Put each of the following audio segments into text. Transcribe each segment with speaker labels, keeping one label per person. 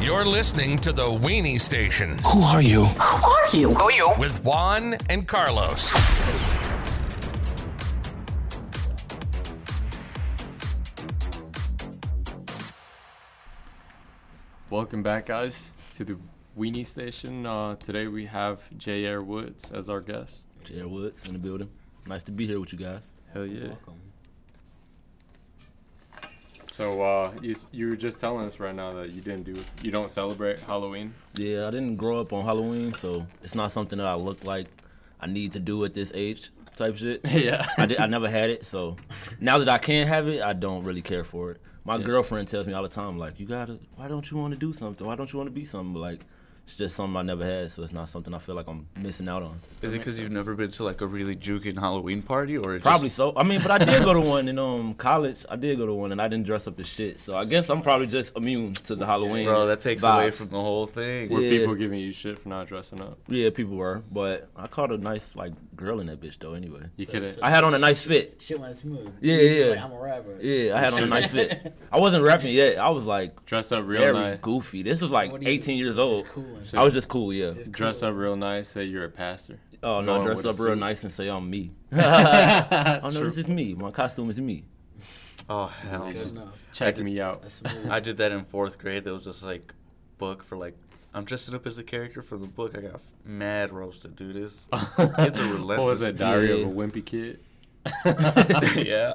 Speaker 1: You're listening to the Weenie Station
Speaker 2: Who are you?
Speaker 1: with Juan and Carlos.
Speaker 3: Welcome back, guys, to the Weenie Station. Uh, today we have J. Air Woods as our guest.
Speaker 4: Jared Woods in the building. Nice to be here with you guys.
Speaker 3: Hell yeah!
Speaker 4: Welcome.
Speaker 3: So uh, you s- you were just telling us right now that you didn't do you don't celebrate Halloween.
Speaker 4: Yeah, I didn't grow up on Halloween, so it's not something that I look like I need to do at this age type shit.
Speaker 3: Yeah.
Speaker 4: I, did, I never had it, so now that I can have it, I don't really care for it. My girlfriend tells me all the time, like, you gotta, why don't you wanna do something? Why don't you wanna be something? But, like, it's just something I never had, so it's not something I feel like I'm missing out on.
Speaker 2: Is it because you've never been to like a really juking Halloween party, or it
Speaker 4: Probably
Speaker 2: Just,
Speaker 4: so. I mean, but I did go to one in um college. I did go to one, and I didn't dress up as shit. So I guess I'm probably just immune to the Halloween.
Speaker 2: bro, that takes away
Speaker 4: vibes.
Speaker 2: from the whole thing.
Speaker 3: Were
Speaker 4: Yeah.
Speaker 3: people giving you shit for not dressing up?
Speaker 4: Yeah, people were, but I caught a nice like girl in that bitch though. Anyway,
Speaker 3: You couldn't.
Speaker 4: I had on a nice fit.
Speaker 5: Shit went smooth.
Speaker 4: Yeah,
Speaker 5: He was
Speaker 4: yeah.
Speaker 5: Like, I'm a rapper.
Speaker 4: Yeah, I had on a nice fit. I wasn't rapping yet. I was like
Speaker 3: dress up real
Speaker 4: very
Speaker 3: nice.
Speaker 4: goofy. This was like
Speaker 5: What do you-
Speaker 4: 18 years
Speaker 5: just
Speaker 4: old.
Speaker 5: cool and
Speaker 4: I was just cool, yeah.
Speaker 5: just
Speaker 3: Dress
Speaker 5: cool.
Speaker 3: up real nice. Say you're a pastor. Go
Speaker 4: Oh no,
Speaker 3: on
Speaker 4: dress
Speaker 3: with
Speaker 4: up
Speaker 3: the
Speaker 4: real
Speaker 3: suit.
Speaker 4: nice and say I'm me. oh no,
Speaker 3: True.
Speaker 4: this is me. My costume is me.
Speaker 2: Oh hell,
Speaker 5: Good enough.
Speaker 3: Check me out.
Speaker 5: That's smooth.
Speaker 2: I did that in fourth grade. There was this like book for like I'm dressing up as a character from the book. I got mad roasted, dude. This kids are relentless.
Speaker 3: What was it? Diary
Speaker 4: Yeah.
Speaker 3: of a Wimpy Kid.
Speaker 2: yeah.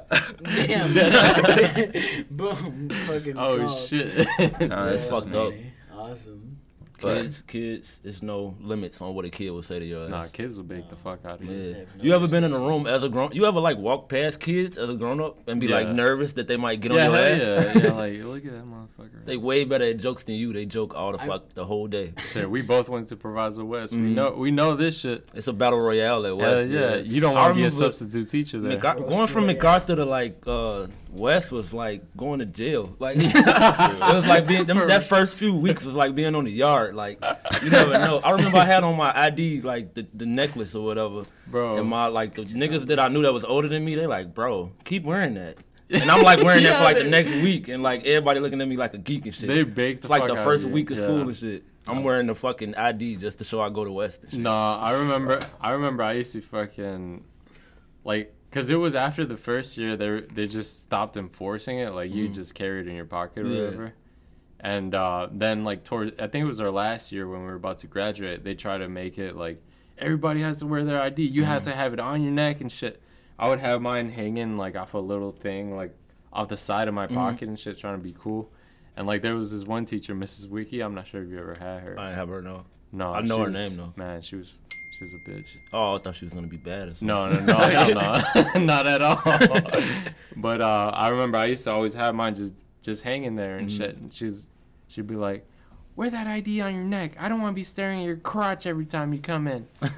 Speaker 5: Damn. Boom. Fucking.
Speaker 3: Oh
Speaker 5: called.
Speaker 3: shit!
Speaker 2: Nah, that's just
Speaker 4: Fucked
Speaker 2: me.
Speaker 4: up.
Speaker 5: Awesome.
Speaker 2: But-
Speaker 4: Kids, kids, there's no limits on what a kid will say to your ass.
Speaker 3: nah, kids will bake the fuck out of
Speaker 4: Yeah.
Speaker 3: you.
Speaker 4: You ever been in a room as a grown? You ever like walk past kids as a grown up and be like
Speaker 3: Yeah.
Speaker 4: nervous that they might get
Speaker 3: Yeah,
Speaker 4: on your
Speaker 3: hell
Speaker 4: ass?
Speaker 3: yeah, yeah. Like look at that motherfucker.
Speaker 4: They way better at jokes than you. They joke all the fuck the whole day.
Speaker 3: Shit, we both went to Proviso West. We know we know this shit.
Speaker 4: It's a battle royale at
Speaker 3: Hell
Speaker 4: Mm. West.
Speaker 3: yeah, you don't
Speaker 4: I
Speaker 3: want to be a
Speaker 4: remember
Speaker 3: substitute teacher there.
Speaker 4: MacAr- going from
Speaker 5: yeah.
Speaker 4: MacArthur to like uh, West was like going to jail. Like it was like being them, that first few weeks was like being on the yard. Like you never know. I remember I had on my ID like the, the necklace or whatever.
Speaker 3: Bro.
Speaker 4: and my like the niggas that I knew that was older than me, they like, bro, keep wearing that. And I'm like wearing that for like the next week, and like everybody looking at me like a geek and shit.
Speaker 3: They baked
Speaker 4: It's
Speaker 3: the
Speaker 4: like
Speaker 3: fuck
Speaker 4: the
Speaker 3: out
Speaker 4: first
Speaker 3: of you.
Speaker 4: week of
Speaker 3: Yeah.
Speaker 4: school and shit. I'm wearing the fucking ID just to show I go to West. And shit.
Speaker 3: Nah, I remember. I remember. I used to fucking like, cause it was after the first year they were- they just stopped enforcing it. Like you just carry it in your pocket or
Speaker 4: Mm. Yeah.
Speaker 3: whatever. And uh, then like towards, I think it was our last year when we were about to graduate. They try to make it like everybody has to wear their ID. You have
Speaker 4: Mm.
Speaker 3: to have it on your neck and shit. I would have mine hanging like off a little thing, like off the side of
Speaker 4: Mm.
Speaker 3: my pocket and shit, trying to be cool. And like there was this one teacher, Mrs. Wiki. I'm not sure if you ever had her.
Speaker 4: I ain't have her know.
Speaker 3: No,
Speaker 4: I know
Speaker 3: she
Speaker 4: her
Speaker 3: was-
Speaker 4: name, though.
Speaker 3: Man, she was she was a bitch.
Speaker 4: Oh, I thought she was gonna be bad. Or something.
Speaker 3: No, no, no, hell no, not at all. but uh, I remember I used to always have mine just just hanging there
Speaker 4: Mm-hmm.
Speaker 3: and shit. And she's she'd be like, "Wear that ID on your neck. I don't want to be staring at your crotch every time you come in." I was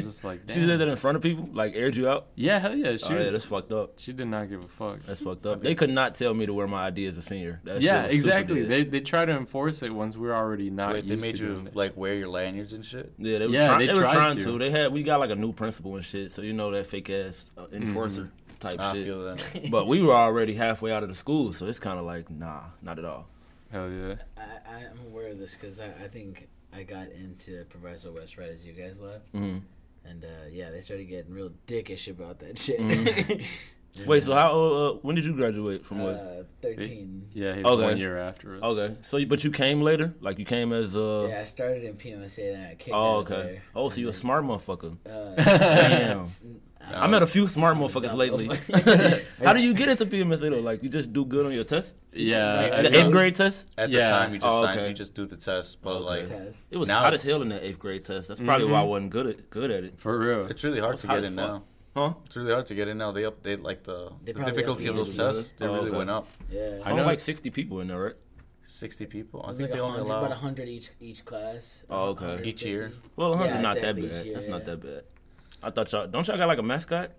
Speaker 3: just like,
Speaker 4: She did
Speaker 3: "Damn."
Speaker 4: that in front of people, like aired you out.
Speaker 3: Yeah, hell yeah, she
Speaker 4: Oh, yeah,
Speaker 3: was-
Speaker 4: that's fucked up.
Speaker 3: she did not give a fuck.
Speaker 4: That's fucked up. They could not tell me to wear my ID as a senior. That shit
Speaker 3: yeah,
Speaker 4: was super
Speaker 3: exactly.
Speaker 4: dead.
Speaker 3: They they try to enforce it once we we're already not.
Speaker 2: Wait, they
Speaker 3: used
Speaker 2: made
Speaker 3: to
Speaker 2: you
Speaker 3: doing it.
Speaker 2: like wear your lanyards and shit.
Speaker 4: yeah, they, were
Speaker 3: Yeah,
Speaker 4: try-
Speaker 3: they
Speaker 4: they were
Speaker 3: tried
Speaker 4: trying
Speaker 3: to.
Speaker 4: to. They had we got like a new principal and shit, so you know that fake ass uh,
Speaker 3: Mm-hmm.
Speaker 4: enforcer type
Speaker 2: I
Speaker 4: shit.
Speaker 2: feel that.
Speaker 4: But we were already halfway out of the school, so it's kind of like nah, not at all.
Speaker 3: Hell yeah.
Speaker 5: I, I'm aware of this because I, I think I got into Proviso West right as you guys left.
Speaker 4: Mm-hmm.
Speaker 5: And uh, yeah, they started getting real dickish about that shit.
Speaker 4: Mm-hmm. Wait, so how old? Uh, when did you graduate from West?
Speaker 5: uh, 13.
Speaker 3: Yeah, he was
Speaker 4: Okay.
Speaker 3: one year after us.
Speaker 4: Okay, so you- but you came later, like you came as uh.
Speaker 5: Yeah, I started in PMSA and I kicked
Speaker 4: Oh
Speaker 5: out of
Speaker 4: okay.
Speaker 5: there.
Speaker 4: Oh, so you a smart motherfucker.
Speaker 5: Uh,
Speaker 4: Damn. I met a few smart
Speaker 5: dumb
Speaker 4: motherfuckers lately.
Speaker 5: motherfucker.
Speaker 4: How do you get into PMSA though? Like you just do good on your test?
Speaker 3: Yeah.
Speaker 4: The
Speaker 3: I-
Speaker 4: eighth grade test?
Speaker 2: At
Speaker 3: Yeah.
Speaker 2: the time, you just
Speaker 4: Oh,
Speaker 2: signed,
Speaker 4: okay.
Speaker 2: you just do the test, but like,
Speaker 5: test.
Speaker 4: It was
Speaker 2: Now
Speaker 4: hot as
Speaker 2: it's-
Speaker 4: hell in that eighth grade test. That's probably why I wasn't good at good at it.
Speaker 3: For real.
Speaker 2: it's really hard to
Speaker 4: hard
Speaker 2: get
Speaker 4: as
Speaker 2: in
Speaker 4: fuck.
Speaker 2: now.
Speaker 4: Huh?
Speaker 2: It's really hard to get in now. They update like the,
Speaker 5: They
Speaker 2: the
Speaker 5: probably
Speaker 2: difficulty of
Speaker 5: updated
Speaker 2: those
Speaker 5: it, yeah.
Speaker 2: tests. They
Speaker 4: Oh,
Speaker 2: really
Speaker 4: okay.
Speaker 2: went up.
Speaker 5: Yeah.
Speaker 4: I know
Speaker 3: know-
Speaker 4: like sixty people in there, right?
Speaker 2: Sixty people. I
Speaker 5: It was
Speaker 2: think
Speaker 5: like
Speaker 2: they only
Speaker 5: 100, about
Speaker 2: allow
Speaker 5: 100 each each class.
Speaker 4: Oh, okay.
Speaker 2: each year.
Speaker 4: Well, hundred
Speaker 5: Yeah,
Speaker 4: not
Speaker 5: exactly,
Speaker 4: that bad.
Speaker 5: yeah,
Speaker 4: That's
Speaker 5: yeah.
Speaker 4: not that bad. I thought y'all don't y'all got like a mascot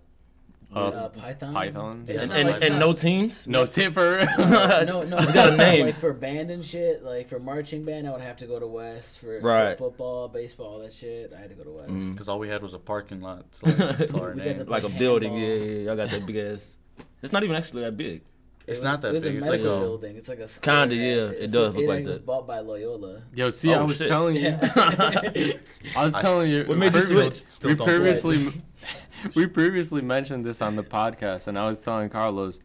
Speaker 5: Uh, Python.
Speaker 3: Python.
Speaker 5: It's
Speaker 2: Yeah.
Speaker 5: not
Speaker 4: um, and,
Speaker 5: like
Speaker 4: and
Speaker 5: that.
Speaker 4: no teams.
Speaker 3: No tip for
Speaker 5: no, no.
Speaker 4: It's got a name.
Speaker 5: Like for band and shit, like for marching band, I would have to go to West for
Speaker 4: Right. Mm.
Speaker 5: football, baseball, all that shit. I had to go to West.
Speaker 2: Because all we had was a parking lot to, like, to our
Speaker 5: We got
Speaker 2: name.
Speaker 5: the-
Speaker 4: Like a
Speaker 5: Handball.
Speaker 4: building. Yeah, yeah, yeah. Y'all got that big ass. It's not even actually that big.
Speaker 5: It
Speaker 2: It's not that
Speaker 5: it was
Speaker 2: big,
Speaker 5: A
Speaker 2: it's
Speaker 5: medical
Speaker 4: like a-
Speaker 5: building. It's like a square.
Speaker 4: Kinda, yeah,
Speaker 5: It's-
Speaker 4: it does look like
Speaker 5: It was
Speaker 4: that.
Speaker 5: bought by Loyola.
Speaker 3: Yo, see, I
Speaker 4: Oh,
Speaker 3: was
Speaker 4: shit.
Speaker 3: telling you. I was
Speaker 2: I
Speaker 3: telling you.
Speaker 4: What made you
Speaker 3: previously-
Speaker 4: switch?
Speaker 2: Still
Speaker 3: we
Speaker 2: don't
Speaker 3: previously, we previously mentioned this on the podcast, and I was telling Carlos,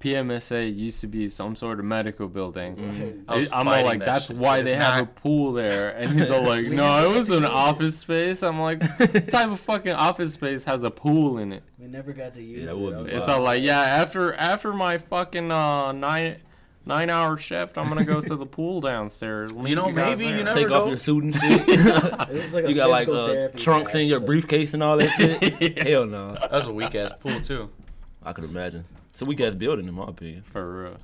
Speaker 3: PMSA used to be some sort of medical building.
Speaker 4: Mm.
Speaker 2: I was
Speaker 3: It- I'm all
Speaker 2: fighting
Speaker 3: like,
Speaker 2: that
Speaker 3: that's
Speaker 2: shit.
Speaker 3: why
Speaker 2: It is
Speaker 3: they have a
Speaker 2: not-
Speaker 3: pool there, and he's all like, no, it was an office space. I'm like, what type of fucking office space has a pool in it?
Speaker 5: We never got to use
Speaker 4: that
Speaker 5: it.
Speaker 4: would
Speaker 5: I
Speaker 4: be
Speaker 5: was
Speaker 4: fire.
Speaker 3: It's
Speaker 5: like,
Speaker 3: all like, yeah, after after my fucking uh, nine nine hour shift, I'm gonna go to the pool downstairs. Leave
Speaker 2: You know,
Speaker 3: guys
Speaker 2: maybe, you
Speaker 3: there."
Speaker 2: never
Speaker 4: Take off
Speaker 2: know.
Speaker 4: your suit and shit.
Speaker 5: it was like a
Speaker 4: you got like
Speaker 5: physical
Speaker 4: uh,
Speaker 5: therapy
Speaker 4: trunks in
Speaker 5: lab.
Speaker 4: your briefcase and all that shit. Hell no.
Speaker 2: That was a weak ass pool too.
Speaker 4: I could imagine. It's a weak ass building in my opinion.
Speaker 3: for real.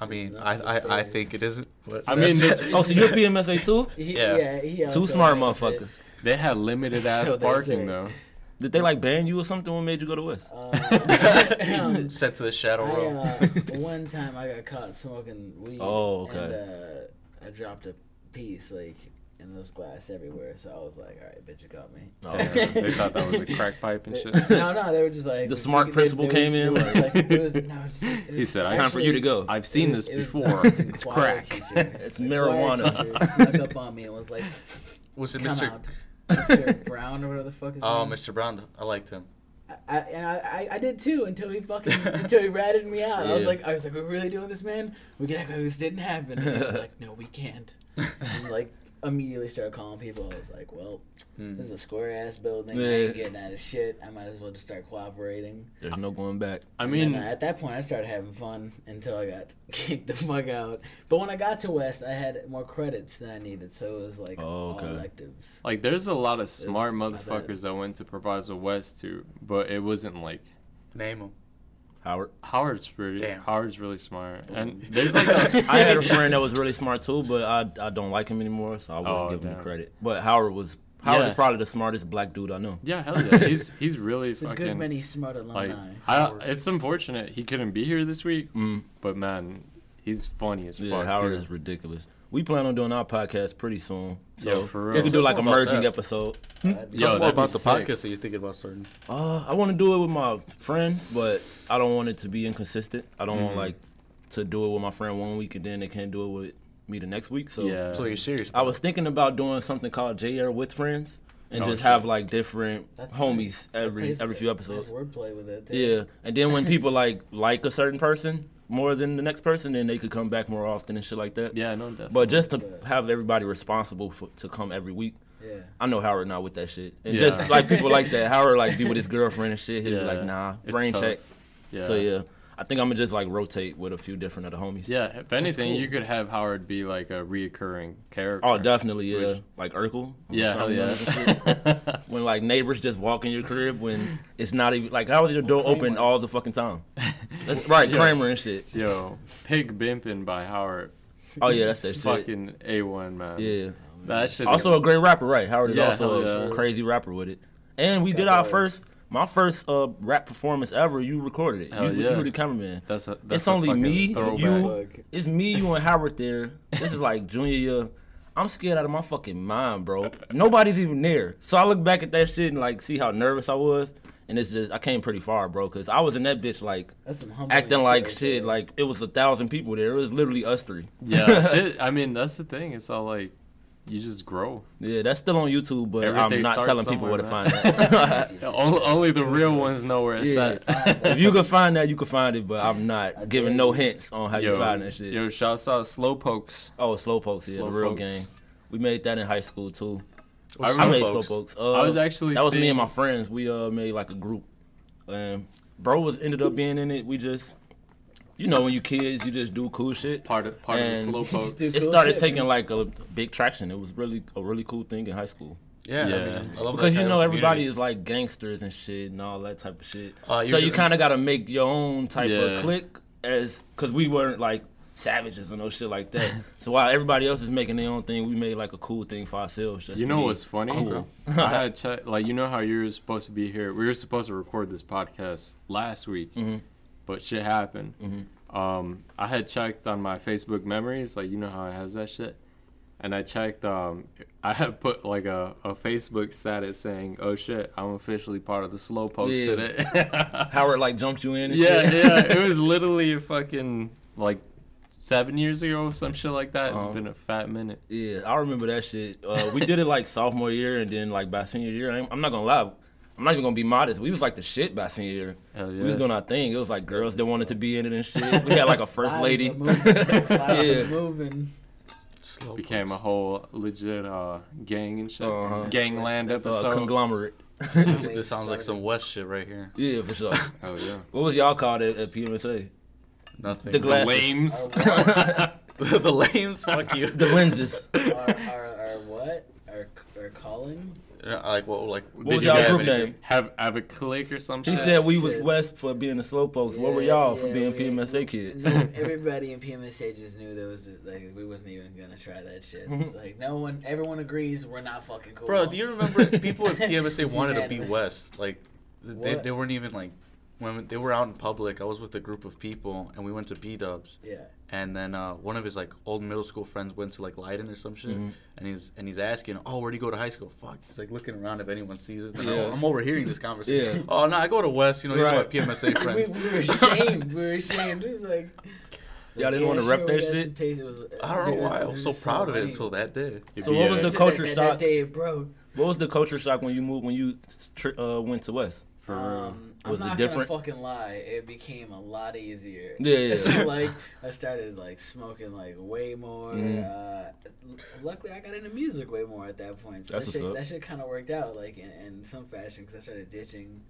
Speaker 2: I mean,
Speaker 5: not
Speaker 2: I,
Speaker 5: the
Speaker 2: I, I
Speaker 5: stairs.
Speaker 2: think it isn't. But
Speaker 3: I mean,
Speaker 2: that's-
Speaker 3: the-
Speaker 4: Oh, so you're PMSA too?
Speaker 5: He,
Speaker 2: Yeah.
Speaker 5: yeah. he also
Speaker 4: Two smart
Speaker 5: makes it,
Speaker 4: motherfuckers.
Speaker 3: They had limited ass
Speaker 5: So they
Speaker 3: parking
Speaker 5: say.
Speaker 3: though.
Speaker 4: Did they like ban you or something? What made you go to West?
Speaker 5: um,
Speaker 2: Sent to the shadow
Speaker 5: I,
Speaker 2: row.
Speaker 5: uh, one time I got caught smoking weed.
Speaker 4: Oh, okay.
Speaker 5: And uh, I dropped a piece, like, and there was glass everywhere. So I was like, all right, bitch, you got me.
Speaker 4: Oh,
Speaker 3: Yeah, they thought that was a crack pipe and shit.
Speaker 5: no, no, they were just like
Speaker 4: The smart principal came in,
Speaker 5: It was
Speaker 4: like-
Speaker 5: like, it was, no, it was, it
Speaker 3: He
Speaker 5: was
Speaker 3: said,
Speaker 4: it's time for you to
Speaker 5: actually-
Speaker 4: go.
Speaker 3: I've seen
Speaker 5: it-
Speaker 3: this
Speaker 5: it was
Speaker 3: before.
Speaker 5: a fucking
Speaker 3: It's
Speaker 5: choir
Speaker 3: crack.
Speaker 5: teacher.
Speaker 4: It's
Speaker 5: A choir
Speaker 4: marijuana.
Speaker 5: teacher snuck up on me and was like,
Speaker 2: Was it
Speaker 5: "Come
Speaker 2: Mr.
Speaker 5: out, Mr. Brown or whatever the fuck is."
Speaker 2: Oh, Mr. Brown. I liked him.
Speaker 5: I, and I, I, I did too until he fucking until he ratted me out. I was
Speaker 4: Yeah.
Speaker 5: like, I was like, we're really doing this, man. We can act like this didn't happen. And he was like, no, we can't. And like immediately started calling people. I was like, well, this is a square ass building.
Speaker 4: Hmm.
Speaker 5: I
Speaker 4: Yeah.
Speaker 5: ain't getting out of shit. I might as well just start cooperating.
Speaker 4: There's no going back.
Speaker 3: I
Speaker 5: And
Speaker 3: mean,
Speaker 5: then, uh, at that point, I started having fun until I got kicked the fuck out. But when I got to West, I had more credits than I needed, so it was like
Speaker 4: Oh, okay.
Speaker 5: all electives.
Speaker 3: like, there's a lot of smart
Speaker 5: my bad.
Speaker 3: motherfuckers that went to Proviso West too, but it wasn't like
Speaker 2: Name him.
Speaker 4: Howard.
Speaker 3: Howard's pretty.
Speaker 2: Damn.
Speaker 3: Howard's really smart, and there's like a,
Speaker 4: I had a friend that was really smart too, but I I don't like him anymore, so I wouldn't
Speaker 3: Oh,
Speaker 4: give him
Speaker 3: damn.
Speaker 4: the credit. But Howard was Howard
Speaker 3: Yeah.
Speaker 4: is probably the smartest black dude I know.
Speaker 3: yeah, hell yeah, he's he's really
Speaker 5: It's a good
Speaker 3: fucking.
Speaker 5: many smart
Speaker 3: like,
Speaker 5: alumni.
Speaker 3: I, it's unfortunate he couldn't be here this week, but man, he's funny as
Speaker 4: Mm. Yeah,
Speaker 3: fuck.
Speaker 4: Howard
Speaker 3: too.
Speaker 4: is ridiculous. We plan on doing our podcast pretty soon, so
Speaker 3: Yeah, for
Speaker 4: we
Speaker 3: real.
Speaker 4: could do
Speaker 2: Tell us
Speaker 4: like a
Speaker 2: more about
Speaker 4: merging
Speaker 2: that.
Speaker 4: episode.
Speaker 5: I'd-
Speaker 2: Tell us
Speaker 3: Yo,
Speaker 2: more
Speaker 3: that'd be
Speaker 2: about the
Speaker 3: sick.
Speaker 2: podcast that you're thinking about starting.
Speaker 4: Uh, I want to do it with my friends, but I don't want it to be inconsistent. I don't
Speaker 3: Mm-hmm.
Speaker 4: want like to do it with my friend one week and then they can't do it with me the next week. So
Speaker 3: Yeah.
Speaker 2: So you're serious?
Speaker 4: I was thinking about doing something called JR with friends and
Speaker 3: Oh,
Speaker 4: just
Speaker 3: shit.
Speaker 4: have like different
Speaker 5: That's
Speaker 4: homies every
Speaker 5: plays-
Speaker 4: every few
Speaker 5: plays
Speaker 4: episodes.
Speaker 5: wordplay with it. too.
Speaker 4: Yeah, and then when people like like a certain person more than the next person, then they could come back more often and shit like that.
Speaker 3: Yeah, no, definitely.
Speaker 4: But just to have everybody responsible for, to come every week,
Speaker 5: Yeah.
Speaker 4: I know Howard not with that shit. And
Speaker 3: Yeah.
Speaker 4: just like people like that, Howard like be with his girlfriend and shit. He'll be
Speaker 3: Yeah,
Speaker 4: like, nah,
Speaker 3: it's
Speaker 4: brain
Speaker 3: tough.
Speaker 4: check.
Speaker 3: yeah.
Speaker 4: So yeah, I think I'm gonna just like rotate with a few different of the homies.
Speaker 3: Yeah, if anything,
Speaker 4: cool.
Speaker 3: you could have Howard be like a reoccurring character.
Speaker 4: Oh, definitely, yeah.
Speaker 3: Which-
Speaker 4: Like Urkel.
Speaker 3: Yeah, hell yeah.
Speaker 4: when like neighbors just walk in your crib when it's not even like how is your door open
Speaker 5: Kramer.
Speaker 4: all the fucking time? That's right,
Speaker 3: Yeah.
Speaker 4: Kramer and shit.
Speaker 3: Yo, Pig Bimpin' by Howard.
Speaker 4: Oh yeah, that's that shit.
Speaker 3: Fucking A1, man.
Speaker 4: Yeah.
Speaker 3: That shit
Speaker 4: Also a
Speaker 3: is,
Speaker 4: great rapper, right? Howard is
Speaker 3: Yeah,
Speaker 4: also
Speaker 3: hell
Speaker 4: a
Speaker 3: yeah.
Speaker 4: crazy rapper with it. And we did our
Speaker 5: bars.
Speaker 4: first, my first uh, rap performance ever. You recorded it.
Speaker 3: Hell
Speaker 4: you,
Speaker 3: yeah.
Speaker 4: you were the cameraman.
Speaker 3: that's a, that's
Speaker 4: it's
Speaker 3: a
Speaker 4: only
Speaker 3: fucking
Speaker 4: me,
Speaker 3: throwback.
Speaker 4: you-
Speaker 5: Fuck.
Speaker 4: It's me, you, and Howard there. This is like junior year. I'm scared out of my fucking mind, bro. Nobody's even there. So I look back at that shit and like see how nervous I was, and it's just I came pretty far, bro, because I was in that bitch like
Speaker 5: That's some humbling
Speaker 4: acting like
Speaker 5: right
Speaker 4: shit,
Speaker 5: there.
Speaker 4: like it was a thousand people there. It was literally us three.
Speaker 3: Yeah, shit. I mean, that's the thing. It's all like, you just grow.
Speaker 4: yeah, that's still on YouTube, but
Speaker 3: Everything
Speaker 4: I'm not
Speaker 3: starts
Speaker 4: telling people where to
Speaker 3: somewhere,
Speaker 4: find that.
Speaker 3: Yeah, on- only the real ones know where it's
Speaker 4: Yeah.
Speaker 3: at.
Speaker 4: if you can find that, you can find it, but I'm not giving no hints on how
Speaker 3: yo,
Speaker 4: you find that shit.
Speaker 3: yo, shouts out Slowpokes.
Speaker 4: Oh, Slowpokes, yeah, the real
Speaker 3: Slowpokes.
Speaker 4: game. We made that in high school too.
Speaker 2: What's
Speaker 4: I
Speaker 2: up,
Speaker 4: made
Speaker 2: folks?
Speaker 4: Slowpokes. Uh,
Speaker 3: I was actually
Speaker 4: that was me
Speaker 3: seeing-
Speaker 4: and my friends. We uh made like a group, and bro was ended up being in it. We just, you know, when you kids, you just do cool shit.
Speaker 3: Part of part of
Speaker 4: And-
Speaker 3: the Slowpokes.
Speaker 4: It
Speaker 5: Cool
Speaker 4: started
Speaker 5: shit,
Speaker 4: taking like a big traction. It was really a really cool thing in high school
Speaker 2: Yeah,
Speaker 3: Yeah.
Speaker 2: I, mean, I love that
Speaker 4: because
Speaker 2: kind
Speaker 4: you
Speaker 2: of
Speaker 4: know everybody
Speaker 2: community.
Speaker 4: is like gangsters and shit and all that type of shit.
Speaker 2: Uh,
Speaker 4: so
Speaker 2: you-
Speaker 4: you kind of got to make your own type
Speaker 3: Yeah.
Speaker 4: of clique as because we weren't like savages and no shit like that. so while everybody else is making their own thing, we made like a cool thing for ourselves. Just
Speaker 3: You
Speaker 4: to
Speaker 3: know
Speaker 4: be
Speaker 3: what's funny?
Speaker 4: cool.
Speaker 3: I had check, like you know how you were supposed to be here. We were supposed to record this podcast last week,
Speaker 4: Mm-hmm.
Speaker 3: but shit happened. Um, I had checked on my Facebook memories, like you know how it has that shit, and I checked. Um, I had put like a, a Facebook status saying, "Oh shit, I'm officially part of the Slowpokes
Speaker 4: Yeah.
Speaker 3: today."
Speaker 4: Howard like jumped you in. And
Speaker 3: yeah,
Speaker 4: shit.
Speaker 3: yeah. It was literally a fucking like seven years ago, some shit like that.
Speaker 4: Uh-huh.
Speaker 3: It's been a fat minute.
Speaker 4: Yeah, I remember that shit. Uh, we did it like sophomore year, and then like by senior year, I'm, I'm not gonna lie. I'm not even gonna be modest. We was like the shit by senior year.
Speaker 3: Hell
Speaker 4: We was
Speaker 3: yeah.
Speaker 4: doing our thing. It was like girls that wanted to be in it and shit. We had like a first
Speaker 5: Lives
Speaker 4: lady.
Speaker 5: are moving. Lives
Speaker 4: Yeah.
Speaker 5: are moving.
Speaker 2: Slow
Speaker 3: Became a whole legit uh, gang and shit.
Speaker 4: Uh-huh.
Speaker 3: Gangland
Speaker 4: Uh,
Speaker 3: episode.
Speaker 4: conglomerate.
Speaker 2: This, this sounds like some West shit right here.
Speaker 4: Yeah, for sure.
Speaker 3: Hell yeah.
Speaker 4: what was y'all called at, at PMSA?
Speaker 2: Nothing.
Speaker 4: The glass-
Speaker 3: Lames.
Speaker 2: the lames. Fuck you.
Speaker 4: The lenses.
Speaker 5: Our, our, our what? Our, our calling?
Speaker 2: Uh, like what? Like
Speaker 4: What was
Speaker 3: you
Speaker 4: y'all
Speaker 3: guys
Speaker 4: group
Speaker 3: have
Speaker 4: name?
Speaker 3: Have have a click or some
Speaker 4: He
Speaker 3: shit.
Speaker 4: said we was
Speaker 5: shit.
Speaker 4: West for being the slowpokes. what were
Speaker 5: Yeah,
Speaker 4: y'all for
Speaker 5: yeah,
Speaker 4: being
Speaker 5: we-
Speaker 4: PMSA kids?
Speaker 5: So everybody in PMSA just knew there was just, like we wasn't even gonna try that shit. It's like no one, everyone agrees we're not fucking cool.
Speaker 2: Bro, do you remember people at PMSA
Speaker 5: It's
Speaker 2: wanted to be
Speaker 5: unanimous.
Speaker 2: West? Like, they,
Speaker 5: What?
Speaker 2: they weren't even like when they were out in public. I was with a group of people and we went to B Dubs,
Speaker 5: Yeah.
Speaker 2: and then uh, one of his like old middle school friends went to like Leiden or some shit,
Speaker 4: Mm-hmm.
Speaker 2: and he's and he's asking, "Oh, where do you go to high school?" Fuck, he's like looking around if anyone sees it.
Speaker 4: Yeah.
Speaker 2: Oh, I'm overhearing this conversation.
Speaker 4: Yeah.
Speaker 2: Oh no, I go to West. You know, these are my
Speaker 4: Right.
Speaker 2: PMSA
Speaker 5: We,
Speaker 2: friends.
Speaker 5: we were ashamed. We were ashamed. It was like. it's
Speaker 4: Y'all
Speaker 5: like,
Speaker 4: didn't wanna
Speaker 5: yeah,
Speaker 4: rep
Speaker 5: sure,
Speaker 4: that
Speaker 5: we got
Speaker 4: shit?
Speaker 5: some taste. It was-
Speaker 2: I don't
Speaker 5: dude,
Speaker 2: know
Speaker 5: it was-
Speaker 2: why I
Speaker 5: it
Speaker 2: was so
Speaker 5: just
Speaker 2: proud of it
Speaker 5: funny.
Speaker 2: until that day.
Speaker 3: If
Speaker 4: So
Speaker 3: you,
Speaker 4: what was
Speaker 3: uh,
Speaker 4: the
Speaker 5: That-
Speaker 4: culture
Speaker 5: that,
Speaker 4: shock?
Speaker 5: That day, bro.
Speaker 4: What was the culture shock when you moved when you tr- uh, went to West?
Speaker 3: for real.
Speaker 5: Um, I'm
Speaker 4: Was it
Speaker 5: not
Speaker 4: different?
Speaker 5: gonna fucking lie. It became a lot easier.
Speaker 4: Yeah, yeah, yeah.
Speaker 5: so like I started like smoking like way more.
Speaker 4: Mm.
Speaker 5: Uh, l- luckily, I got into music way more at that point. So
Speaker 4: That's
Speaker 5: that
Speaker 4: what's
Speaker 5: shit,
Speaker 4: up.
Speaker 5: that shit kind of worked out like in, in some fashion because I started ditching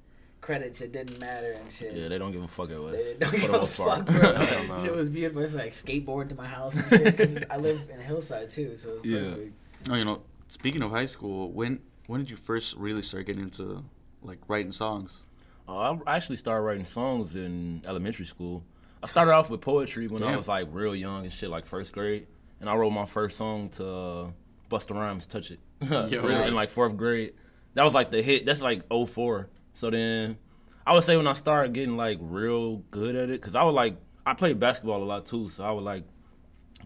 Speaker 5: credits. It didn't matter and shit.
Speaker 4: Yeah, they don't give a fuck at
Speaker 5: They
Speaker 4: West.
Speaker 5: don't
Speaker 4: for the
Speaker 5: give a
Speaker 4: most part.
Speaker 5: fuck, bro.
Speaker 3: Hell no.
Speaker 5: Shit was beautiful. It's like skateboard to my house and shit. 'cause I live in Hillside too, so it's
Speaker 4: Yeah.
Speaker 5: perfect.
Speaker 2: Oh, you know, speaking of high school, when when did you first really start getting into like writing songs?
Speaker 4: Uh, I actually started writing songs in elementary school. I started off with poetry when I
Speaker 2: Damn.
Speaker 4: was like real young and shit, like first grade. And I wrote my first song to uh, Busta Rhymes, "Touch It,"
Speaker 3: Yo.
Speaker 4: in like fourth grade. That was like the hit. That's like 04. So then, I would say when I started getting like real good at it, cause I would like I played basketball a lot too, so I would like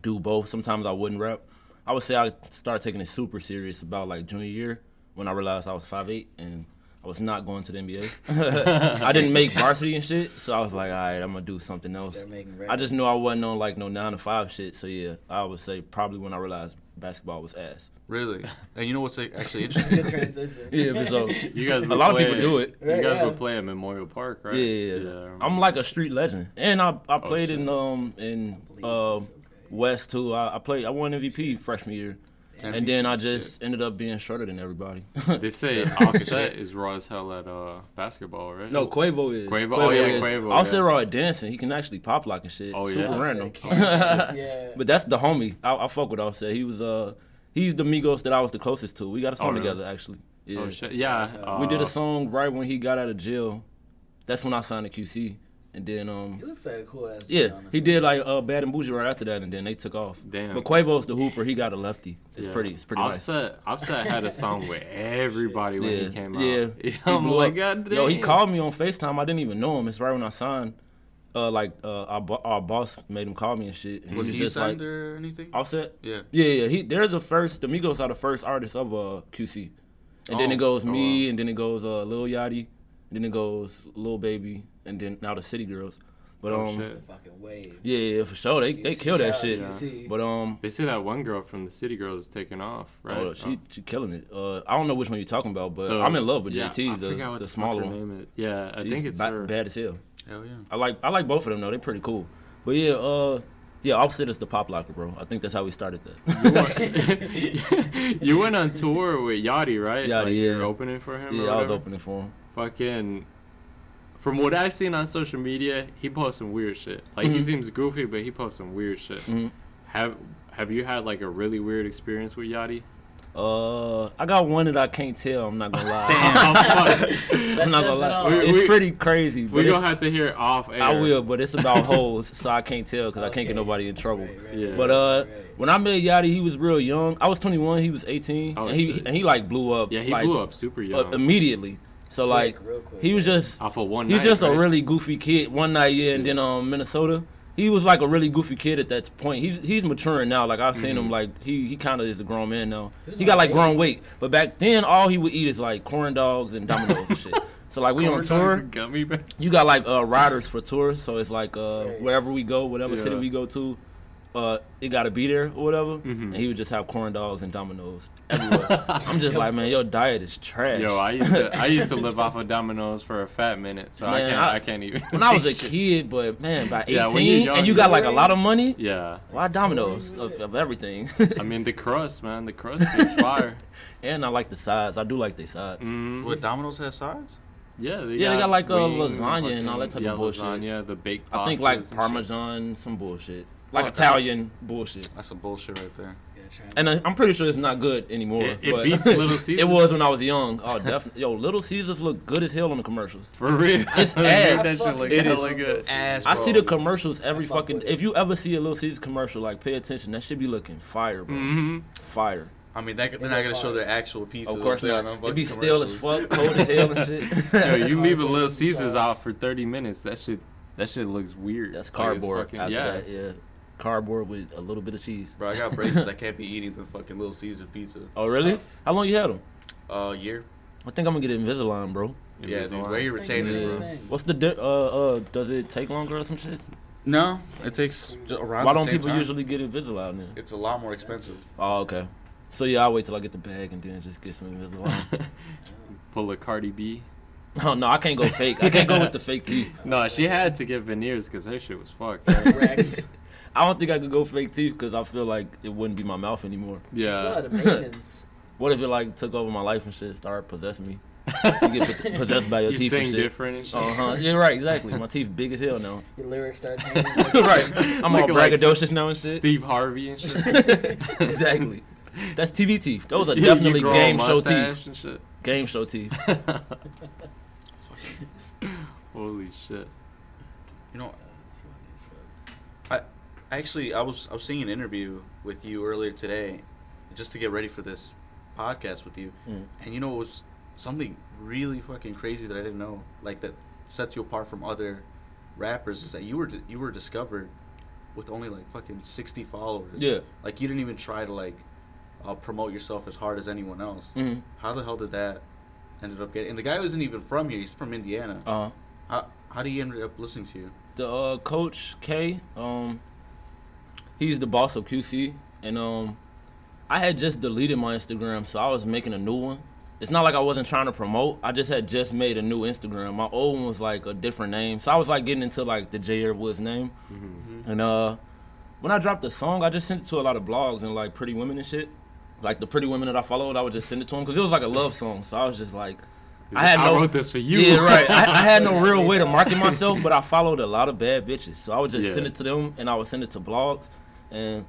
Speaker 4: do both. Sometimes I wouldn't rap. I would say I started taking it super serious about like junior year when I realized I was 5'8 and I was not going to the NBA. I didn't make varsity and shit, so I was like, all right, I'm gonna do something else.
Speaker 5: Start making
Speaker 4: I just knew I wasn't on like no nine to five shit, so yeah, I would say probably when I realized basketball was ass.
Speaker 2: Really? And you know what's like, actually
Speaker 5: Good
Speaker 2: interesting?
Speaker 5: transition.
Speaker 4: Yeah, for sure.
Speaker 3: you guys
Speaker 4: A lot of people do it.
Speaker 5: Right,
Speaker 3: You guys
Speaker 5: yeah.
Speaker 3: would play at Memorial Park, right?
Speaker 4: Yeah, yeah, yeah.
Speaker 3: I remember. Oh,
Speaker 4: I'm like a street legend, and I I played
Speaker 3: shit.
Speaker 4: in um in uh,
Speaker 5: okay.
Speaker 4: West too. I, I played. I won MVP freshman year, and then I just ended up being shorter than everybody.
Speaker 3: They say Offset is raw as hell at uh, basketball, right?
Speaker 4: no, Quavo is.
Speaker 3: Quavo- oh, yeah,
Speaker 4: is.
Speaker 3: Quavo,
Speaker 4: I'll say
Speaker 3: yeah.
Speaker 4: raw at dancing. He can actually pop lock and shit.
Speaker 3: Oh,
Speaker 4: Super
Speaker 3: yeah.
Speaker 4: random.
Speaker 5: yeah.
Speaker 4: But that's the homie. I, I fuck with Offset. He was uh he's the Migos that I was the closest to. We got a song
Speaker 3: Oh, really?
Speaker 4: together actually. Yeah.
Speaker 3: Oh shit! Yeah, uh,
Speaker 4: We did a song right when he got out of jail. That's when I signed to QC, and then um
Speaker 5: He looks like a cool ass. dude,
Speaker 4: Yeah,
Speaker 5: honestly.
Speaker 4: he did like uh, Bad and Bougie right after that, and then they took off.
Speaker 3: Damn.
Speaker 4: But Quavo's the hooper. He got a lefty. It's
Speaker 3: yeah.
Speaker 4: pretty. It's pretty nice.
Speaker 3: Offset, Offset had a song with everybody when
Speaker 4: Yeah,
Speaker 3: he came out.
Speaker 4: yeah. He
Speaker 3: I'm
Speaker 4: blew
Speaker 3: like,
Speaker 4: up.
Speaker 3: God damn.
Speaker 4: Yo, he called me on Facetime. I didn't even know him. It's right when I signed. Uh, like uh, our, bo- our boss made him call me and shit. And
Speaker 2: was he
Speaker 4: Mm-hmm. just
Speaker 2: signed
Speaker 4: like
Speaker 2: or anything?
Speaker 4: Offset.
Speaker 2: Yeah.
Speaker 4: Yeah, yeah. He they're the first. The Migos are the first artists of uh QC, and then
Speaker 2: Oh.
Speaker 4: it goes
Speaker 3: Oh,
Speaker 4: me, and then it goes uh Lil Yachty, and then it goes Lil Baby, and then now the City Girls. But
Speaker 3: Oh,
Speaker 4: um,
Speaker 3: shit.
Speaker 5: Fucking wave.
Speaker 4: yeah, yeah, for sure. They they
Speaker 5: QC,
Speaker 4: kill that
Speaker 5: shout out
Speaker 4: shit.
Speaker 5: QC.
Speaker 4: But um,
Speaker 3: They say that one girl from the City Girls is taking off, right?
Speaker 4: Oh, she she killing it. Uh, I don't know which one you're talking about, but
Speaker 3: So-
Speaker 4: I'm in love with
Speaker 3: yeah, I
Speaker 4: JT, the,
Speaker 3: forgot
Speaker 4: the,
Speaker 3: what fuck
Speaker 4: smaller
Speaker 3: her
Speaker 4: one.
Speaker 3: name is. Yeah, I
Speaker 4: She's
Speaker 3: think it's
Speaker 4: ba-
Speaker 3: her.
Speaker 4: bad as hell.
Speaker 2: Hell yeah.
Speaker 4: I like I like both of them though. They're pretty cool. But yeah, uh, yeah, Offset is the pop locker, bro. I think that's how we started that.
Speaker 3: you went on tour with Yachty, right?
Speaker 4: Yachty,
Speaker 3: Like, you were
Speaker 4: yeah.
Speaker 3: opening for him. or
Speaker 4: yeah, I was
Speaker 3: whatever?
Speaker 4: opening for him.
Speaker 3: Fucking. From what I've seen on social media, he posts some weird shit. Like
Speaker 4: Mm-hmm.
Speaker 3: he seems goofy, but he posts some weird shit. Have Have you had like a really weird experience with Yachty?
Speaker 4: Uh, I got one that I can't tell. I'm not gonna lie.
Speaker 3: Oh, fuck.
Speaker 5: That
Speaker 4: I'm not
Speaker 5: says
Speaker 4: gonna
Speaker 5: it
Speaker 4: lie.
Speaker 5: all.
Speaker 3: We-
Speaker 4: it's
Speaker 3: we-
Speaker 4: pretty crazy. But
Speaker 3: we
Speaker 4: it's-
Speaker 3: gonna have to hear it off air.
Speaker 4: I will, but it's about hoes, so I can't tell because I can't
Speaker 5: Okay.
Speaker 4: get nobody in trouble.
Speaker 5: Right, right,
Speaker 3: Yeah.
Speaker 5: right.
Speaker 4: But uh,
Speaker 5: Right.
Speaker 4: when I met Yachty, he was real young. I was 21, he was 18,
Speaker 3: Oh,
Speaker 4: and he
Speaker 3: shit.
Speaker 4: and he like blew up.
Speaker 3: Yeah, he
Speaker 4: like,
Speaker 3: blew up super
Speaker 4: uh,
Speaker 3: young.
Speaker 4: immediately. So like,
Speaker 5: real quick,
Speaker 4: he was just
Speaker 3: off of one.
Speaker 4: he's
Speaker 3: night,
Speaker 4: just a
Speaker 3: right?
Speaker 4: really goofy kid. One night, yeah, and then um Minnesota, he was like a really goofy kid at that point. He's he's maturing now. Like I've
Speaker 3: Mm-hmm.
Speaker 4: seen him, like he he kind of is a grown man now. He got like
Speaker 5: alright.
Speaker 4: grown weight, but back then all he would eat is like corn dogs and Dominoes and shit. So like we on tour,
Speaker 3: Gummy bear.
Speaker 4: you got like uh, riders for tours, so it's like uh,
Speaker 5: Right.
Speaker 4: wherever we go, whatever city
Speaker 3: Yeah.
Speaker 4: we go to, uh, it gotta be there or whatever.
Speaker 3: Mm-hmm.
Speaker 4: And he would just have corn dogs and Dominoes everywhere. I'm just like, man, your diet is trash.
Speaker 3: Yo, I used to I used to live off of Domino's for a fat minute, so I
Speaker 4: Man,
Speaker 3: can't
Speaker 4: I-
Speaker 3: I, can't even.
Speaker 4: when I was
Speaker 3: say
Speaker 4: a
Speaker 3: shit.
Speaker 4: kid, but man, by 18
Speaker 3: Yeah, when you're young,
Speaker 4: and you got like a lot of money,
Speaker 3: Yeah,
Speaker 4: why Dominoes of, of everything?
Speaker 3: I mean the crust, man, the crust is fire.
Speaker 4: and I like the sides. I do like the sides.
Speaker 3: Mhm.
Speaker 2: What Domino's has sides?
Speaker 3: Yeah, they
Speaker 4: Yeah, they got, like, uh,
Speaker 3: wings,
Speaker 4: lasagna and all that
Speaker 3: fucking-
Speaker 4: type
Speaker 3: yeah,
Speaker 4: of bullshit.
Speaker 3: Lasagna, the baked.
Speaker 4: I think
Speaker 3: pastas and
Speaker 4: like
Speaker 3: shit.
Speaker 4: Parmesan, some bullshit, like
Speaker 2: Oh,
Speaker 4: Italian bullshit.
Speaker 2: That's some bullshit right there.
Speaker 4: And I- I'm pretty sure it's not good anymore.
Speaker 3: It- it
Speaker 4: but
Speaker 3: beats Little
Speaker 4: it
Speaker 3: Caesars.
Speaker 4: was when I was young. Oh, definitely. Yo, Little Caesars look good as hell on the commercials.
Speaker 3: For real,
Speaker 4: It's
Speaker 3: They
Speaker 4: ass.
Speaker 3: make that shit look
Speaker 2: It is
Speaker 3: hella good.
Speaker 2: ass.
Speaker 4: I
Speaker 2: bro.
Speaker 4: see the commercials every
Speaker 5: fuck
Speaker 4: fucking.
Speaker 5: with it.
Speaker 4: If you ever see a Little Caesars commercial, like pay attention. That should be looking fire, bro.
Speaker 3: Mhm.
Speaker 4: Fire.
Speaker 2: I mean, that, they're not gonna show their actual pizzas.
Speaker 4: Of
Speaker 2: up
Speaker 4: course
Speaker 2: there on
Speaker 4: not.
Speaker 2: them
Speaker 4: It be
Speaker 2: fucking
Speaker 4: still as
Speaker 2: commercials.
Speaker 4: fuck, cold as hell and shit.
Speaker 3: Yo, you leave a little
Speaker 5: Cardboard
Speaker 3: Caesars
Speaker 5: sauce.
Speaker 3: out for 30 minutes. That shit, that shit looks weird. Like,
Speaker 4: That's
Speaker 3: it's
Speaker 4: cardboard.
Speaker 3: fucking-
Speaker 4: after
Speaker 3: yeah.
Speaker 4: that, yeah. Cardboard with a little bit of cheese.
Speaker 2: Bro, I got braces. I can't be eating the fucking Little Caesars pizza.
Speaker 4: Oh really? How long you had them?
Speaker 2: Uh, year.
Speaker 4: I think I'm gonna get Invisalign, bro.
Speaker 2: Yeah, dude. Where you retainers,
Speaker 4: Yeah.
Speaker 2: bro?
Speaker 4: What's the di- uh uh? Does it take longer or some shit?
Speaker 2: No, it takes j- around.
Speaker 4: Why
Speaker 2: the
Speaker 4: don't
Speaker 2: same
Speaker 4: people
Speaker 2: time.
Speaker 4: usually get Invisalign then?
Speaker 2: It's a lot more expensive.
Speaker 4: Oh, okay. So yeah, I'll wait till I get the bag and then just get some Invisalign.
Speaker 3: Pull a Cardi B.
Speaker 4: oh no, I can't go fake. I can't go with the fake teeth.
Speaker 3: No, she had to get veneers because her shit was fucked.
Speaker 5: Correct.
Speaker 4: I don't think I could go fake teeth because I feel like it wouldn't be my mouth anymore.
Speaker 3: yeah.
Speaker 5: Flood of maintenance.
Speaker 4: What if it like took over my life and shit, started possessing me? You get pos- possessed by your
Speaker 3: You
Speaker 4: teeth and
Speaker 3: sing
Speaker 4: shit.
Speaker 3: different and shit.
Speaker 4: Uh huh. Yeah, right. Exactly. My teeth big as hell now.
Speaker 5: Your lyrics start changing.
Speaker 4: right. I'm all
Speaker 3: Looking like
Speaker 4: braggadocious now and shit.
Speaker 3: Steve Harvey and shit.
Speaker 4: exactly. That's TV teeth. Those are
Speaker 3: You- you
Speaker 4: definitely
Speaker 3: grow a
Speaker 4: game show
Speaker 3: mustache
Speaker 4: teeth.
Speaker 3: and shit.
Speaker 4: Game show teeth.
Speaker 3: Holy shit.
Speaker 2: You know, I actually I was I was seeing an interview with you earlier today, just to get ready for this podcast with you,
Speaker 4: Mm.
Speaker 2: and you know it was something really fucking crazy that I didn't know, like that sets you apart from other rappers is that you were you were discovered with only like fucking sixty followers.
Speaker 4: Yeah.
Speaker 2: like you didn't even try to like uh, promote yourself as hard as anyone else.
Speaker 4: Mhm.
Speaker 2: How the hell did that ended up getting? And the guy wasn't even from here; he's from Indiana.
Speaker 4: Uh huh.
Speaker 2: how how do you end up listening to you?
Speaker 4: the uh, coach K, um, he's the boss of QC, and um, I had just deleted my Instagram, so I was making a new one. It's not like I wasn't trying to promote. I just had just made a new Instagram. My old one was like a different name, so I was like getting into like the J. Air Woods name, and uh, when I dropped the song, I just sent it to a lot of blogs and like pretty women and shit. Like the pretty women that I followed, I would just send it to them because it was like a love song. So I was just like, I had
Speaker 3: I
Speaker 4: no
Speaker 3: wrote this for you.
Speaker 4: yeah, right. I, I had no real way to market myself, but I followed a lot of bad bitches. So I would just
Speaker 3: Yeah.
Speaker 4: send it to them, and I would send it to blogs, and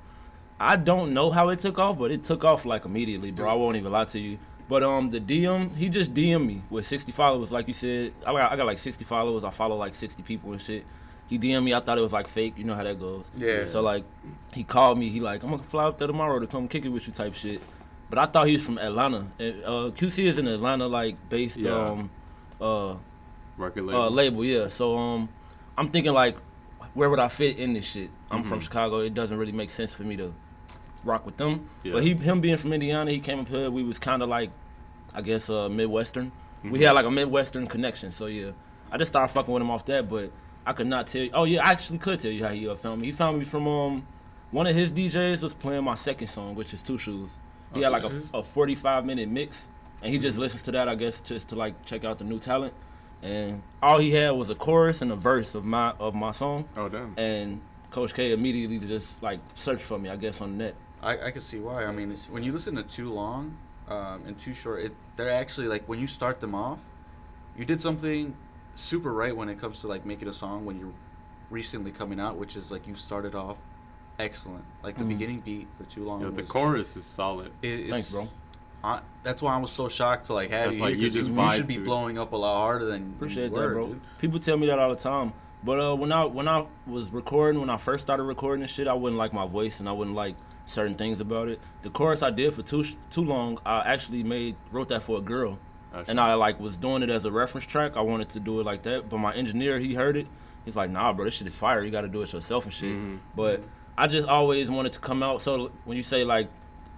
Speaker 4: I don't know how it took off, but it took off like immediately, bro. I won't even lie to you. But um, the DM, he just DM me with 60 followers, like you said. I got, I got like 60 followers. I follow like 60 people and shit. He DM me. I thought it was like fake. You know how that goes.
Speaker 2: Yeah.
Speaker 4: So like, he called me. He like, I'm gonna fly up there tomorrow to come kick it with you, type shit. But I thought he was from Atlanta. And, uh, QC is in Atlanta, like based
Speaker 3: Yeah.
Speaker 4: um, uh,
Speaker 3: Record label.
Speaker 4: uh, label, yeah. So um, I'm thinking like, where would I fit in this shit? I'm from
Speaker 3: Mm-hmm.
Speaker 4: Chicago. It doesn't really make sense for me to rock with them.
Speaker 3: Yeah.
Speaker 4: But he, him being from Indiana, he came up here. We was kind of like, I guess, uh, Midwestern.
Speaker 3: Mm-hmm.
Speaker 4: We had like a Midwestern connection. So yeah, I just started fucking with him off that. But I could not tell you. Oh yeah, I actually could tell you how he uh, found me. He found me from um, one of his DJs was playing my second song, which is Two Shoes. He
Speaker 3: Oh,
Speaker 4: had like a, a 45 minute mix, and he just listens to that, I guess, just to like check out the new talent. And all he had was a chorus and a verse of my of my song.
Speaker 3: oh, damn.
Speaker 4: And Coach K immediately just like searched for me, I guess, on the net.
Speaker 2: I, I can see why. I mean, when you listen to too long um, and too short, it, they're actually like when you start them off, you did something super right when it comes to like making a song when you're recently coming out, which is like you started off excellent. Like the
Speaker 4: Mm-hmm.
Speaker 2: beginning beat for too long.
Speaker 3: Yo, the
Speaker 2: was-
Speaker 3: chorus is solid.
Speaker 2: it- it's,
Speaker 4: Thanks, bro.
Speaker 2: I, that's why I was so shocked to like have
Speaker 3: That's
Speaker 2: you.
Speaker 3: like,
Speaker 2: here,
Speaker 3: you
Speaker 2: 'cause
Speaker 3: just
Speaker 2: you,
Speaker 3: vibe
Speaker 2: should be
Speaker 3: to it.
Speaker 2: blowing up a lot harder than than
Speaker 4: Appreciate
Speaker 2: you
Speaker 4: that,
Speaker 2: were,
Speaker 4: bro.
Speaker 2: dude.
Speaker 4: People tell me that all the time. But uh, when I when I was recording, when I first started recording this shit, I wouldn't like my voice and I wouldn't like certain things about it. The chorus I did for too sh- too long, I actually made wrote that for a girl,
Speaker 3: Okay.
Speaker 4: and I like was doing it as a reference track. I wanted to do it like that, but my engineer he heard it. He's like, Nah, bro, this shit is fire. You got to do it yourself and shit. But I just always wanted to come out. So when you say like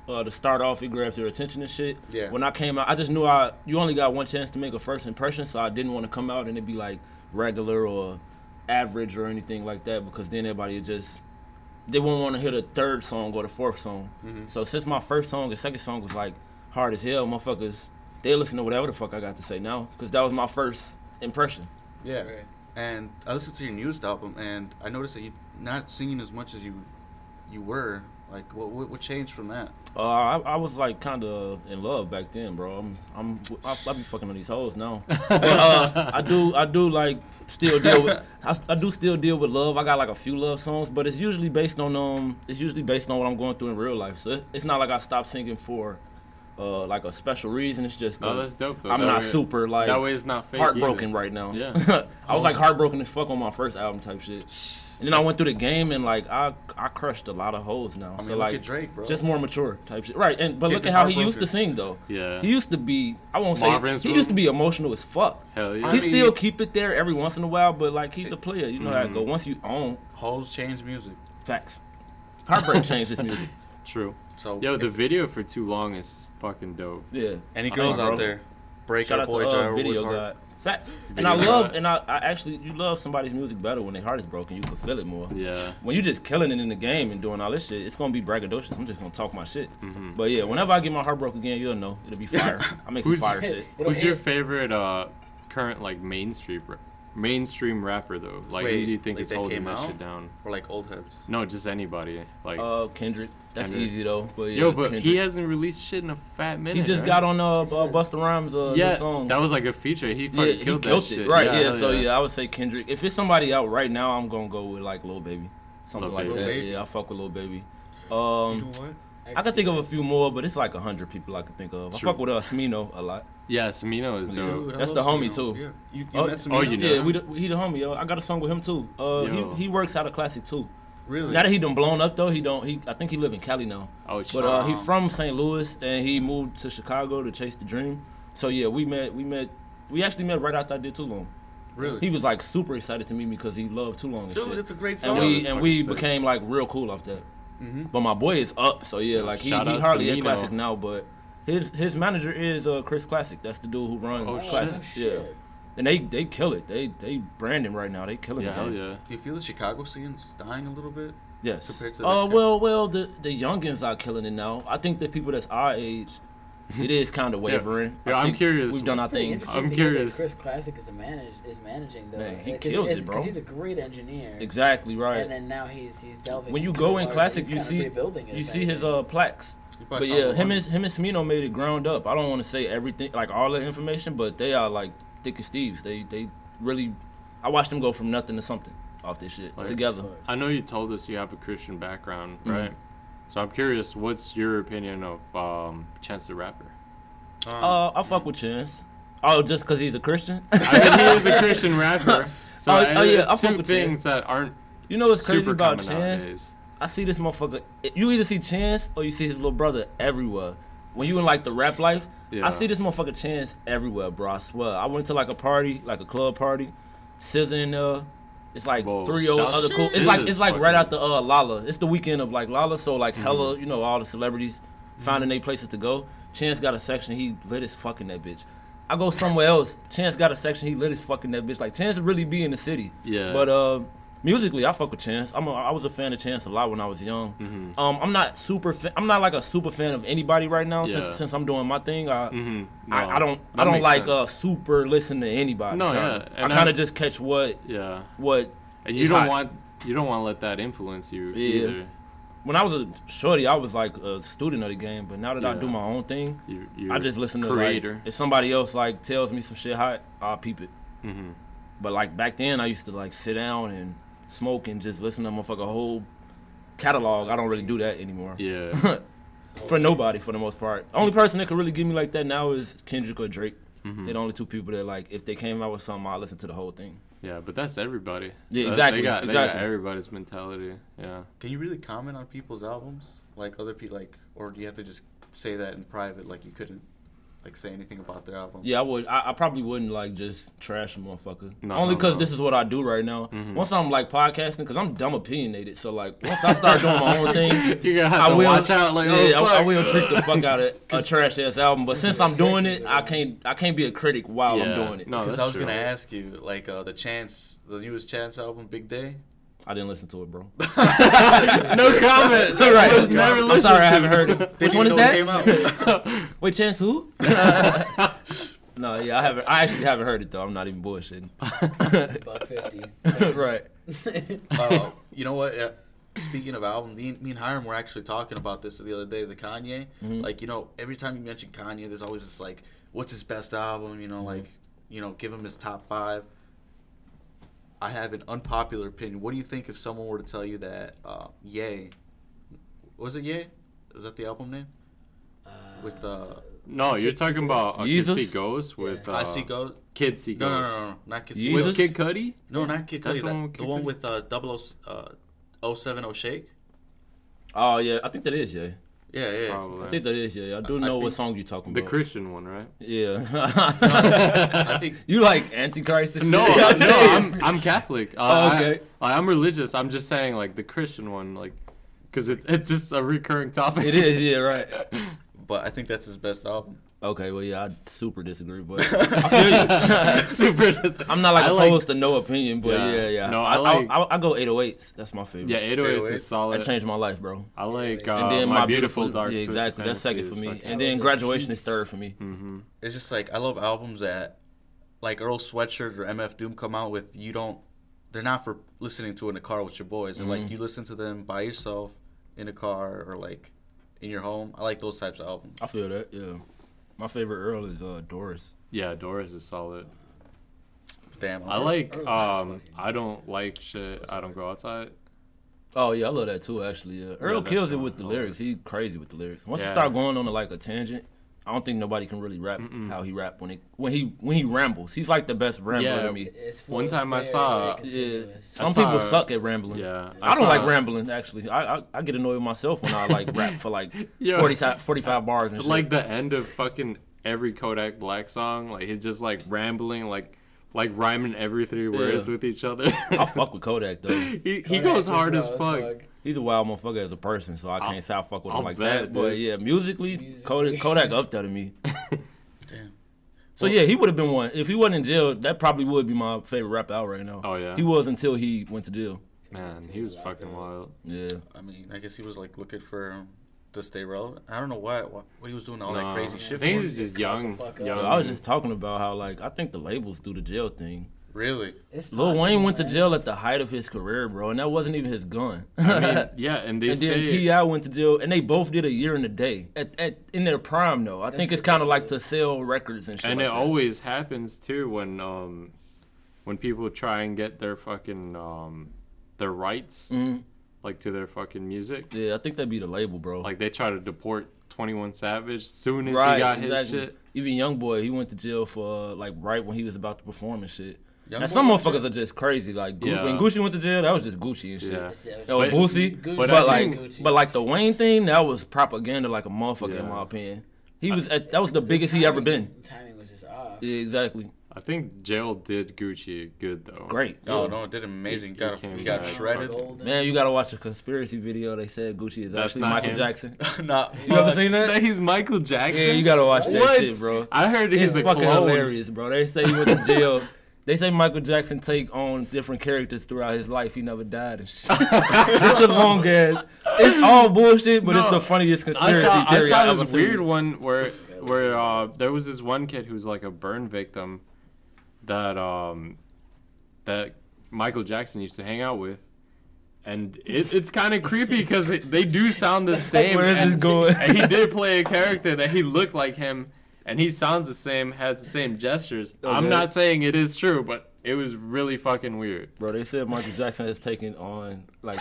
Speaker 4: uh, to start off, it grabs their attention and shit.
Speaker 2: Yeah.
Speaker 4: When I came out, I just knew I you only got one chance to make a first impression, so I didn't want to come out and it be like regular or average or anything like that because then everybody would just they wouldn't want to hear the third song or the fourth song. So since my first song and second song was like hard as hell, motherfuckers they listen to whatever the fuck I got to say now because that was my first impression.
Speaker 2: Yeah.
Speaker 5: Right.
Speaker 2: And I listened to your newest album, and I noticed that you not singing as much as you you were. Like, what what, what changed from that?
Speaker 4: Uh, I, I was like kind of in love back then, bro. I'm, I'm, I, I be fucking on these hoes now. But uh, I do, I do like still deal with, I, s- I do still deal with love. I got like a few love songs, but it's usually based on um, it's usually based on what I'm going through in real life. So it's, it's not like I stopped singing for, uh, like a special reason. It's just
Speaker 3: Oh,
Speaker 4: 'cause
Speaker 3: that's dope, though.
Speaker 4: I'm
Speaker 3: That
Speaker 4: not
Speaker 3: way-
Speaker 4: super like
Speaker 3: that way it's not fake.
Speaker 4: heartbroken
Speaker 3: either.
Speaker 4: right now.
Speaker 3: Yeah.
Speaker 4: I was like heartbroken as fuck on my first album type shit. And then I went through the game and like I I crushed a lot of hoes now.
Speaker 2: I mean,
Speaker 4: so
Speaker 2: look
Speaker 4: like
Speaker 2: at Drake, bro.
Speaker 4: just more mature type shit. Right. And but
Speaker 2: Get
Speaker 4: look
Speaker 2: the
Speaker 4: at how he used
Speaker 2: heartbroken.
Speaker 4: to sing though.
Speaker 3: Yeah.
Speaker 4: He used to be I won't
Speaker 3: Marvin's
Speaker 4: say he
Speaker 3: room.
Speaker 4: used to be emotional as fuck.
Speaker 3: Hell
Speaker 4: He
Speaker 3: yeah.
Speaker 2: I mean-
Speaker 4: still keep it there every once in a while, but like he's a player. You know how it
Speaker 3: Mm-hmm.
Speaker 4: go. Once you own
Speaker 2: Hoes change music.
Speaker 4: facts. Heartbreak changed his music.
Speaker 3: True.
Speaker 2: So
Speaker 3: Yo, the
Speaker 2: if
Speaker 3: video for too long is fucking dope.
Speaker 4: Yeah.
Speaker 2: any
Speaker 4: I
Speaker 2: girls
Speaker 4: mean,
Speaker 2: out
Speaker 4: bro,
Speaker 2: there, break
Speaker 4: Shout
Speaker 2: your
Speaker 4: out
Speaker 2: boy
Speaker 4: to uh,
Speaker 2: Jairo Woods
Speaker 4: Video
Speaker 2: heart.
Speaker 4: God. Facts. And I
Speaker 3: Video
Speaker 4: love
Speaker 3: God.
Speaker 4: and I, I actually you love somebody's music better when their heart is broken. You can feel it more.
Speaker 3: Yeah.
Speaker 4: when you just killing it in the game and doing all this shit, it's gonna be braggadocious. I'm just gonna talk my shit.
Speaker 3: Mm-hmm.
Speaker 4: But yeah, whenever I get my heart broke again, you'll know it'll be fire. I make some
Speaker 3: Who's-
Speaker 4: fire shit.
Speaker 5: What
Speaker 3: Who's
Speaker 5: about
Speaker 3: your
Speaker 5: him?
Speaker 3: favorite uh, current like mainstream ra- mainstream rapper though? Like who
Speaker 2: Wait,
Speaker 3: do you think
Speaker 2: like
Speaker 3: is
Speaker 2: that
Speaker 3: holding
Speaker 2: came
Speaker 3: that
Speaker 2: out?
Speaker 3: shit down?
Speaker 2: Or like old heads.
Speaker 3: No, just anybody. Like
Speaker 4: Uh, Kendrick, that's
Speaker 3: Kendrick.
Speaker 4: easy though. But yeah,
Speaker 3: yo, but
Speaker 4: Kendrick.
Speaker 3: he hasn't released shit in a fat minute.
Speaker 4: He just
Speaker 3: right?
Speaker 4: got on uh, uh Busta Rhymes uh new
Speaker 3: Yeah,
Speaker 4: song.
Speaker 3: that was like a feature. He fucking
Speaker 4: yeah, he
Speaker 3: killed,
Speaker 4: killed
Speaker 3: that
Speaker 4: it
Speaker 3: shit.
Speaker 4: right. Yeah,
Speaker 3: hell
Speaker 4: so yeah. I would say Kendrick. If it's somebody out right now, I'm gonna go with like Lil Baby, something
Speaker 3: Lil
Speaker 4: like
Speaker 3: Baby.
Speaker 4: that.
Speaker 2: Lil Baby.
Speaker 4: Yeah, I fuck with Lil Baby. Um,
Speaker 2: what?
Speaker 4: I could think of a few more, but it's like a hundred people I could think of. I
Speaker 3: True.
Speaker 4: fuck with uh, Smino a lot.
Speaker 3: Yeah, Samino is dope.
Speaker 2: Dude, I
Speaker 4: That's
Speaker 2: love
Speaker 4: the homie,
Speaker 2: Smino.
Speaker 4: too.
Speaker 2: Yeah. You, you
Speaker 4: Oh,
Speaker 2: met some
Speaker 3: oh, you know.
Speaker 4: Yeah, we the, he the homie. Yo. I got a song with him too. Uh,
Speaker 3: Yo.
Speaker 4: he, he works out of Classic too.
Speaker 2: Really?
Speaker 4: Now that he done blown up though, he don't. He I think he live in Cali now.
Speaker 3: Oh, shit.
Speaker 4: But uh, he
Speaker 2: Wow.
Speaker 4: from St. Louis and he moved to Chicago to chase the dream. So yeah, we met. We met. We actually met right after I did Too Long.
Speaker 2: really?
Speaker 4: He was like super excited to meet me because he loved Too Long. And
Speaker 2: Dude,
Speaker 4: shit.
Speaker 2: it's a great
Speaker 4: and
Speaker 2: song.
Speaker 4: we
Speaker 3: that's
Speaker 4: and we
Speaker 3: fucking sick.
Speaker 4: became like real cool off that. But my boy is up, so yeah, like he, he
Speaker 3: shout out
Speaker 4: hardly
Speaker 3: Samino.
Speaker 4: at Classic now, but his his manager is uh, Chris Classic. That's the dude who runs
Speaker 3: Oh,
Speaker 4: Classic.
Speaker 5: shit.
Speaker 4: Yeah, and they they kill it. They they brand him right now. They killing
Speaker 3: yeah,
Speaker 4: it.
Speaker 3: hell yeah.
Speaker 2: Do you feel the Chicago scene's dying a little bit?
Speaker 4: Yes.
Speaker 2: compared to
Speaker 4: uh,
Speaker 2: the-
Speaker 4: well, well, the the youngins are killing it now. I think the people that's our age, it is kind of wavering.
Speaker 3: Yeah,
Speaker 4: I
Speaker 3: I'm
Speaker 4: think
Speaker 3: curious.
Speaker 4: We've done our
Speaker 5: It's pretty
Speaker 4: thing.
Speaker 5: interesting
Speaker 3: I'm
Speaker 5: to hear that
Speaker 3: curious.
Speaker 5: Chris Classic is a manage is managing though.
Speaker 4: Man, he
Speaker 5: Like, 'cause
Speaker 4: kills
Speaker 5: it's-
Speaker 4: it, bro.
Speaker 5: 'cause he's a great engineer.
Speaker 4: Exactly right.
Speaker 5: And then now he's he's delving.
Speaker 4: when you
Speaker 5: into
Speaker 4: go
Speaker 5: it
Speaker 4: in
Speaker 5: larger.
Speaker 4: classic,
Speaker 5: He's
Speaker 4: you
Speaker 5: kinda
Speaker 4: see
Speaker 5: rebuilding it,
Speaker 4: you
Speaker 5: if
Speaker 4: see his
Speaker 5: anything.
Speaker 4: uh plaques.
Speaker 2: You probably
Speaker 4: But
Speaker 2: saw
Speaker 4: yeah,
Speaker 2: the
Speaker 4: him
Speaker 2: one.
Speaker 4: and him and Smino made it ground up. I don't want to say everything like all the information, but they are like thick as thieves. They they really, I watched them go from nothing to something off this shit together.
Speaker 3: I know you told us you have a Christian background,
Speaker 4: Mm.
Speaker 3: right? So I'm curious, what's your opinion of um, Chance the Rapper?
Speaker 2: Um,
Speaker 4: Uh, I fuck with Chance. Oh, just because he's a Christian.
Speaker 3: I mean, he was a Christian rapper. So
Speaker 4: Oh,
Speaker 3: I-
Speaker 4: oh, yeah,
Speaker 3: it's
Speaker 4: I fuck
Speaker 3: two
Speaker 4: with
Speaker 3: things
Speaker 4: Chance.
Speaker 3: that aren't
Speaker 4: you know what's crazy
Speaker 3: super
Speaker 4: about
Speaker 3: common
Speaker 4: Chance?
Speaker 3: nowadays.
Speaker 4: I see this motherfucker. You either see Chance or you see his little brother everywhere. When you in like the rap life,
Speaker 3: Yeah.
Speaker 4: I see this motherfucker Chance everywhere, bro. I swear. I went to like a party, like a club party. SZA in there. It's like
Speaker 3: Whoa,
Speaker 4: three old
Speaker 3: shout-
Speaker 4: other cool. It's
Speaker 3: SZA's
Speaker 4: like it's like right
Speaker 3: fucking-
Speaker 4: out the uh, Lala. It's the weekend of like Lala, so like hella,
Speaker 3: Mm-hmm.
Speaker 4: you know, all the celebrities finding their places to go. Chance got a section. He lit his fucking that bitch. I go somewhere else. Chance got a section. He lit his fucking that bitch. Like Chance really be in the city.
Speaker 3: Yeah.
Speaker 4: But uh, musically, I fuck with Chance. I'm a, I was a fan of Chance a lot when I was young.
Speaker 3: Mm-hmm.
Speaker 4: Um, I'm not super. Fa- I'm not like a super fan of anybody right now.
Speaker 3: Yeah. Mm-hmm.
Speaker 4: Since since I'm doing my thing, I
Speaker 3: No,
Speaker 4: I, I don't
Speaker 3: that
Speaker 4: I don't
Speaker 3: makes
Speaker 4: like
Speaker 3: sense.
Speaker 4: uh super listen to anybody.
Speaker 3: No,
Speaker 4: kinda.
Speaker 3: yeah, and
Speaker 4: I kind
Speaker 3: I'm-
Speaker 4: of just catch what
Speaker 3: Yeah,
Speaker 4: what.
Speaker 3: and you
Speaker 4: is
Speaker 3: don't
Speaker 4: hot.
Speaker 3: want you don't want to let that influence you
Speaker 4: Yeah.
Speaker 3: either.
Speaker 4: When I was a shorty, I was like a student of the game. But now that I
Speaker 3: Yeah.
Speaker 4: do my own thing,
Speaker 3: You, you're
Speaker 4: I just listen to
Speaker 3: creator.
Speaker 4: Like, if somebody else like tells me some shit hot, I'll peep it.
Speaker 3: Mm-hmm.
Speaker 4: But like back then, I used to like sit down and smoke and just listen to motherfucker whole catalog. I don't really do that anymore.
Speaker 3: yeah,
Speaker 4: for nobody for the most part. Only person that could really give me like that now is Kendrick or Drake.
Speaker 3: Mm-hmm.
Speaker 4: They're the only two people that like if they came out with something, I listen to the whole thing.
Speaker 3: yeah, but that's everybody.
Speaker 4: Yeah,
Speaker 3: That-
Speaker 4: exactly,
Speaker 3: They got, They
Speaker 4: exactly.
Speaker 3: got everybody's mentality. Yeah.
Speaker 2: Can you really comment on people's albums, like other people, like, or do you have to just say that in private, like you couldn't? like say anything about their album.
Speaker 4: Yeah, I would. I, I probably wouldn't like just trash a motherfucker.
Speaker 3: No,
Speaker 4: Only
Speaker 3: no,
Speaker 4: because
Speaker 3: no. Mm-hmm.
Speaker 4: this is what I do right now. Once I'm like podcasting, because I'm dumb opinionated. So like, once I start doing my own thing,
Speaker 3: You're gonna have to watch out, like, oh,
Speaker 4: yeah, I- I,
Speaker 3: fuck.
Speaker 4: will treat the fuck out of a trash ass album. But since I'm doing it, I can't. I can't be a critic while
Speaker 3: Yeah.
Speaker 4: I'm doing it.
Speaker 3: No,
Speaker 2: Because
Speaker 3: Oh, that's
Speaker 2: I was
Speaker 3: true.
Speaker 2: gonna ask you, like uh, the Chance, the newest Chance album, Big Day.
Speaker 4: I didn't listen to it, bro.
Speaker 3: no comment.
Speaker 4: right.
Speaker 3: Never
Speaker 4: I'm
Speaker 3: listened
Speaker 4: sorry, I
Speaker 3: to
Speaker 4: haven't
Speaker 3: it.
Speaker 4: heard it. Which
Speaker 2: Didn't
Speaker 4: one is
Speaker 2: even know it
Speaker 4: that?
Speaker 2: Came out.
Speaker 4: Wait, Chance who? no, yeah, I haven't. I actually haven't heard it though. I'm not even bullshitting.
Speaker 5: Buck fifty.
Speaker 4: right.
Speaker 2: Uh, you know what? Uh, speaking of album, me, and- me and Hiram were actually talking about this the other day. The Kanye,
Speaker 4: Mm-hmm.
Speaker 2: like you know, every time you mention Kanye, there's always this like, what's his best album?
Speaker 4: Mm-hmm.
Speaker 2: You know, like, you know, give him his top five. I have an unpopular opinion. What do you think if someone were to tell you that uh, Ye, was it Ye? Was that the album name? With uh,
Speaker 3: No, you're talking about uh, Kids
Speaker 4: Jesus?
Speaker 3: See Ghosts with uh,
Speaker 2: I see go.
Speaker 3: Kids See
Speaker 2: No, no,
Speaker 3: Ghosts.
Speaker 2: no, no, no, not Kid
Speaker 4: Ye-
Speaker 2: Cudi.
Speaker 3: With
Speaker 4: Jesus?
Speaker 3: Kid Cudi?
Speaker 2: No, not Kid
Speaker 3: That's
Speaker 2: Cudi.
Speaker 3: the
Speaker 2: that-
Speaker 3: one with
Speaker 2: The
Speaker 3: Kid
Speaker 2: one
Speaker 3: Cudi?
Speaker 2: with uh, 00, uh, 070 Shake.
Speaker 4: Oh yeah, I think that is yeah.
Speaker 2: Yeah, yeah. it's-
Speaker 4: I
Speaker 3: Probably.
Speaker 4: think that is yeah. I do
Speaker 2: I
Speaker 4: know what
Speaker 2: think-
Speaker 4: song you talking
Speaker 3: The
Speaker 4: about.
Speaker 3: Christian one, right?
Speaker 4: yeah.
Speaker 2: I think
Speaker 4: you like Antichrist? and
Speaker 3: No,
Speaker 4: shit?
Speaker 3: I'm, no, I'm, I'm Catholic. Uh,
Speaker 4: Oh,
Speaker 3: I-
Speaker 4: okay.
Speaker 3: I, am religious. I'm just saying, like, the Christian one, like, because it, it's just a recurring topic.
Speaker 4: It is, yeah, right.
Speaker 2: But I think that's his best album.
Speaker 4: Okay, well, yeah, I super disagree, but I feel you.
Speaker 3: Super. dis-
Speaker 4: I'm not like
Speaker 3: I like-
Speaker 4: opposed to no opinion, but
Speaker 3: Yeah.
Speaker 4: yeah, yeah.
Speaker 3: No, I
Speaker 4: I,
Speaker 3: like-
Speaker 4: I, I, I go 808s. That's my favorite.
Speaker 3: Yeah, 808 is
Speaker 2: 808.
Speaker 4: that
Speaker 3: solid.
Speaker 4: changed my life, bro.
Speaker 3: I like uh,
Speaker 5: And
Speaker 4: And then
Speaker 3: my, beautiful, dark.
Speaker 4: yeah,
Speaker 3: Twisted
Speaker 4: exactly. That's
Speaker 3: Fantasy
Speaker 4: second for
Speaker 3: is
Speaker 4: me,
Speaker 3: fucking- Hmm.
Speaker 4: and then graduation is third for me.
Speaker 2: It's just like I love albums that like Earl Sweatshirt or MF Doom come out with you don't they're not for listening to in the car with your boys. And
Speaker 3: Mm-hmm.
Speaker 2: like you listen to them by yourself in a car or like in your home. I like those types of albums.
Speaker 4: I feel that. Yeah, my favorite Earl is uh, Doris.
Speaker 3: Yeah, Doris is solid.
Speaker 2: Damn.
Speaker 3: I like.
Speaker 5: Earl's just
Speaker 3: Um,
Speaker 5: fucking-
Speaker 3: I don't like shit. I don't go outside.
Speaker 4: Oh yeah, I love that too. Actually, yeah. Earl
Speaker 3: that's
Speaker 4: kills it
Speaker 3: one.
Speaker 4: with the
Speaker 3: I love
Speaker 4: lyrics. He crazy with the lyrics. Once
Speaker 3: Oh, Yeah.
Speaker 4: you start going on to like a tangent, I don't think nobody can really rap how he rap when he when he when he rambles. He's like the best rambler
Speaker 3: Yeah.
Speaker 4: to me.
Speaker 5: It's
Speaker 3: One
Speaker 5: flows
Speaker 3: time I
Speaker 5: very,
Speaker 3: saw-
Speaker 5: very
Speaker 4: Yeah,
Speaker 5: continuous.
Speaker 4: some
Speaker 3: saw
Speaker 4: people
Speaker 3: a-
Speaker 4: suck at rambling.
Speaker 3: Yeah,
Speaker 4: I, don't
Speaker 3: saw-
Speaker 4: like rambling actually. I, I I get annoyed with myself when I like rap for like
Speaker 3: Yeah.
Speaker 4: 40, si- 45 bars and shit.
Speaker 3: like the end of fucking every Kodak Black song. Like he's just like rambling, like like rhyming every three words with each other.
Speaker 4: I fuck with Kodak though.
Speaker 3: he he
Speaker 5: Kodak
Speaker 3: goes
Speaker 5: is
Speaker 3: hard
Speaker 5: raw
Speaker 3: as fuck.
Speaker 4: He's a wild motherfucker as a person, so I can't say I fuck with
Speaker 3: I'll
Speaker 4: him like
Speaker 3: bet,
Speaker 4: that. But
Speaker 3: dude.
Speaker 4: yeah, musically,
Speaker 5: Musically.
Speaker 4: Kodak, Kodak up there to me.
Speaker 2: Damn.
Speaker 4: So yeah, he would have been one. If he wasn't in jail, that probably would be my favorite rapper out right now.
Speaker 3: Oh, yeah?
Speaker 4: He was until he went to jail.
Speaker 3: Man, he was fucking wild.
Speaker 4: Yeah.
Speaker 2: I mean, I guess he was like looking for um, to stay relevant. I don't know why what, what he was doing all
Speaker 3: Nah.
Speaker 2: that crazy
Speaker 3: Um, I
Speaker 2: shit
Speaker 3: think
Speaker 2: for.
Speaker 3: he's just
Speaker 5: Shut
Speaker 3: young.
Speaker 5: the fuck up.
Speaker 3: young.
Speaker 4: But I was just talking about how like I think the labels do the jail thing.
Speaker 2: Really?
Speaker 5: It's
Speaker 4: Lil
Speaker 5: possible,
Speaker 4: Wayne went to
Speaker 5: man.
Speaker 4: jail at the height of his career, bro, and that wasn't even his gun.
Speaker 3: I mean, yeah, and they
Speaker 4: and
Speaker 3: say
Speaker 4: then Ti went to jail, and they both did a year and a day at, at in their prime though. I think it's kind of like to sell records and shit.
Speaker 3: and
Speaker 4: like
Speaker 3: it
Speaker 4: that.
Speaker 3: always happens too when um when people try and get their fucking um their rights
Speaker 4: Mm-hmm.
Speaker 3: like to their fucking music
Speaker 4: yeah, I think that'd be the label, bro.
Speaker 3: like they try to deport 21 savage soon as
Speaker 4: right,
Speaker 3: he got his
Speaker 4: exactly.
Speaker 3: shit
Speaker 4: Even young boy, he went to jail for uh, like right when he was about to perform and shit.
Speaker 2: Young
Speaker 4: and
Speaker 2: Boy
Speaker 4: some
Speaker 2: went to
Speaker 4: motherfuckers are just crazy. Like Gu-
Speaker 3: Yeah.
Speaker 4: when Gucci went to jail, that was just Gucci and shit.
Speaker 3: yeah
Speaker 5: Yeah,
Speaker 4: That was
Speaker 3: But-
Speaker 4: Boosie,
Speaker 5: uh, Gucci.
Speaker 4: but, uh,
Speaker 3: but I
Speaker 4: like,
Speaker 5: think-
Speaker 4: but like the Wayne thing, that was propaganda, like a motherfucker, in
Speaker 3: Yeah.
Speaker 4: my opinion. He was at, that was the biggest he ever been.
Speaker 5: The timing was just off.
Speaker 4: Yeah, exactly.
Speaker 3: i think jail did gucci good though
Speaker 4: Great.
Speaker 2: Oh no, it did amazing.
Speaker 3: he
Speaker 2: Got a,
Speaker 3: came
Speaker 2: he got
Speaker 3: back.
Speaker 2: shredded.
Speaker 5: Golden.
Speaker 4: Man, you gotta watch a conspiracy video. They said Gucci is
Speaker 3: That's
Speaker 4: actually
Speaker 3: not
Speaker 4: Michael
Speaker 3: him.
Speaker 4: Jackson.
Speaker 2: Not
Speaker 4: You ever seen that?
Speaker 3: That he's michael jackson
Speaker 4: Yeah, you gotta watch that
Speaker 3: What?
Speaker 4: shit, bro.
Speaker 3: i heard he's
Speaker 4: It's
Speaker 3: a
Speaker 4: fucking
Speaker 3: clone.
Speaker 4: hilarious, bro. They say he went to jail. They say Michael Jackson take on different characters throughout his life. He never died and shit. it's a long ass. It's all bullshit, but it's
Speaker 3: No.
Speaker 4: the funniest
Speaker 3: I
Speaker 4: conspiracy
Speaker 3: saw, I
Speaker 4: theory
Speaker 3: saw
Speaker 4: I ever
Speaker 3: this
Speaker 4: seen.
Speaker 3: weird one where where uh, there was this one kid who's like a burn victim that um that Michael Jackson used to hang out with. And it, it's kind of creepy because they do sound the same.
Speaker 4: Where is
Speaker 3: and,
Speaker 4: this going?
Speaker 3: and he did play a character that he looked like him, and he sounds the same, has the same gestures. I'm
Speaker 4: Okay.
Speaker 3: not saying it is true, but it was really fucking weird.
Speaker 4: Bro, they said Michael Jackson has taken on like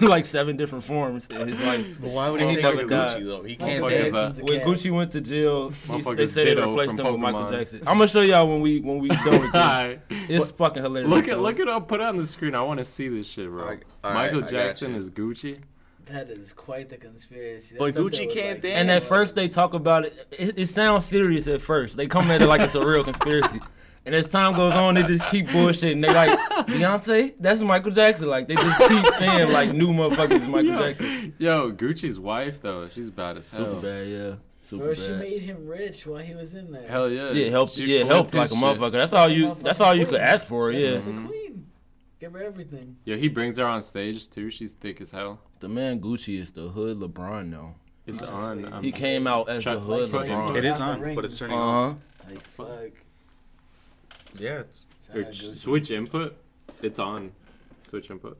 Speaker 4: like seven different forms in his life.
Speaker 2: But why would he
Speaker 4: Oh
Speaker 2: take
Speaker 4: my
Speaker 2: over
Speaker 4: God.
Speaker 2: Gucci though? He can't
Speaker 3: Motherfuckers
Speaker 2: dance.
Speaker 3: are-
Speaker 5: Since a
Speaker 4: uh, When
Speaker 5: kid.
Speaker 4: Gucci went to jail, he, they
Speaker 3: Motherfuckers
Speaker 4: said they
Speaker 3: Ditto
Speaker 4: replaced him
Speaker 3: from
Speaker 4: with Michael
Speaker 3: Pokemon.
Speaker 4: Jackson. I'm gonna show y'all when we when we done with this.
Speaker 3: Hi.
Speaker 4: It's fucking hilarious.
Speaker 3: Look it,
Speaker 4: bro.
Speaker 3: look it up. Put it on the screen. I want to see this shit, bro.
Speaker 2: Alright, alright,
Speaker 3: Michael
Speaker 2: I got
Speaker 3: Jackson
Speaker 2: you.
Speaker 3: is Gucci.
Speaker 5: That is quite the conspiracy.
Speaker 2: But
Speaker 5: That's up
Speaker 2: Gucci
Speaker 5: there with,
Speaker 2: can't
Speaker 5: like,
Speaker 2: dance.
Speaker 4: And at first they talk about it. It, it sounds serious at first. They come at it like it's a real conspiracy. And as time goes on, they just keep bullshitting. They like Beyonce, that's Michael Jackson. Like they just keep saying like new motherfuckers is Michael Jackson.
Speaker 3: Yo, Gucci's wife though, she's bad as hell.
Speaker 4: Super bad, yeah. Super
Speaker 5: Bro, she
Speaker 4: bad.
Speaker 5: made him rich while he was in there.
Speaker 3: Hell yeah.
Speaker 4: Yeah, help.
Speaker 3: She
Speaker 4: Yeah,
Speaker 3: flipped
Speaker 4: help
Speaker 3: his
Speaker 4: like a
Speaker 3: shit.
Speaker 4: motherfucker. That's all
Speaker 5: a
Speaker 4: you.
Speaker 5: motherfucking
Speaker 4: That's all you could
Speaker 5: queen.
Speaker 4: ask for.
Speaker 5: That's
Speaker 4: Yeah. Mm-hmm.
Speaker 5: just a queen. Give her everything.
Speaker 3: Yo, he brings her on stage too. She's thick as hell.
Speaker 4: The man Gucci is the hood LeBron now.
Speaker 3: It's on. I'm-
Speaker 4: He came out as the
Speaker 3: Chuck-
Speaker 4: hood
Speaker 3: Chuck-
Speaker 4: LeBron.
Speaker 2: It is
Speaker 5: Without
Speaker 2: on,
Speaker 5: the
Speaker 2: but it's
Speaker 5: rings.
Speaker 2: turning off.
Speaker 4: Uh huh.
Speaker 5: Like fuck.
Speaker 2: Yeah, it's
Speaker 5: Shout
Speaker 3: or
Speaker 5: out
Speaker 3: ch-
Speaker 5: Gucci.
Speaker 3: switch input. It's on. Switch input.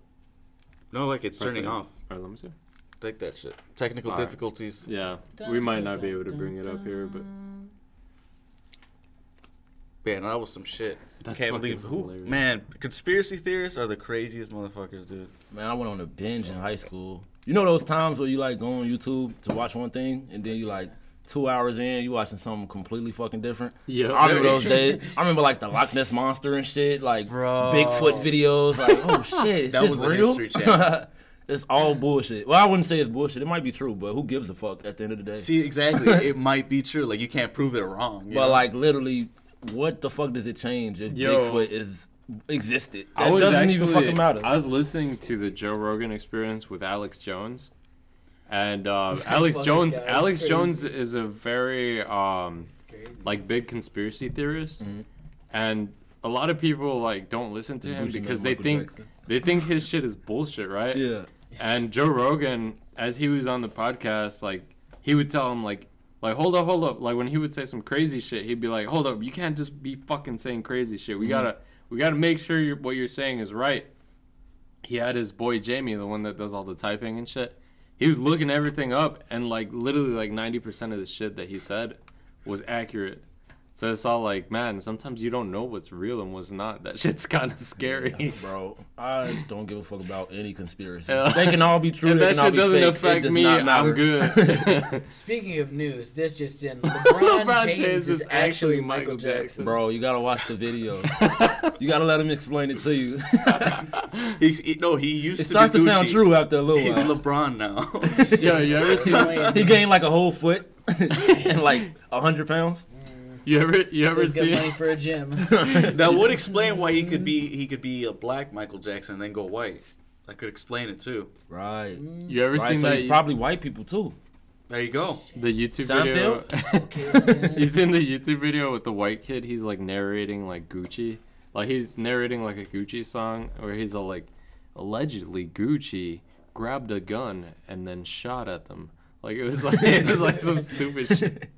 Speaker 2: no, like it's
Speaker 3: Press
Speaker 2: turning
Speaker 3: it.
Speaker 2: off.
Speaker 3: Alright, let me see.
Speaker 2: Take that shit. Technical
Speaker 3: All right.
Speaker 2: difficulties.
Speaker 3: Yeah, we might not be able to bring it up here, but
Speaker 2: Man, that was some shit.
Speaker 3: That's
Speaker 2: Can't
Speaker 3: fucking
Speaker 2: believe who
Speaker 3: hilarious.
Speaker 2: man, conspiracy theorists are the craziest motherfuckers, dude.
Speaker 4: Man, I went on a binge in high school. You know those times where you like go on YouTube to watch one thing, and then you like two hours in, you watching something completely fucking different.
Speaker 3: yeah,
Speaker 4: I remember
Speaker 2: That
Speaker 4: those
Speaker 2: is-
Speaker 4: days. I remember like the Loch Ness monster and shit, like
Speaker 2: Bro.
Speaker 4: Bigfoot videos. Like, oh shit, is
Speaker 2: That
Speaker 4: this
Speaker 2: was a
Speaker 4: real?
Speaker 2: History Channel.
Speaker 4: it's all bullshit. Well, I wouldn't say it's bullshit. It might be true, but who gives a fuck at the end of the day?
Speaker 2: See, exactly. it might be true. Like you can't prove it wrong. you
Speaker 4: But
Speaker 2: know?
Speaker 4: like literally, what the fuck does it change if
Speaker 3: Yo.
Speaker 4: Bigfoot is existed?
Speaker 3: I
Speaker 4: That
Speaker 3: was
Speaker 4: doesn't
Speaker 3: actually,
Speaker 4: even fucking matter.
Speaker 3: I was listening to the Joe Rogan Experience with Alex Jones, and uh, Alex
Speaker 5: Fucking
Speaker 3: Jones.
Speaker 5: guy is
Speaker 3: Alex
Speaker 5: crazy.
Speaker 3: Jones is a very um,
Speaker 5: It's crazy.
Speaker 3: like big conspiracy theorist,
Speaker 4: Mm-hmm.
Speaker 3: and a lot of people like don't listen to
Speaker 4: Is
Speaker 3: him
Speaker 4: Gucci Man
Speaker 3: because they
Speaker 4: Michael
Speaker 3: think
Speaker 4: Jackson?
Speaker 3: they think his shit is bullshit, right?
Speaker 4: yeah.
Speaker 3: And Joe Rogan, as he was on the podcast, like he would tell him like like hold up, hold up. Like when he would say some crazy shit, he'd be like, Hold up, you can't just be fucking saying crazy shit. We
Speaker 4: Mm-hmm.
Speaker 3: gotta we gotta make sure you what you're saying is right. He had his boy Jamie, the one that does all the typing and shit. He was looking everything up and like literally like ninety percent of the shit that he said was accurate. So it's all like, man, sometimes you don't know what's real and what's not. That shit's kinda scary.
Speaker 4: Bro, I don't give a fuck about any conspiracy.
Speaker 3: Yeah.
Speaker 4: They can all be true.
Speaker 3: If
Speaker 4: they
Speaker 3: that
Speaker 4: can all
Speaker 3: shit
Speaker 4: be
Speaker 3: doesn't
Speaker 4: fake. it
Speaker 3: affect
Speaker 4: does
Speaker 3: me,
Speaker 4: not matter.
Speaker 3: I'm good.
Speaker 5: Speaking of news, this just in: LeBron, James, is actually Michael Jackson.
Speaker 4: Bro, you gotta watch the video. you gotta let him explain it to you.
Speaker 2: he, he- no, he used
Speaker 4: it
Speaker 2: to
Speaker 4: starts
Speaker 2: be
Speaker 4: to sound
Speaker 2: Gucci.
Speaker 4: true after a little
Speaker 2: He's
Speaker 4: while.
Speaker 2: LeBron now.
Speaker 3: Yo, you ever seen
Speaker 4: he gained like a whole foot and like a hundred pounds.
Speaker 3: you ever you ever
Speaker 5: Let's get money
Speaker 3: seen
Speaker 5: for a gym.
Speaker 2: that would explain why he could be he could be a black Michael Jackson and then go white. That could explain it too.
Speaker 4: Right.
Speaker 3: you ever
Speaker 4: Right.
Speaker 3: seen
Speaker 4: So
Speaker 3: that
Speaker 4: he's probably white people too.
Speaker 2: There you go.
Speaker 3: the YouTube
Speaker 4: Seinfeld?
Speaker 3: video? you seen the YouTube video with the white kid? He's like narrating like Gucci, like he's narrating like a Gucci song, where he's a, like allegedly Gucci grabbed a gun and then shot at them. Like it was like it was like some stupid shit.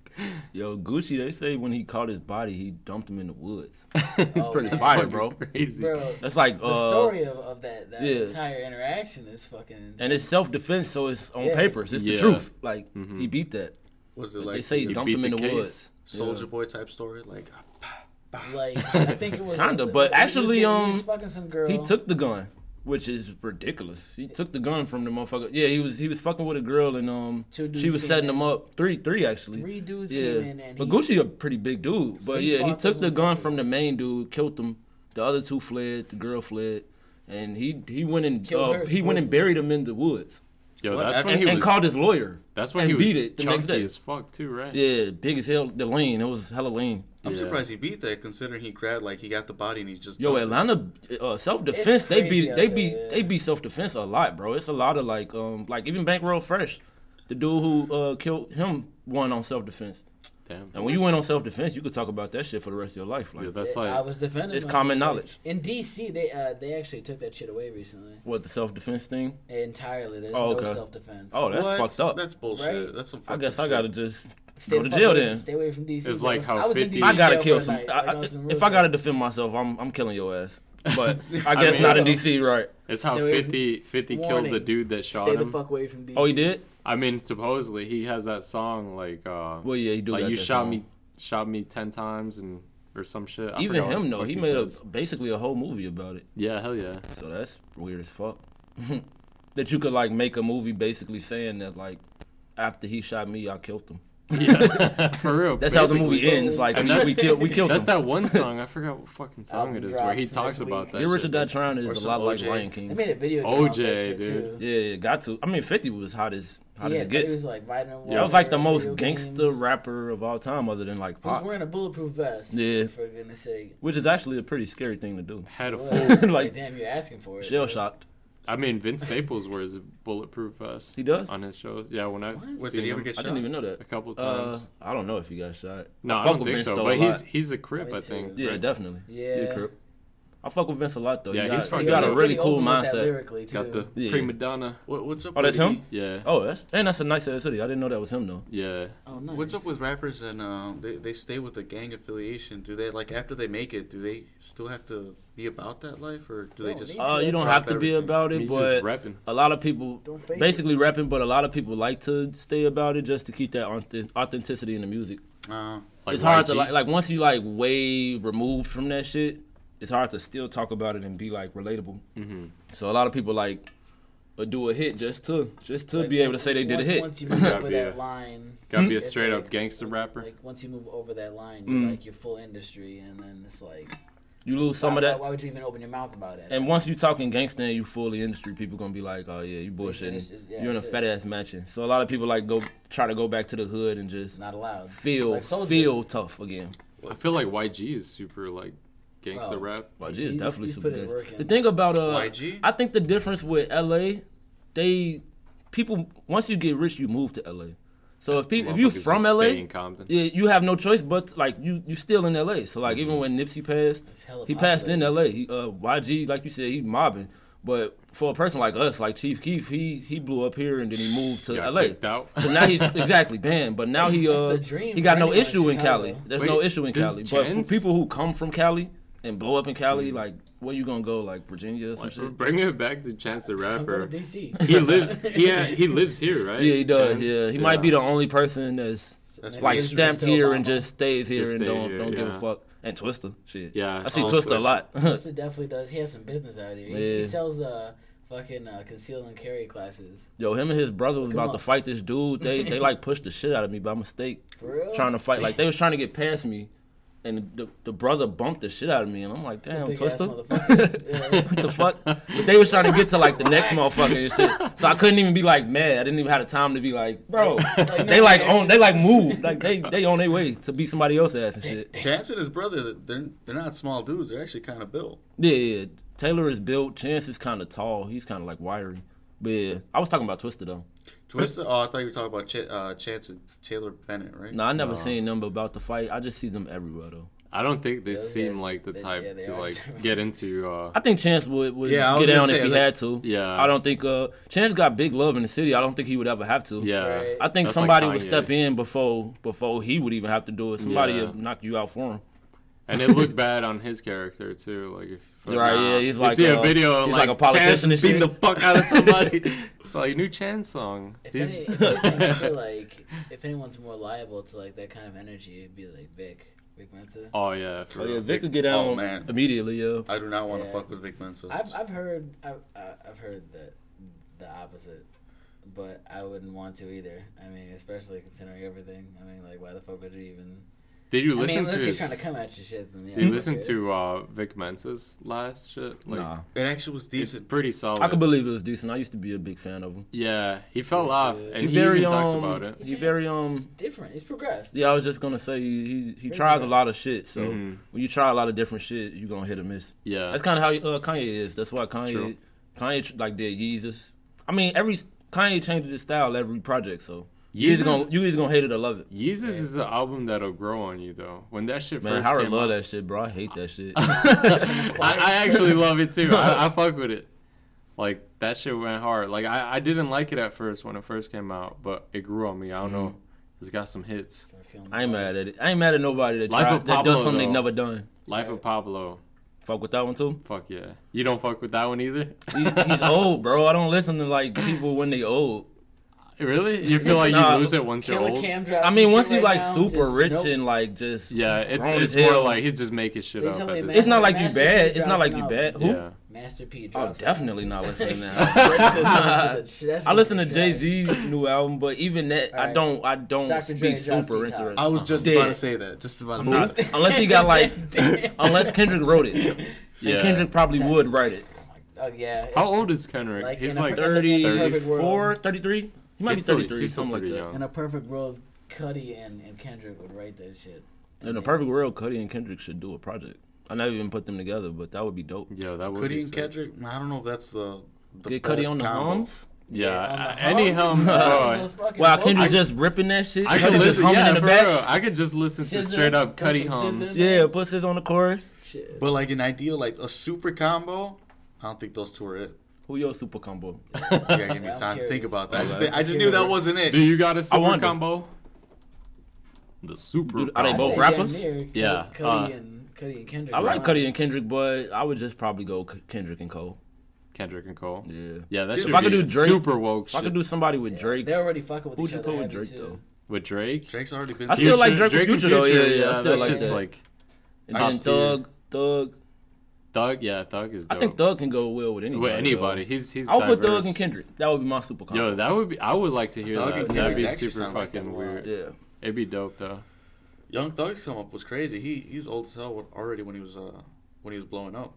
Speaker 4: Yo, Gucci, they say when he caught his body, he dumped him in the woods.
Speaker 5: it's
Speaker 4: Pretty fire, bro.
Speaker 3: Crazy.
Speaker 5: Bro,
Speaker 4: That's like
Speaker 5: the
Speaker 4: uh,
Speaker 5: story of, of that, that
Speaker 4: yeah.
Speaker 5: entire interaction is fucking. insane.
Speaker 4: and it's self defense, so it's on
Speaker 5: Yeah.
Speaker 4: papers. It's
Speaker 3: Yeah. Mm-hmm.
Speaker 4: the truth. Like he beat that.
Speaker 2: Was it
Speaker 4: But
Speaker 2: like
Speaker 4: they say he
Speaker 3: he
Speaker 4: dumped
Speaker 3: beat
Speaker 4: him in the,
Speaker 3: the case.
Speaker 4: woods.
Speaker 2: Soldier Boy type story? Like
Speaker 5: Like I think it was
Speaker 4: Kinda,
Speaker 5: like,
Speaker 4: but
Speaker 5: he was
Speaker 4: actually,
Speaker 5: getting- he was
Speaker 4: um,
Speaker 5: fucking some girl.
Speaker 4: He took the gun, which is ridiculous. He took the gun from the motherfucker. Yeah, he was he was fucking with a girl and um
Speaker 5: Two dudes
Speaker 4: she was
Speaker 5: came
Speaker 4: setting
Speaker 5: in.
Speaker 4: him up. Three three actually.
Speaker 5: Three dudes
Speaker 4: yeah.
Speaker 5: came in and
Speaker 4: But
Speaker 5: he-
Speaker 4: Gucci a pretty big dude. but
Speaker 5: he
Speaker 4: yeah, he
Speaker 5: fought
Speaker 4: took
Speaker 5: those
Speaker 4: the gun from
Speaker 5: motherfuckers.
Speaker 4: the main dude, killed him. The other two fled, the girl fled. And he he went and
Speaker 5: Killed
Speaker 4: uh,
Speaker 5: her
Speaker 4: he went and
Speaker 5: supposedly.
Speaker 4: buried him in the woods.
Speaker 3: Yo,
Speaker 2: What?
Speaker 3: that's when
Speaker 4: And,
Speaker 3: he
Speaker 4: and
Speaker 3: was.
Speaker 4: called his lawyer.
Speaker 3: that's when
Speaker 4: and
Speaker 3: he was
Speaker 4: beat it the
Speaker 3: chunky
Speaker 4: next day.
Speaker 3: as fuck too, right?
Speaker 4: Yeah, big as hell the lean. It was hella lean.
Speaker 2: I'm
Speaker 3: Yeah.
Speaker 2: surprised he beat that considering he grabbed like he got the body and he just dumped
Speaker 4: Yo,
Speaker 2: it.
Speaker 4: Atlanta uh, self defense. They
Speaker 5: crazy
Speaker 4: be
Speaker 5: out
Speaker 4: they
Speaker 5: there,
Speaker 4: be
Speaker 5: yeah.
Speaker 4: they be self defense a lot, bro. It's a lot of like um like even Bankroll Fresh, the dude who uh killed him won on self defense.
Speaker 3: Damn.
Speaker 4: And when you win on self defense, you could talk about that shit for the rest of your life. Like
Speaker 3: Yo, that's
Speaker 5: I
Speaker 3: like
Speaker 5: was defending.
Speaker 4: it's
Speaker 5: myself,
Speaker 4: common
Speaker 5: like,
Speaker 4: knowledge.
Speaker 5: In DC, they uh, they actually took that shit away recently
Speaker 4: what the self defense thing.
Speaker 5: entirely. There's
Speaker 4: Oh,
Speaker 5: no
Speaker 4: okay.
Speaker 5: self defense.
Speaker 4: Oh, that's
Speaker 2: What?
Speaker 4: fucked up.
Speaker 2: That's bullshit.
Speaker 5: Right?
Speaker 2: That's some
Speaker 4: I
Speaker 2: fucked
Speaker 4: guess
Speaker 2: up
Speaker 4: I
Speaker 2: shit.
Speaker 4: gotta just
Speaker 5: Stay
Speaker 4: go to
Speaker 5: the fuck
Speaker 4: jail
Speaker 5: away-
Speaker 4: then.
Speaker 5: Stay away from DC.
Speaker 3: It's like
Speaker 5: bro.
Speaker 3: how
Speaker 5: I was in
Speaker 3: 50
Speaker 5: DC
Speaker 4: I gotta
Speaker 5: jail
Speaker 4: kill
Speaker 5: for a
Speaker 4: some.
Speaker 5: night.
Speaker 4: I,
Speaker 5: Like,
Speaker 4: I-
Speaker 5: was in real
Speaker 4: if I
Speaker 5: shit.
Speaker 4: gotta defend myself, I'm I'm killing your ass. But I
Speaker 3: I
Speaker 4: guess
Speaker 3: mean-
Speaker 4: not in DC, right?
Speaker 3: it's how
Speaker 5: Stay away
Speaker 3: 50 50 killed the
Speaker 5: Warning.
Speaker 3: dude that shot
Speaker 5: stay
Speaker 3: him.
Speaker 5: the fuck away from DC.
Speaker 4: Oh, he did.
Speaker 3: I mean, supposedly he has that song like, uh,
Speaker 4: Well, yeah, he do.
Speaker 3: like
Speaker 4: got
Speaker 3: you
Speaker 4: that
Speaker 3: shot
Speaker 4: song.
Speaker 3: me, shot me ten times and or some shit. I
Speaker 4: Even
Speaker 3: forgot what
Speaker 4: him
Speaker 3: the
Speaker 4: though,
Speaker 3: fuck
Speaker 4: he made a,
Speaker 3: says.
Speaker 4: basically a whole movie about it.
Speaker 3: Yeah, hell yeah.
Speaker 4: So that's weird as fuck. that you could like make a movie basically saying that like after he shot me, I killed him.
Speaker 3: Yeah, for real.
Speaker 4: That's how the
Speaker 3: basically.
Speaker 4: movie ends. Like
Speaker 3: And
Speaker 4: we,
Speaker 3: that's-
Speaker 4: we killed, we killed
Speaker 3: That's
Speaker 4: them.
Speaker 3: that one song. I forgot what fucking song
Speaker 5: Album
Speaker 3: it is where he
Speaker 5: drops
Speaker 3: talks
Speaker 5: next week.
Speaker 3: about that.
Speaker 5: Get
Speaker 4: Get Rich or
Speaker 3: shit.
Speaker 4: Die Trying is
Speaker 2: Or
Speaker 4: a
Speaker 2: some
Speaker 4: lot like
Speaker 2: OJ.
Speaker 4: Lion
Speaker 5: They
Speaker 4: King.
Speaker 5: made a video game.
Speaker 3: OJ,
Speaker 5: about that shit,
Speaker 3: dude.
Speaker 5: Too.
Speaker 4: yeah, it got to. I mean, Fifty was hot as hot
Speaker 5: yeah,
Speaker 4: as it
Speaker 5: dude,
Speaker 4: gets.
Speaker 5: He was like riding a
Speaker 4: that was like the most
Speaker 5: games.
Speaker 4: gangster rapper of all time, other than like
Speaker 5: He was
Speaker 4: Pop,
Speaker 5: wearing a bulletproof vest.
Speaker 4: Yeah.
Speaker 5: For goodness sake.
Speaker 4: which is actually a pretty scary thing to do.
Speaker 3: Had a
Speaker 5: Well,
Speaker 3: full.
Speaker 5: it's like,
Speaker 4: Like-
Speaker 5: damn, you're asking for it.
Speaker 4: Shell shocked.
Speaker 3: I mean, Vince Staples wears a bulletproof vest.
Speaker 4: He does?
Speaker 3: on his shows. Yeah, when I
Speaker 2: What, did he ever get
Speaker 4: I
Speaker 2: shot?
Speaker 4: didn't even know
Speaker 3: a
Speaker 4: that.
Speaker 3: couple
Speaker 4: Uh,
Speaker 3: times.
Speaker 4: I don't know if he got shot.
Speaker 3: no,
Speaker 4: I
Speaker 3: I
Speaker 4: fuck
Speaker 3: don't
Speaker 4: with
Speaker 3: think
Speaker 4: Vince
Speaker 3: so.
Speaker 4: though a
Speaker 3: But he's
Speaker 4: lot.
Speaker 3: he's a crip,
Speaker 5: Me
Speaker 3: I think.
Speaker 5: too.
Speaker 4: Yeah,
Speaker 3: right?
Speaker 4: definitely.
Speaker 5: Yeah.
Speaker 4: Yeah, Crip. I fuck with Vince a lot though.
Speaker 3: Yeah,
Speaker 4: he
Speaker 3: he's
Speaker 4: got,
Speaker 3: fucking-
Speaker 4: he got
Speaker 5: He
Speaker 4: a
Speaker 5: was
Speaker 4: really
Speaker 5: pretty
Speaker 4: cool
Speaker 5: open with that
Speaker 4: mindset.
Speaker 5: Lyrically too.
Speaker 3: Got the
Speaker 4: Yeah.
Speaker 3: prima donna.
Speaker 2: What, what's up?
Speaker 4: Oh,
Speaker 2: with
Speaker 4: that's him?
Speaker 3: Yeah,
Speaker 4: Oh, that's and that's a nice ass hoodie. I didn't know that was him though.
Speaker 3: yeah.
Speaker 5: Oh, nice.
Speaker 2: What's up with rappers and um, they they stay with the gang affiliation? Do they like after they make it? Do they still have to be about that life, or do they
Speaker 5: No,
Speaker 2: just?
Speaker 5: they-
Speaker 4: Uh, you don't
Speaker 2: Drop
Speaker 4: have to be
Speaker 2: everything.
Speaker 4: about it,
Speaker 3: He's
Speaker 4: but
Speaker 3: just repping.
Speaker 4: a lot of people
Speaker 5: Don't fake
Speaker 4: basically repping, but a lot of people like to stay about it just to keep that auth- authenticity in the music.
Speaker 2: Uh,
Speaker 3: Like
Speaker 4: it's hard to
Speaker 3: YG.
Speaker 4: like, like once you like way removed from that shit, it's hard to still talk about it and be like relatable. So a lot of people like uh, do a hit just to just to
Speaker 5: Like,
Speaker 4: be able to say they did a
Speaker 5: once-
Speaker 4: hit.
Speaker 5: Once you move over
Speaker 3: Yeah.
Speaker 5: that line,
Speaker 3: Gotta be a
Speaker 5: it's
Speaker 3: straight up
Speaker 5: like-
Speaker 3: gangster rapper.
Speaker 5: Hmm? Like once you move over that line, you're
Speaker 4: Mm.
Speaker 5: like your full industry, and then it's like
Speaker 4: You lose some
Speaker 5: why,
Speaker 4: of that,
Speaker 5: Why, would you even open your mouth about it?
Speaker 4: and once you talking gangsta and you fully industry, people gonna be like, oh yeah, you bullshitting.
Speaker 5: it's just- yeah,
Speaker 4: You're in a
Speaker 5: that's it.
Speaker 4: fat ass mansion. So a lot of people like go try to go back to the hood and just
Speaker 5: It's not allowed.
Speaker 4: feel
Speaker 5: Like, Soulja
Speaker 4: feel tough again.
Speaker 3: I feel like YG is super like gangster
Speaker 5: Well,
Speaker 3: rap.
Speaker 4: YG
Speaker 5: He's-
Speaker 4: is definitely
Speaker 5: he's
Speaker 4: super
Speaker 5: put his
Speaker 4: good.
Speaker 5: work in.
Speaker 4: The thing about uh,
Speaker 2: YG?
Speaker 4: I think the difference with LA, they people once you get rich, you move to LA. So if people if you
Speaker 3: Motherfuckers
Speaker 4: from
Speaker 3: just
Speaker 4: LA,
Speaker 3: stay in Compton.
Speaker 4: yeah, you have no choice but like you you still in LA. So like even when Nipsey passed,
Speaker 5: Mm-hmm. hella
Speaker 4: he passed in
Speaker 5: popular.
Speaker 4: LA. He, uh, YG, like you said, he mobbing. But for a person like us, like Chief Keef, he he blew up here and then he moved to
Speaker 3: Got
Speaker 4: LA.
Speaker 3: kicked out.
Speaker 4: So now he's exactly banned. But now he
Speaker 5: That's
Speaker 4: uh
Speaker 5: the dream
Speaker 4: he got
Speaker 5: for
Speaker 4: no
Speaker 5: anyone in
Speaker 4: issue in
Speaker 5: Chicago.
Speaker 4: Cali. There's
Speaker 3: Wait,
Speaker 4: no issue in
Speaker 3: this
Speaker 4: Cali. But for
Speaker 3: Jens? Mm-hmm.
Speaker 4: people who come from Cali and blow up in Cali, like where you gonna go? Like Virginia or some shit?
Speaker 3: Bring it back to Chance the
Speaker 5: Don't go to
Speaker 3: Rapper.
Speaker 5: DC.
Speaker 3: He lives. Yeah, he lives here, right?
Speaker 4: Yeah, he does.
Speaker 3: Chance?
Speaker 4: Yeah, he might be the only person that's
Speaker 2: that's
Speaker 4: like
Speaker 2: weird.
Speaker 5: He's
Speaker 4: stamped
Speaker 5: still
Speaker 4: here
Speaker 5: Obama.
Speaker 4: and just stays here
Speaker 3: Just
Speaker 4: and
Speaker 3: stay
Speaker 4: don't
Speaker 3: here,
Speaker 4: don't give
Speaker 3: yeah.
Speaker 4: a fuck. And Twister, shit.
Speaker 3: Yeah.
Speaker 4: I see
Speaker 2: Oh,
Speaker 4: Twister a
Speaker 2: Twista.
Speaker 4: lot.
Speaker 5: Twister definitely does. He has some business out here. He, he
Speaker 4: Yeah.
Speaker 5: sells uh fucking uh, conceal and carry classes.
Speaker 4: Yo, him and his brother was
Speaker 5: Come
Speaker 4: about
Speaker 5: on.
Speaker 4: to fight this dude. They they like pushed the shit out of me by mistake,
Speaker 5: For real?
Speaker 4: trying to fight. Like they was trying to get past me, and the, the brother bumped the shit out of me, and I'm like, damn,
Speaker 5: Big ass
Speaker 4: Twister.
Speaker 5: motherfucker. Yeah.
Speaker 4: what the fuck? But they was trying to get to like the next motherfucker and shit. So I couldn't even be like mad. I didn't even have the time to be like, bro.
Speaker 5: no
Speaker 4: they like
Speaker 5: reaction.
Speaker 4: on they like moved. Like they they on their way to beat somebody else's ass and shit.
Speaker 2: Chance and his brother, they're they're not small dudes. They're actually kind of built.
Speaker 4: Yeah, yeah. Taylor is built. Chance is kinda tall. He's kinda like wiry. But yeah, I was talking about Twister though.
Speaker 2: Twista. Oh, I thought you were talking about Ch- uh, Chance and Taylor Bennett, right?
Speaker 4: No, I never seen them about the fight. I just see them everywhere though.
Speaker 3: I don't think they
Speaker 5: Those
Speaker 3: seem
Speaker 5: guys
Speaker 3: like the
Speaker 5: just-
Speaker 3: type
Speaker 5: yeah, they
Speaker 3: to
Speaker 5: are
Speaker 3: like
Speaker 5: similar.
Speaker 3: get into. uh
Speaker 4: I think Chance would, would
Speaker 2: Yeah, I was
Speaker 4: get
Speaker 2: gonna
Speaker 4: down
Speaker 2: say,
Speaker 4: if he
Speaker 2: like-
Speaker 4: had to.
Speaker 3: Yeah.
Speaker 4: I don't think uh Chance got big love in the city. I don't think he would ever have to.
Speaker 3: Yeah.
Speaker 5: Right.
Speaker 4: I think
Speaker 3: That's like
Speaker 4: somebody
Speaker 3: Kanye.
Speaker 4: would step in before before he would even have to do it. Somebody
Speaker 3: Yeah.
Speaker 4: would knock you out for him.
Speaker 3: And it looked bad on his character too. Like if
Speaker 4: Right, yeah, he's like
Speaker 3: you see a
Speaker 4: uh,
Speaker 3: video of
Speaker 4: he's
Speaker 3: like,
Speaker 4: like a politician
Speaker 3: Chance
Speaker 4: and
Speaker 3: beating the
Speaker 4: shit.
Speaker 3: fuck out of somebody. it's like new Chan song.
Speaker 5: If,
Speaker 3: He's-
Speaker 5: any, if anything, I feel like if anyone's more liable to like that kind of energy, it'd be like Vic, Vic Mensa.
Speaker 3: oh yeah, for
Speaker 4: Oh yeah,
Speaker 3: real.
Speaker 4: Vic could get
Speaker 2: Oh,
Speaker 4: down
Speaker 2: man.
Speaker 4: immediately. Yeah,
Speaker 2: I do not want to
Speaker 5: Yeah.
Speaker 2: fuck with Vic Mensa.
Speaker 5: I've I've heard I've, I- I've heard that the opposite, but I wouldn't want to either. I mean, especially considering everything. I mean, like why the fuck would you even?
Speaker 3: Did you
Speaker 5: I mean,
Speaker 3: listen
Speaker 5: unless
Speaker 3: to?
Speaker 5: he's
Speaker 3: His,
Speaker 5: trying to come at you shit. Then yeah.
Speaker 3: did you listen
Speaker 5: okay.
Speaker 3: to uh, Vic Mensa's last shit? Like,
Speaker 4: nah,
Speaker 2: it actually was
Speaker 3: It's
Speaker 2: decent.
Speaker 3: pretty solid.
Speaker 4: I could believe it was decent. I used to be a big fan of him.
Speaker 3: Yeah, he fell off, and
Speaker 4: He
Speaker 3: he
Speaker 4: very
Speaker 3: even talks
Speaker 4: um,
Speaker 3: about it.
Speaker 4: he very um.
Speaker 5: different. It's progressed.
Speaker 4: Yeah, I was just gonna say he he, he
Speaker 5: Very
Speaker 4: tries a
Speaker 5: nice.
Speaker 4: lot of shit. So when you try a lot of different shit, you are gonna hit or miss.
Speaker 3: Mm-hmm. Yeah.
Speaker 4: that's kind of how uh, Kanye is. That's why Kanye
Speaker 3: True.
Speaker 4: Kanye tr- like did Yeezus. I mean, every Kanye changes his style every project. So you
Speaker 3: Yeezus-
Speaker 4: either gonna you either gonna hate it or love it.
Speaker 3: Yeezus is an album that'll grow on you though. When that shit
Speaker 4: Man,
Speaker 3: first
Speaker 4: Howard
Speaker 3: came
Speaker 4: love
Speaker 3: out,
Speaker 4: that shit, bro. I hate that shit.
Speaker 3: I, I actually love it too. I, I fuck with it. Like that shit went hard. Like I, I didn't like it at first when it first came out, but it grew on me. I don't
Speaker 4: Mm.
Speaker 3: know. It's got some hits.
Speaker 5: Start feeling
Speaker 4: I ain't
Speaker 5: vibes.
Speaker 4: mad at it. I ain't mad at nobody that,
Speaker 3: Life
Speaker 4: try,
Speaker 3: of
Speaker 4: that
Speaker 3: Pablo,
Speaker 4: does something
Speaker 3: though.
Speaker 4: they never done.
Speaker 3: Life of Pablo.
Speaker 4: Fuck with that one too.
Speaker 3: Fuck yeah. You don't fuck with that one either.
Speaker 4: He, he's old, bro. I don't listen to like people when they old.
Speaker 3: really? You feel like
Speaker 4: Nah.
Speaker 3: you lose it once you're
Speaker 5: Killer
Speaker 3: old?
Speaker 5: Cam drops
Speaker 4: I
Speaker 5: some
Speaker 4: mean,
Speaker 5: shit
Speaker 4: once you
Speaker 5: right
Speaker 4: like
Speaker 5: now,
Speaker 4: super
Speaker 5: just,
Speaker 4: rich
Speaker 5: nope.
Speaker 4: and like just
Speaker 3: Yeah, it's
Speaker 4: grown
Speaker 3: it's
Speaker 4: as
Speaker 3: more
Speaker 4: hell.
Speaker 3: like he's just making shit
Speaker 5: So you
Speaker 3: up.
Speaker 5: tell
Speaker 3: at
Speaker 5: me
Speaker 3: this
Speaker 5: Master-
Speaker 4: it's not like you
Speaker 5: Master
Speaker 4: bad.
Speaker 5: P
Speaker 4: It's not like
Speaker 5: drops
Speaker 4: you
Speaker 5: an
Speaker 4: bad.
Speaker 5: album.
Speaker 4: Who?
Speaker 3: Yeah.
Speaker 5: Master P
Speaker 4: Oh,
Speaker 5: drops.
Speaker 4: definitely not listening to
Speaker 5: That's
Speaker 4: that.
Speaker 5: gonna be the- that's
Speaker 4: I
Speaker 5: gonna
Speaker 4: listen
Speaker 5: be
Speaker 4: to
Speaker 5: the
Speaker 4: Jay
Speaker 5: track.
Speaker 4: Z's new album, but even that, I
Speaker 5: Alright.
Speaker 4: don't, I don't
Speaker 5: Dr. Dre
Speaker 4: be
Speaker 5: dropped
Speaker 4: super
Speaker 5: T-Top.
Speaker 4: interested.
Speaker 2: I was just
Speaker 4: Dead.
Speaker 2: about to say that. Just about to say
Speaker 4: Not-
Speaker 2: that.
Speaker 4: unless he got like, unless Kendrick wrote it,
Speaker 3: Yeah.
Speaker 4: and Kendrick probably would write it.
Speaker 5: Oh yeah.
Speaker 3: How old is Kendrick?
Speaker 5: Like,
Speaker 3: he's
Speaker 5: in a
Speaker 3: like
Speaker 5: per- in a- in a perfect
Speaker 4: 34,
Speaker 5: world.
Speaker 4: 33? He might
Speaker 3: He's
Speaker 4: be
Speaker 3: still-
Speaker 4: 33,
Speaker 3: he's still
Speaker 4: something like
Speaker 3: pretty
Speaker 4: that.
Speaker 3: young.
Speaker 5: In a perfect world, Cuddy and, and Kendrick would write that shit.
Speaker 4: In a perfect world, Cudi and Kendrick should do a project. I never even put them together, but that would be dope.
Speaker 3: Yeah, that would
Speaker 2: Cudi
Speaker 3: be
Speaker 2: and
Speaker 3: sick.
Speaker 2: Kendrick. I don't know if that's the the
Speaker 4: Get Cudi
Speaker 2: best
Speaker 4: on the
Speaker 2: combo.
Speaker 4: hums.
Speaker 3: Yeah,
Speaker 5: On the
Speaker 3: Uh, any hum.
Speaker 5: hums, on
Speaker 3: bro,
Speaker 5: those fucking
Speaker 4: Wow,
Speaker 5: vocals.
Speaker 4: Kendrick just ripping that shit.
Speaker 3: I could
Speaker 4: Cudi just
Speaker 3: listen.
Speaker 4: humming
Speaker 3: Yeah,
Speaker 4: in the
Speaker 3: for
Speaker 4: back.
Speaker 3: real. I could just listen to
Speaker 5: Scissor,
Speaker 3: straight up
Speaker 5: put
Speaker 3: Cuddy
Speaker 5: some
Speaker 3: hums.
Speaker 5: scissors.
Speaker 4: Yeah, puts this on the chorus.
Speaker 5: Shit.
Speaker 2: But like an ideal, like a super combo. I don't think those two are it.
Speaker 4: Who your super combo?
Speaker 2: You gotta give me
Speaker 5: Yeah, I'm
Speaker 2: time to think
Speaker 5: curious.
Speaker 2: about that. I just,
Speaker 4: Alright.
Speaker 2: think, I just knew that wasn't
Speaker 3: Do
Speaker 2: it.
Speaker 3: you got a super
Speaker 4: wonder.
Speaker 3: combo? The super.
Speaker 4: Dude, are they
Speaker 5: I'd
Speaker 3: combo.
Speaker 4: both
Speaker 5: say
Speaker 4: rappers?
Speaker 5: damn near Cud-
Speaker 3: Yeah,
Speaker 5: Cuddy
Speaker 3: uh,
Speaker 5: and Cuddy and Kendrick.
Speaker 4: I
Speaker 5: is
Speaker 4: like
Speaker 5: mine.
Speaker 4: Cudi and Kendrick, but I would just probably go K- Kendrick and Cole.
Speaker 3: Kendrick and Cole.
Speaker 4: Yeah.
Speaker 3: Yeah, that
Speaker 2: If
Speaker 3: should
Speaker 2: I
Speaker 3: be
Speaker 4: could do Drake-
Speaker 3: super woke
Speaker 4: If I could
Speaker 3: shit.
Speaker 4: do somebody with Drake,
Speaker 5: They're already fucking with
Speaker 4: who'd
Speaker 5: each
Speaker 4: you
Speaker 5: other.
Speaker 4: put with
Speaker 5: heavy,
Speaker 4: Drake
Speaker 5: too.
Speaker 4: though?
Speaker 3: with Drake.
Speaker 2: Drake's already been.
Speaker 4: I still
Speaker 3: Future-
Speaker 4: like Drake and
Speaker 3: and
Speaker 4: Future, though. Yeah, yeah, I still
Speaker 3: that
Speaker 4: like
Speaker 3: shit's
Speaker 4: that.
Speaker 3: like
Speaker 4: And
Speaker 3: Top
Speaker 4: then
Speaker 3: tier.
Speaker 4: Thug, Thug.
Speaker 3: Thug. Yeah, Thug is. Dope.
Speaker 4: I think Thug can go well with anybody.
Speaker 3: with
Speaker 4: though.
Speaker 3: anybody. He's he's.
Speaker 4: I'll put
Speaker 3: diverse.
Speaker 4: Thug and Kendrick. That would be my super combo.
Speaker 3: Yo, that would be. I would like to hear
Speaker 2: Thug
Speaker 3: that.
Speaker 2: and
Speaker 3: That'd
Speaker 2: Kendrick
Speaker 3: be
Speaker 2: actually
Speaker 3: super
Speaker 2: sounds like
Speaker 3: fucking
Speaker 2: a lot.
Speaker 3: weird.
Speaker 4: yeah.
Speaker 3: It'd be dope though.
Speaker 2: Young Thug's come up was crazy. He he's old as hell already when he was uh when he was blowing up.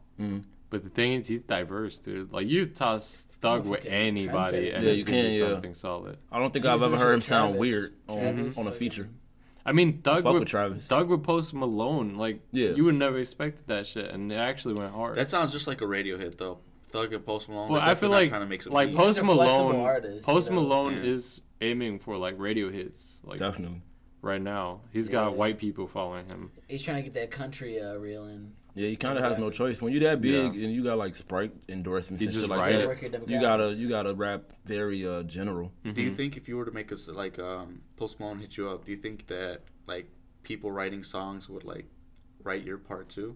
Speaker 3: But the thing is, he's diverse, dude. Like you toss Thug with
Speaker 5: Motherfucking
Speaker 3: anybody,
Speaker 5: trendsetter.
Speaker 3: and
Speaker 4: Yeah,
Speaker 3: it's
Speaker 4: you
Speaker 3: gonna be
Speaker 4: can, yeah.
Speaker 3: something solid.
Speaker 4: I don't think
Speaker 5: He
Speaker 4: I've
Speaker 5: was
Speaker 4: ever
Speaker 5: also
Speaker 4: heard him
Speaker 5: with
Speaker 4: sound
Speaker 5: Travis.
Speaker 4: weird on,
Speaker 5: Travis,
Speaker 4: on a
Speaker 5: fucking-
Speaker 4: feature.
Speaker 3: I mean, Thug
Speaker 4: fuck
Speaker 3: would
Speaker 4: with Travis.
Speaker 3: Thug would post Malone. Like
Speaker 4: Yeah.
Speaker 3: you would never expected that shit, and it actually went hard.
Speaker 2: That sounds just like a radio hit though. Thug and Post Malone. they're
Speaker 3: well, I feel
Speaker 2: definitely
Speaker 3: like
Speaker 2: trying to make some
Speaker 3: like
Speaker 2: heat.
Speaker 3: Post
Speaker 5: They're flexible
Speaker 3: Malone.
Speaker 5: artists,
Speaker 3: Post
Speaker 5: you know.
Speaker 3: Malone
Speaker 2: Yeah.
Speaker 3: is aiming for like radio hits, like
Speaker 4: Definitely.
Speaker 3: right now. he's got
Speaker 5: Yeah.
Speaker 3: white people following him.
Speaker 5: He's trying to get that country uh, reel in.
Speaker 4: Yeah, he kind of has no choice when you that big and you got like Sprite endorsements
Speaker 3: You
Speaker 4: and
Speaker 3: just
Speaker 4: shit like
Speaker 3: write it. Mm-hmm.
Speaker 5: Work your
Speaker 4: that. You gotta
Speaker 5: demographics.
Speaker 4: you gotta rap very uh, general.
Speaker 2: Do you think if you were to make us like um, Post Malone hit you up, do you think that like people writing songs would like write your part too?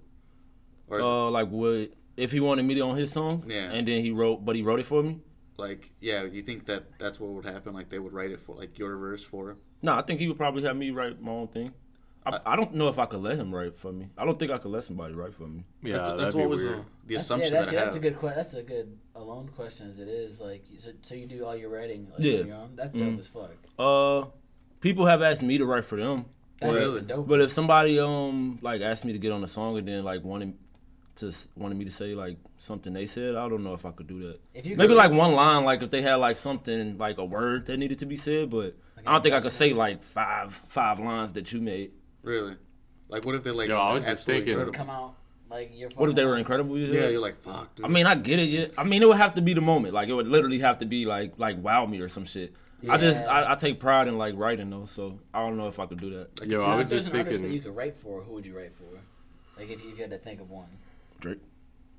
Speaker 2: Or is it,
Speaker 4: Uh, like what if he wanted me on his song?
Speaker 2: Yeah.
Speaker 4: And then he wrote, but he wrote it for me.
Speaker 2: like yeah, do you think that that's what would happen? Like they would write it for like your verse for him?
Speaker 4: No, I think he would probably have me write my own thing. I, I don't know if I could let him write for me. I don't think I could let somebody write for me.
Speaker 3: Yeah,
Speaker 2: that's,
Speaker 3: that'd
Speaker 2: that's
Speaker 3: be
Speaker 2: what was uh,
Speaker 3: weird.
Speaker 2: the
Speaker 5: That's, yeah,
Speaker 2: assumption
Speaker 5: that's,
Speaker 2: that I
Speaker 5: that's
Speaker 2: had.
Speaker 5: a good que- that's a good alone question as it is. Like, you- so, so you do all your writing like,
Speaker 4: Yeah. Mm.
Speaker 5: on your own. That's dope as fuck.
Speaker 4: Uh, people have asked me to write for them,
Speaker 5: That's
Speaker 2: Really?
Speaker 5: even dope.
Speaker 4: but if somebody um like asked me to get on a song and then like wanted to s- wanted me to say like something they said, I don't know if I could do that.
Speaker 5: If you
Speaker 4: Maybe
Speaker 5: could-
Speaker 4: like one line, like if they had like something like a word that needed to be said, but I don't think I could say like five five lines that you made.
Speaker 2: Really? Like what if they like?
Speaker 3: Yo, I was just
Speaker 2: absolutely
Speaker 3: thinking-
Speaker 2: incredible?
Speaker 5: come out like your.
Speaker 4: What if they were
Speaker 5: fucking-
Speaker 4: incredible? you
Speaker 2: Yeah,
Speaker 4: said?
Speaker 2: you're like fuck, dude.
Speaker 4: I mean, I get it. Yeah. I mean, it would have to be the moment. Like, it would literally have to be like, like wow me or some shit. I just,
Speaker 5: Yeah.
Speaker 4: I, I take pride in like writing though, so I don't know if I could do that.
Speaker 3: Yo,
Speaker 5: Now,
Speaker 3: I was
Speaker 5: if there's
Speaker 3: just
Speaker 5: an artist that you
Speaker 3: thinking.
Speaker 5: could write for, who would you write for? Like, if you, if you had to think of one.
Speaker 4: Drake,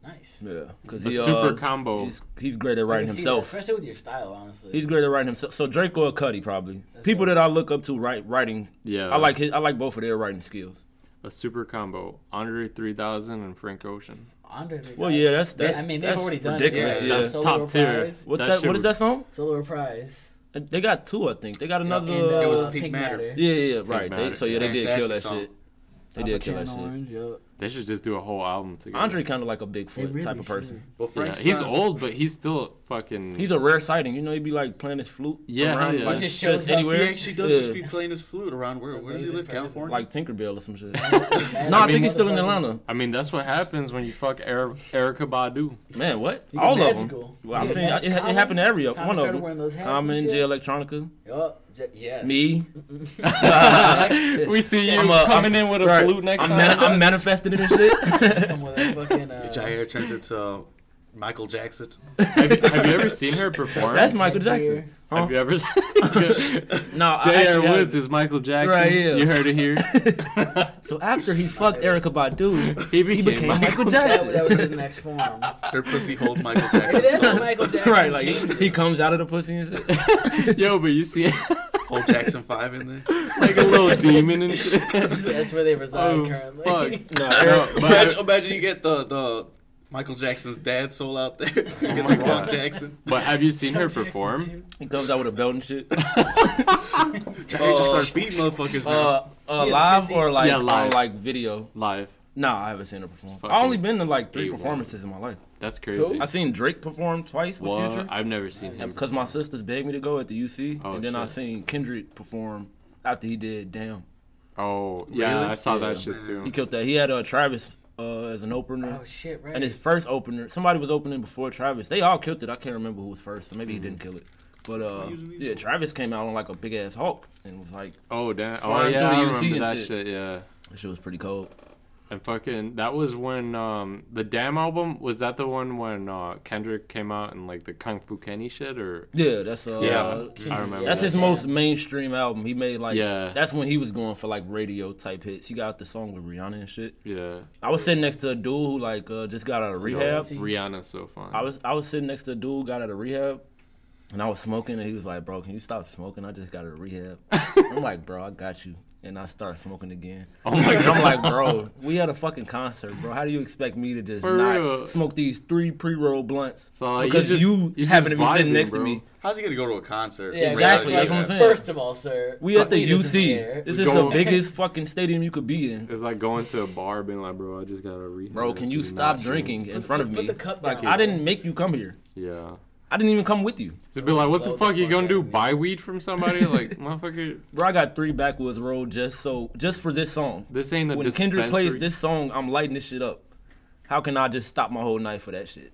Speaker 5: Nice.
Speaker 4: yeah, because
Speaker 3: The
Speaker 4: he,
Speaker 3: super
Speaker 4: uh,
Speaker 3: combo.
Speaker 4: He's, he's great at
Speaker 5: I
Speaker 4: writing
Speaker 5: can see that,
Speaker 4: himself.
Speaker 5: Especially with your style, honestly.
Speaker 4: He's great at writing himself. So Drake or Cuddy probably people
Speaker 5: dope.
Speaker 4: that I look up to write writing.
Speaker 3: Yeah.
Speaker 4: I like his, I like both of their writing skills.
Speaker 3: A super combo: Andre 3000 and Frank Ocean.
Speaker 5: Andre.
Speaker 4: Well, yeah, that's
Speaker 5: They-
Speaker 4: that's
Speaker 5: I mean, they've
Speaker 4: that's
Speaker 5: already done it.
Speaker 4: ridiculous.
Speaker 2: Yeah,
Speaker 4: Yeah,
Speaker 5: that's- Solo
Speaker 3: Top tier.
Speaker 5: reprise.
Speaker 4: What
Speaker 3: That
Speaker 4: that,
Speaker 3: shit
Speaker 4: what is
Speaker 3: would-
Speaker 4: that song?
Speaker 5: Solo prize.
Speaker 4: They got two, I think. They got another.
Speaker 5: and, uh,
Speaker 4: uh,
Speaker 2: It was
Speaker 5: Pink
Speaker 2: Pink
Speaker 5: Matter.
Speaker 2: Matter.
Speaker 4: yeah, yeah, yeah, right. They,
Speaker 3: Matter.
Speaker 4: so yeah, they did kill
Speaker 2: Fantastic
Speaker 4: that
Speaker 2: song.
Speaker 4: shit. They did kill that shit.
Speaker 3: They should just do a whole album together.
Speaker 4: Andre kind of like a Bigfoot type of person.
Speaker 2: Well,
Speaker 3: Yeah,
Speaker 2: Frank
Speaker 3: he's
Speaker 2: Sinatra-
Speaker 3: old, but he's still fucking.
Speaker 4: He's a rare sighting. You know, he'd be like playing his flute
Speaker 3: Yeah, hell
Speaker 4: around
Speaker 3: yeah.
Speaker 4: like
Speaker 3: He
Speaker 5: just shows up.
Speaker 4: anywhere.
Speaker 2: He actually does
Speaker 4: Yeah.
Speaker 2: just be playing his flute around where? Where does he
Speaker 5: Amazing
Speaker 2: live?
Speaker 5: person.
Speaker 2: California.
Speaker 4: like Tinkerbell or some shit. no, I think he's still
Speaker 5: uh,
Speaker 4: in Atlanta.
Speaker 3: I mean, that's what happens when you fuck er- Erica Badu.
Speaker 4: Man, what?
Speaker 5: He
Speaker 4: All
Speaker 5: got
Speaker 4: of them.
Speaker 5: magical.
Speaker 4: Well,
Speaker 5: He
Speaker 4: I'm
Speaker 5: got
Speaker 4: saying it,
Speaker 5: magic-
Speaker 4: it
Speaker 5: Common-
Speaker 4: happened to every
Speaker 5: Common
Speaker 4: one
Speaker 5: started
Speaker 4: of
Speaker 5: wearing
Speaker 4: them.
Speaker 5: those hats and
Speaker 4: Common,
Speaker 5: shit.
Speaker 4: J Electronica,
Speaker 5: Oh, j- yes.
Speaker 4: me.
Speaker 3: We see you
Speaker 4: I'm a-
Speaker 3: coming
Speaker 4: I'm-
Speaker 3: in with a
Speaker 4: right.
Speaker 3: flute next
Speaker 4: I'm,
Speaker 3: time.
Speaker 4: mani- I'm manifesting it and shit.
Speaker 5: Come with a fucking. Uh,
Speaker 2: Jair turns into uh, Michael Jackson.
Speaker 3: have, have you ever seen her perform?
Speaker 4: That's Michael
Speaker 5: Headgear.
Speaker 4: Jackson.
Speaker 3: Have
Speaker 4: Huh?
Speaker 3: you ever?
Speaker 4: No, I
Speaker 3: J.R.
Speaker 4: actually
Speaker 3: Woods
Speaker 4: have-
Speaker 3: is Michael Jackson.
Speaker 4: Right, yeah.
Speaker 3: You heard it here.
Speaker 4: So after he fucked Erica Badu,
Speaker 3: He became,
Speaker 4: became
Speaker 3: Michael
Speaker 4: Michael
Speaker 3: Jackson.
Speaker 5: That, that was his next form.
Speaker 2: Her pussy holds Michael Jackson.
Speaker 5: It is Michael Jackson.
Speaker 4: right? Like
Speaker 5: changed
Speaker 4: he comes out of the pussy and shit.
Speaker 3: Yo, but you see
Speaker 2: Hold Jackson Five in there.
Speaker 3: like a little demon and shit.
Speaker 5: it. That's where they reside
Speaker 3: Oh,
Speaker 5: currently.
Speaker 3: fuck.
Speaker 4: No,
Speaker 3: No,
Speaker 2: Imagine,
Speaker 3: but,
Speaker 2: imagine you get the the Michael Jackson's dad soul out there. You get
Speaker 3: Oh my
Speaker 2: the wrong
Speaker 3: God.
Speaker 2: Jackson.
Speaker 3: but have you seen her
Speaker 5: Jackson
Speaker 3: perform?
Speaker 5: too.
Speaker 4: he comes out with a belt and shit.
Speaker 2: Jair just
Speaker 4: Uh,
Speaker 2: starts beating motherfuckers now.
Speaker 4: Uh, uh
Speaker 5: Yeah,
Speaker 4: live
Speaker 5: busy.
Speaker 4: or like
Speaker 3: Yeah, live.
Speaker 4: on like video.
Speaker 3: Live.
Speaker 4: Nah, I haven't seen her perform.
Speaker 3: Fucking
Speaker 4: I only been to like three
Speaker 3: A1.
Speaker 4: performances in my life.
Speaker 3: That's crazy.
Speaker 4: I seen Drake perform twice with
Speaker 3: Well,
Speaker 4: Future.
Speaker 3: I've never seen him.
Speaker 4: Cause my sisters begged me to go at the UC,
Speaker 3: Oh,
Speaker 4: and then I
Speaker 3: shit.
Speaker 4: seen Kendrick perform after he did Damn.
Speaker 3: Oh, yeah,
Speaker 2: Really?
Speaker 3: I saw that
Speaker 4: Yeah.
Speaker 3: shit
Speaker 4: He
Speaker 3: too.
Speaker 4: killed that. He had uh, Travis uh, as an opener,
Speaker 5: Oh shit! Right.
Speaker 4: and his first opener. Somebody was opening before Travis. They all killed it. I can't remember who was first, so maybe he didn't kill it. But uh,
Speaker 2: using these
Speaker 4: yeah,
Speaker 2: for?
Speaker 4: Travis came out on like a big ass Hulk and was like,
Speaker 3: Oh, damn. Oh,
Speaker 4: Flying
Speaker 3: yeah,
Speaker 4: through
Speaker 3: I
Speaker 4: the UC
Speaker 3: remember
Speaker 4: and
Speaker 3: that
Speaker 4: shit.
Speaker 3: shit, yeah.
Speaker 4: that shit was pretty cold.
Speaker 3: And fucking, that was when um the Damn album was that the one when uh, Kendrick came out and like the Kung Fu Kenny shit or
Speaker 4: Yeah, that's uh,
Speaker 2: Yeah.
Speaker 3: I remember
Speaker 4: That's
Speaker 3: that.
Speaker 4: his most mainstream album. He made like
Speaker 3: Yeah.
Speaker 4: that's when he was going for like radio type hits. He got the song with Rihanna and shit.
Speaker 3: yeah
Speaker 4: I was sitting next to a dude who like uh, just got out of rehab.
Speaker 3: Rihanna so fun.
Speaker 4: I was I was sitting next to a dude who got out of rehab, and I was smoking, and he was like, "Bro, can you stop smoking? I just got out of rehab." I'm like, "Bro, I got you." And I start smoking again. Oh my God. I'm like, bro, we had a fucking concert, bro. How do you expect me to just
Speaker 3: For
Speaker 4: not
Speaker 3: real.
Speaker 4: smoke these three pre-roll blunts
Speaker 3: So, like, you
Speaker 4: because
Speaker 3: just-
Speaker 4: you,
Speaker 3: you just
Speaker 4: happen to be sitting
Speaker 3: vibing,
Speaker 4: next
Speaker 3: bro.
Speaker 4: to me?
Speaker 2: How's he gonna go to a concert?
Speaker 5: Yeah,
Speaker 4: Exactly,
Speaker 5: exactly.
Speaker 4: that's
Speaker 5: Like,
Speaker 4: what I'm saying.
Speaker 5: First of all, sir,
Speaker 4: We at the
Speaker 5: weed is in
Speaker 4: UC.
Speaker 5: air.
Speaker 4: This
Speaker 3: We
Speaker 4: is the
Speaker 3: going-
Speaker 4: biggest fucking stadium you could be in.
Speaker 3: it's like going to a bar being like, bro, I just got a rehab.
Speaker 4: Bro, can you
Speaker 3: You're
Speaker 4: stop
Speaker 3: not-
Speaker 4: drinking in
Speaker 5: Put-
Speaker 4: front of
Speaker 5: put-
Speaker 4: me?
Speaker 5: put the cup
Speaker 4: Like
Speaker 5: down.
Speaker 4: I didn't make you come here.
Speaker 3: Yeah,
Speaker 4: I didn't even come with you.
Speaker 3: to be like, what the
Speaker 5: Blow the
Speaker 3: fuck you
Speaker 5: fuck
Speaker 3: gonna
Speaker 5: out
Speaker 3: do?
Speaker 5: of me.
Speaker 3: Buy weed from somebody? Like, motherfucker,
Speaker 4: Bro, I got three backwoods roll just so just for this song.
Speaker 3: this ain't a
Speaker 4: when
Speaker 3: dispensary.
Speaker 4: Kendrick plays this song, I'm lighting this shit up. How can I just stop my whole night for that shit?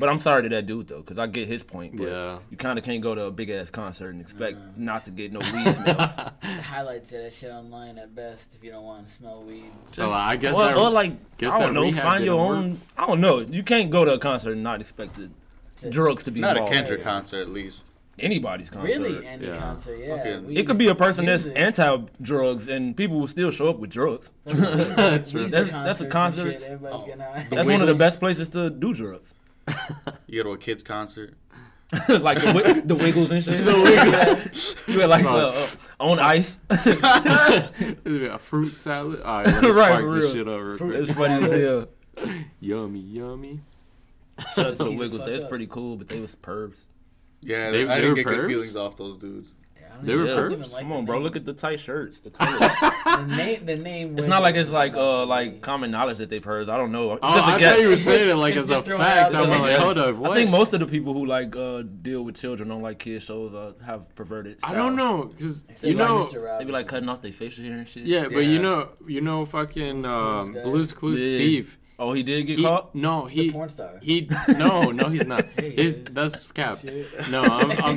Speaker 4: But I'm sorry to that dude though, because I get his point. But
Speaker 3: Yeah.
Speaker 4: you kind of can't go to a big ass concert and expect not to get no weed smells.
Speaker 5: The highlights of that shit online at best if you don't want to smell weed.
Speaker 3: So like, uh, I guess
Speaker 4: or,
Speaker 3: that,
Speaker 4: or like
Speaker 3: guess
Speaker 4: I
Speaker 3: that
Speaker 4: don't know,
Speaker 3: rehab
Speaker 4: find your
Speaker 3: didn't work.
Speaker 4: own. I don't know. You can't go to a concert and not expect the
Speaker 5: To-
Speaker 4: drugs to be
Speaker 2: Not a
Speaker 4: involved.
Speaker 2: Kendrick concert, at least.
Speaker 4: Anybody's concert.
Speaker 5: Really, any
Speaker 3: Yeah.
Speaker 5: concert, yeah.
Speaker 2: Fucking-
Speaker 5: weed
Speaker 4: It could be a
Speaker 5: is
Speaker 4: person that's
Speaker 5: music.
Speaker 4: anti-drugs and people will still show up with drugs.
Speaker 3: That's true.
Speaker 5: Weed's
Speaker 4: That's- that's a
Speaker 5: concerts and
Speaker 4: concert. Oh.
Speaker 5: shit, everybody's getting out.
Speaker 4: That's one of the
Speaker 2: Wiggles.
Speaker 4: best places to do drugs,
Speaker 2: You go to a kids concert.
Speaker 4: like the, wi- the Wiggles and shit. you had like uh, uh, on ice.
Speaker 3: It'd be a fruit salad. All right, let me
Speaker 4: Right,
Speaker 3: spark
Speaker 4: for
Speaker 3: this
Speaker 4: real.
Speaker 3: shit up real quick.
Speaker 4: it's funny as hell.
Speaker 3: Yummy, yummy.
Speaker 4: Shout out to the
Speaker 5: Tease the
Speaker 4: Wiggles.
Speaker 5: fuck
Speaker 4: They was
Speaker 5: up.
Speaker 4: pretty cool, but they was pervs.
Speaker 2: Yeah,
Speaker 3: They-
Speaker 2: I
Speaker 3: they
Speaker 2: didn't
Speaker 3: were
Speaker 2: get
Speaker 3: pervs?
Speaker 2: good feelings off those dudes.
Speaker 5: Yeah, I don't
Speaker 3: They
Speaker 5: even-
Speaker 3: were
Speaker 5: I
Speaker 4: Yeah.
Speaker 5: don't
Speaker 3: pervs?
Speaker 5: even like
Speaker 4: Come
Speaker 5: the
Speaker 4: on, bro.
Speaker 5: name.
Speaker 4: Look at the tight shirts, the color.
Speaker 5: the name. The name.
Speaker 4: it's not like it's like uh like common knowledge that they've heard. I don't know. It's
Speaker 3: Oh,
Speaker 4: just a
Speaker 3: I
Speaker 4: guess.
Speaker 3: thought you were saying it like
Speaker 5: Just-
Speaker 3: as a
Speaker 5: just throw it out
Speaker 3: fact. I'm
Speaker 4: there.
Speaker 3: like, hold up,
Speaker 4: I
Speaker 3: what?
Speaker 4: think most of the people who like uh, deal with children on like kids shows uh, have perverted. Styles.
Speaker 3: I don't know, cause
Speaker 5: They
Speaker 3: you
Speaker 5: like
Speaker 3: know,
Speaker 5: Mr. Robinson.
Speaker 4: They be like cutting off their facial hair and shit.
Speaker 3: yeah, but you
Speaker 2: Yeah.
Speaker 3: know, you know, fucking um,
Speaker 5: guy.
Speaker 3: Blues Clues
Speaker 4: Yeah.
Speaker 3: Steve.
Speaker 4: Oh, he did get
Speaker 3: He,
Speaker 4: caught.
Speaker 3: no,
Speaker 5: He's
Speaker 3: he
Speaker 5: a porn star.
Speaker 3: he no no he's not.
Speaker 5: He
Speaker 3: His
Speaker 5: is.
Speaker 3: that's cap.
Speaker 5: Shit.
Speaker 3: No, I'm, I'm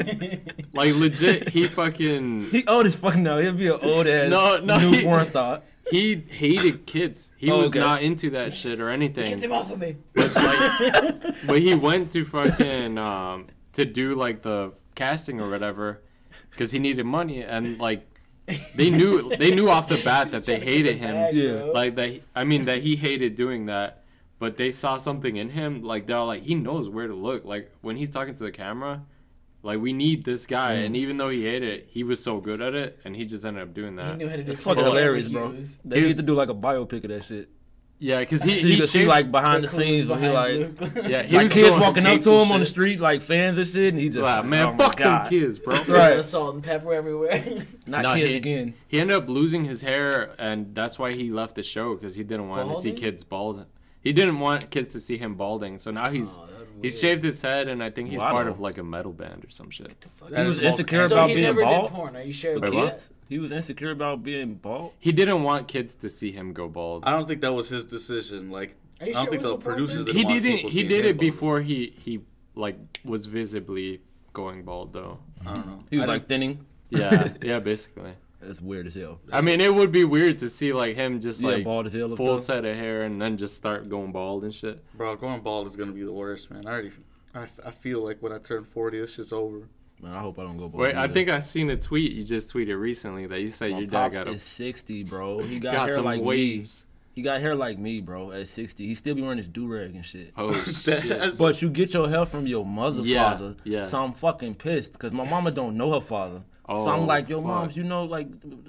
Speaker 3: like legit. He fucking
Speaker 4: He old as fuck now. He'll be an old ass
Speaker 3: No, no,
Speaker 4: new
Speaker 3: he-
Speaker 4: porn star.
Speaker 3: he hated kids. He
Speaker 4: Oh,
Speaker 3: was
Speaker 4: okay.
Speaker 3: not into that shit or
Speaker 5: Get
Speaker 3: anything.
Speaker 5: them off of me.
Speaker 3: But he went to fucking um to do like the casting or whatever, because he needed money and like they knew they knew off the bat that they hated him.
Speaker 4: Yeah.
Speaker 3: like that he- i mean that he hated doing that but they saw something in him like they're like he knows where to look like when he's talking to the camera like we need this guy and
Speaker 4: Hmm.
Speaker 3: even though he hated it he was so good at it and he just ended up doing
Speaker 5: he
Speaker 3: that
Speaker 5: knew how to do
Speaker 4: It's fucking
Speaker 5: camera
Speaker 4: hilarious, bro.
Speaker 5: cues.
Speaker 4: They
Speaker 3: His-
Speaker 4: need to do like a biopic of that shit.
Speaker 3: yeah because he,
Speaker 4: So you
Speaker 3: he
Speaker 4: can see
Speaker 3: shaved-
Speaker 4: like behind the
Speaker 5: Clues
Speaker 4: scenes when he
Speaker 5: behind
Speaker 4: like
Speaker 5: Blue Clues.
Speaker 3: yeah he
Speaker 4: like
Speaker 3: was
Speaker 4: kids
Speaker 3: doing some
Speaker 4: walking up to
Speaker 3: hateful
Speaker 4: him on the
Speaker 3: shit.
Speaker 4: street like fans and shit, and he just
Speaker 3: Like, man
Speaker 4: oh my
Speaker 3: fuck them
Speaker 4: God.
Speaker 3: kids bro
Speaker 4: Right.
Speaker 5: The salt and pepper everywhere.
Speaker 4: Not
Speaker 3: Nah,
Speaker 4: kids
Speaker 3: he-
Speaker 4: again.
Speaker 3: he ended up losing his hair and that's why he left the show because he didn't want to see
Speaker 5: Balding?
Speaker 3: kids bald he didn't want kids to see him balding so now he's
Speaker 5: Oh, that'd be
Speaker 3: he's
Speaker 5: weird.
Speaker 3: shaved his head and i think he's
Speaker 4: Wow.
Speaker 3: part of like a metal band or some shit
Speaker 4: He was
Speaker 2: is most-
Speaker 4: insecure
Speaker 5: So
Speaker 4: about
Speaker 5: he
Speaker 4: being
Speaker 5: never
Speaker 4: bald.
Speaker 5: did porn. Are you sure?
Speaker 3: Wait,
Speaker 5: about
Speaker 3: what?
Speaker 5: that?
Speaker 4: He was insecure about being bald.
Speaker 3: He didn't want kids to see him go bald.
Speaker 2: I don't think that was his decision. Like, I
Speaker 5: Are you
Speaker 2: don't
Speaker 5: sure
Speaker 2: think
Speaker 5: it was
Speaker 2: the
Speaker 5: the porn
Speaker 2: producers
Speaker 5: thing?
Speaker 2: didn't
Speaker 3: He
Speaker 2: want
Speaker 3: didn't.
Speaker 2: people
Speaker 3: He
Speaker 2: seeing
Speaker 3: did
Speaker 2: him
Speaker 3: it
Speaker 2: bald.
Speaker 3: before he he like was visibly going bald though.
Speaker 2: I don't know.
Speaker 4: He was
Speaker 2: I
Speaker 4: like thinning.
Speaker 3: Yeah, yeah, basically.
Speaker 4: That's weird as hell.
Speaker 3: I mean, it would be weird to see like him just
Speaker 4: Yeah,
Speaker 3: like
Speaker 4: bald as hell. look
Speaker 3: full
Speaker 4: though.
Speaker 3: set of hair and then just start going bald and shit.
Speaker 2: didn't- bro, going bald is gonna be the worst, man. I already, I, I feel like when I turn forty, this shit's over.
Speaker 4: Man, I hope I don't go bald.
Speaker 3: Wait, I
Speaker 4: either.
Speaker 3: think I seen a tweet you just tweeted recently that you said
Speaker 4: my
Speaker 3: your dad
Speaker 4: pops
Speaker 3: got a
Speaker 4: is sixty, bro. He got,
Speaker 3: got
Speaker 4: hair
Speaker 3: them
Speaker 4: like me.
Speaker 3: waves.
Speaker 4: He got hair like me, bro. At sixty, he still be wearing his do rag and shit.
Speaker 3: Oh
Speaker 2: That-
Speaker 3: shit!
Speaker 2: that's-
Speaker 4: But you get your help from your mother,
Speaker 3: Yeah,
Speaker 4: father.
Speaker 3: yeah.
Speaker 4: So I'm fucking pissed because my mama don't know her father. so
Speaker 3: Oh,
Speaker 4: I'm like, yo,
Speaker 3: fuck.
Speaker 4: moms, you know, like,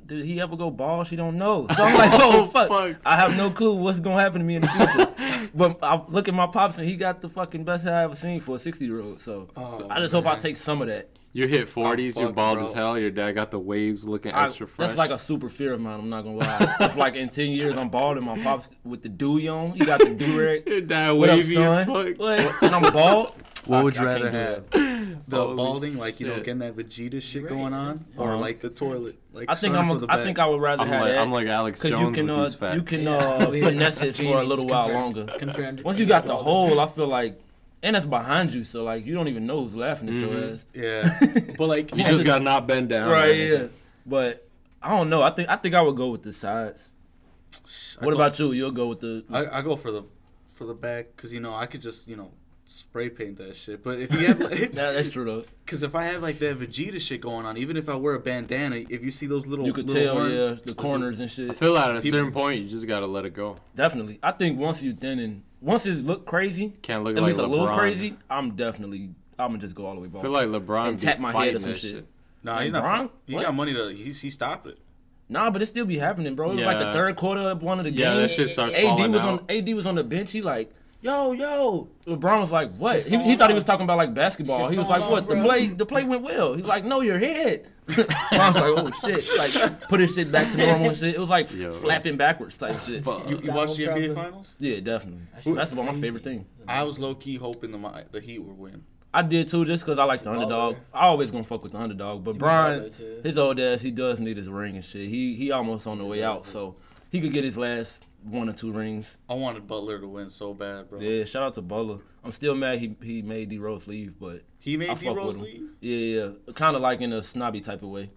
Speaker 4: did he ever go bald? She don't know. So I'm like, oh,
Speaker 3: Oh,
Speaker 4: fuck.
Speaker 3: fuck.
Speaker 4: I have no clue what's gonna happen to me in the future. but I
Speaker 2: Oh,
Speaker 4: look at my pops and he got the fucking best hair I ever seen for a sixty year old. So, so I just hope I take some of that.
Speaker 3: You hit forties, you're
Speaker 2: fuck,
Speaker 3: bald
Speaker 2: bro.
Speaker 3: as hell. Your dad got the waves looking
Speaker 4: I-
Speaker 3: extra fresh.
Speaker 4: that's like a super fear of mine. I'm not gonna lie. if like in ten years I'm bald and my pops with the do on, he got the do rag,
Speaker 3: your dad
Speaker 4: What up,
Speaker 3: wavy as
Speaker 4: son?
Speaker 3: fuck.
Speaker 4: and I'm bald.
Speaker 2: What would you
Speaker 4: I can't
Speaker 2: rather
Speaker 4: do
Speaker 2: have? The
Speaker 3: Holy
Speaker 2: balding, like you know,
Speaker 3: shit.
Speaker 2: getting that Vegeta shit
Speaker 5: You're right,
Speaker 2: going on,
Speaker 5: that's-
Speaker 2: or
Speaker 4: Uh-huh.
Speaker 2: like the toilet. Like
Speaker 4: I think
Speaker 2: surf
Speaker 4: I'm.
Speaker 2: on the
Speaker 4: A, I
Speaker 2: back.
Speaker 4: think I would rather
Speaker 3: I'm
Speaker 4: have
Speaker 3: like
Speaker 4: that.
Speaker 3: I'm like Alex
Speaker 4: Cause you
Speaker 3: Jones
Speaker 4: can
Speaker 3: with
Speaker 4: uh,
Speaker 3: these facts.
Speaker 4: you can uh, finesse it for a little while
Speaker 5: Confirmed.
Speaker 4: longer.
Speaker 5: Confirmed.
Speaker 4: Once you got the hole, I feel like, and that's behind you, so like you don't even know who's laughing at
Speaker 3: Mm-hmm.
Speaker 4: your ass.
Speaker 2: Yeah, but like
Speaker 3: You just gotta not bend down.
Speaker 4: Right? Yeah. But I don't know. I think I think I would go with the sides.
Speaker 2: I
Speaker 4: what
Speaker 2: thought-
Speaker 4: about you? You'll go with the.
Speaker 2: I, I go for the for the back because you know I could just you know spray paint that shit. But if you have
Speaker 4: That- that's true though.
Speaker 2: because if I have like that Vegeta shit going on, even if I wear a bandana, if you see those little
Speaker 4: You could
Speaker 2: little
Speaker 4: tell,
Speaker 2: horns,
Speaker 4: yeah,
Speaker 2: those
Speaker 4: the
Speaker 2: little-
Speaker 4: corners and shit.
Speaker 3: I feel like at a
Speaker 2: People-
Speaker 3: certain point you just gotta let it go.
Speaker 4: Definitely. I think once you thinning, once it look crazy,
Speaker 3: Can't look
Speaker 4: at
Speaker 3: like
Speaker 4: least a little
Speaker 3: LeBron.
Speaker 4: crazy, I'm definitely I'm gonna just go all the way
Speaker 3: I
Speaker 4: bald.
Speaker 3: feel like LeBron
Speaker 4: And
Speaker 3: be
Speaker 4: tap my head or
Speaker 3: fighting
Speaker 4: some
Speaker 3: that
Speaker 4: shit.
Speaker 3: shit.
Speaker 2: Nah, he's not.
Speaker 4: Wrong?
Speaker 2: He
Speaker 4: What?
Speaker 2: got money to. He, he stopped it.
Speaker 4: nah, but it still be happening, bro. It was like
Speaker 3: Yeah.
Speaker 4: the third quarter of one of the
Speaker 3: Yeah, that
Speaker 4: games.
Speaker 3: shit starts
Speaker 4: AD
Speaker 3: falling
Speaker 4: was
Speaker 3: out.
Speaker 4: on AD was on the bench. He like, yo, yo. LeBron was like, what? He, he
Speaker 5: falling
Speaker 4: thought he
Speaker 5: off.
Speaker 4: was talking about like basketball.
Speaker 5: Shit's
Speaker 4: he was like,
Speaker 5: falling
Speaker 4: what?
Speaker 5: off,
Speaker 4: the
Speaker 5: bro."
Speaker 4: play, the play went well. He's like, no, your head. I was like, oh shit. Like, put his shit back to normal and shit. It was like
Speaker 3: Yo.
Speaker 4: flapping backwards type shit.
Speaker 2: You, you
Speaker 5: Donald
Speaker 2: watched the
Speaker 5: Trump
Speaker 2: NBA
Speaker 5: and-
Speaker 2: finals?
Speaker 4: yeah, definitely.
Speaker 5: shit's
Speaker 4: That's about my
Speaker 5: crazy.
Speaker 4: favorite thing.
Speaker 2: I was low key hoping the Mi- the Heat would win.
Speaker 4: I did too, just because I like the underdog.
Speaker 5: baller.
Speaker 4: I always gonna fuck with the underdog, but
Speaker 5: a
Speaker 4: Brian,
Speaker 5: baller, too.
Speaker 4: his old ass, he does need his ring and shit. He he almost on the way out, so he could get his last one or two rings.
Speaker 2: I wanted Butler to win so bad, bro.
Speaker 4: Yeah, shout out to Butler. I'm still mad he he made D Rose leave, but
Speaker 2: He
Speaker 4: I
Speaker 2: made D
Speaker 4: fuck
Speaker 2: Rose
Speaker 4: with him.
Speaker 2: leave.
Speaker 4: Yeah, yeah, kind of like in a snobby type of way.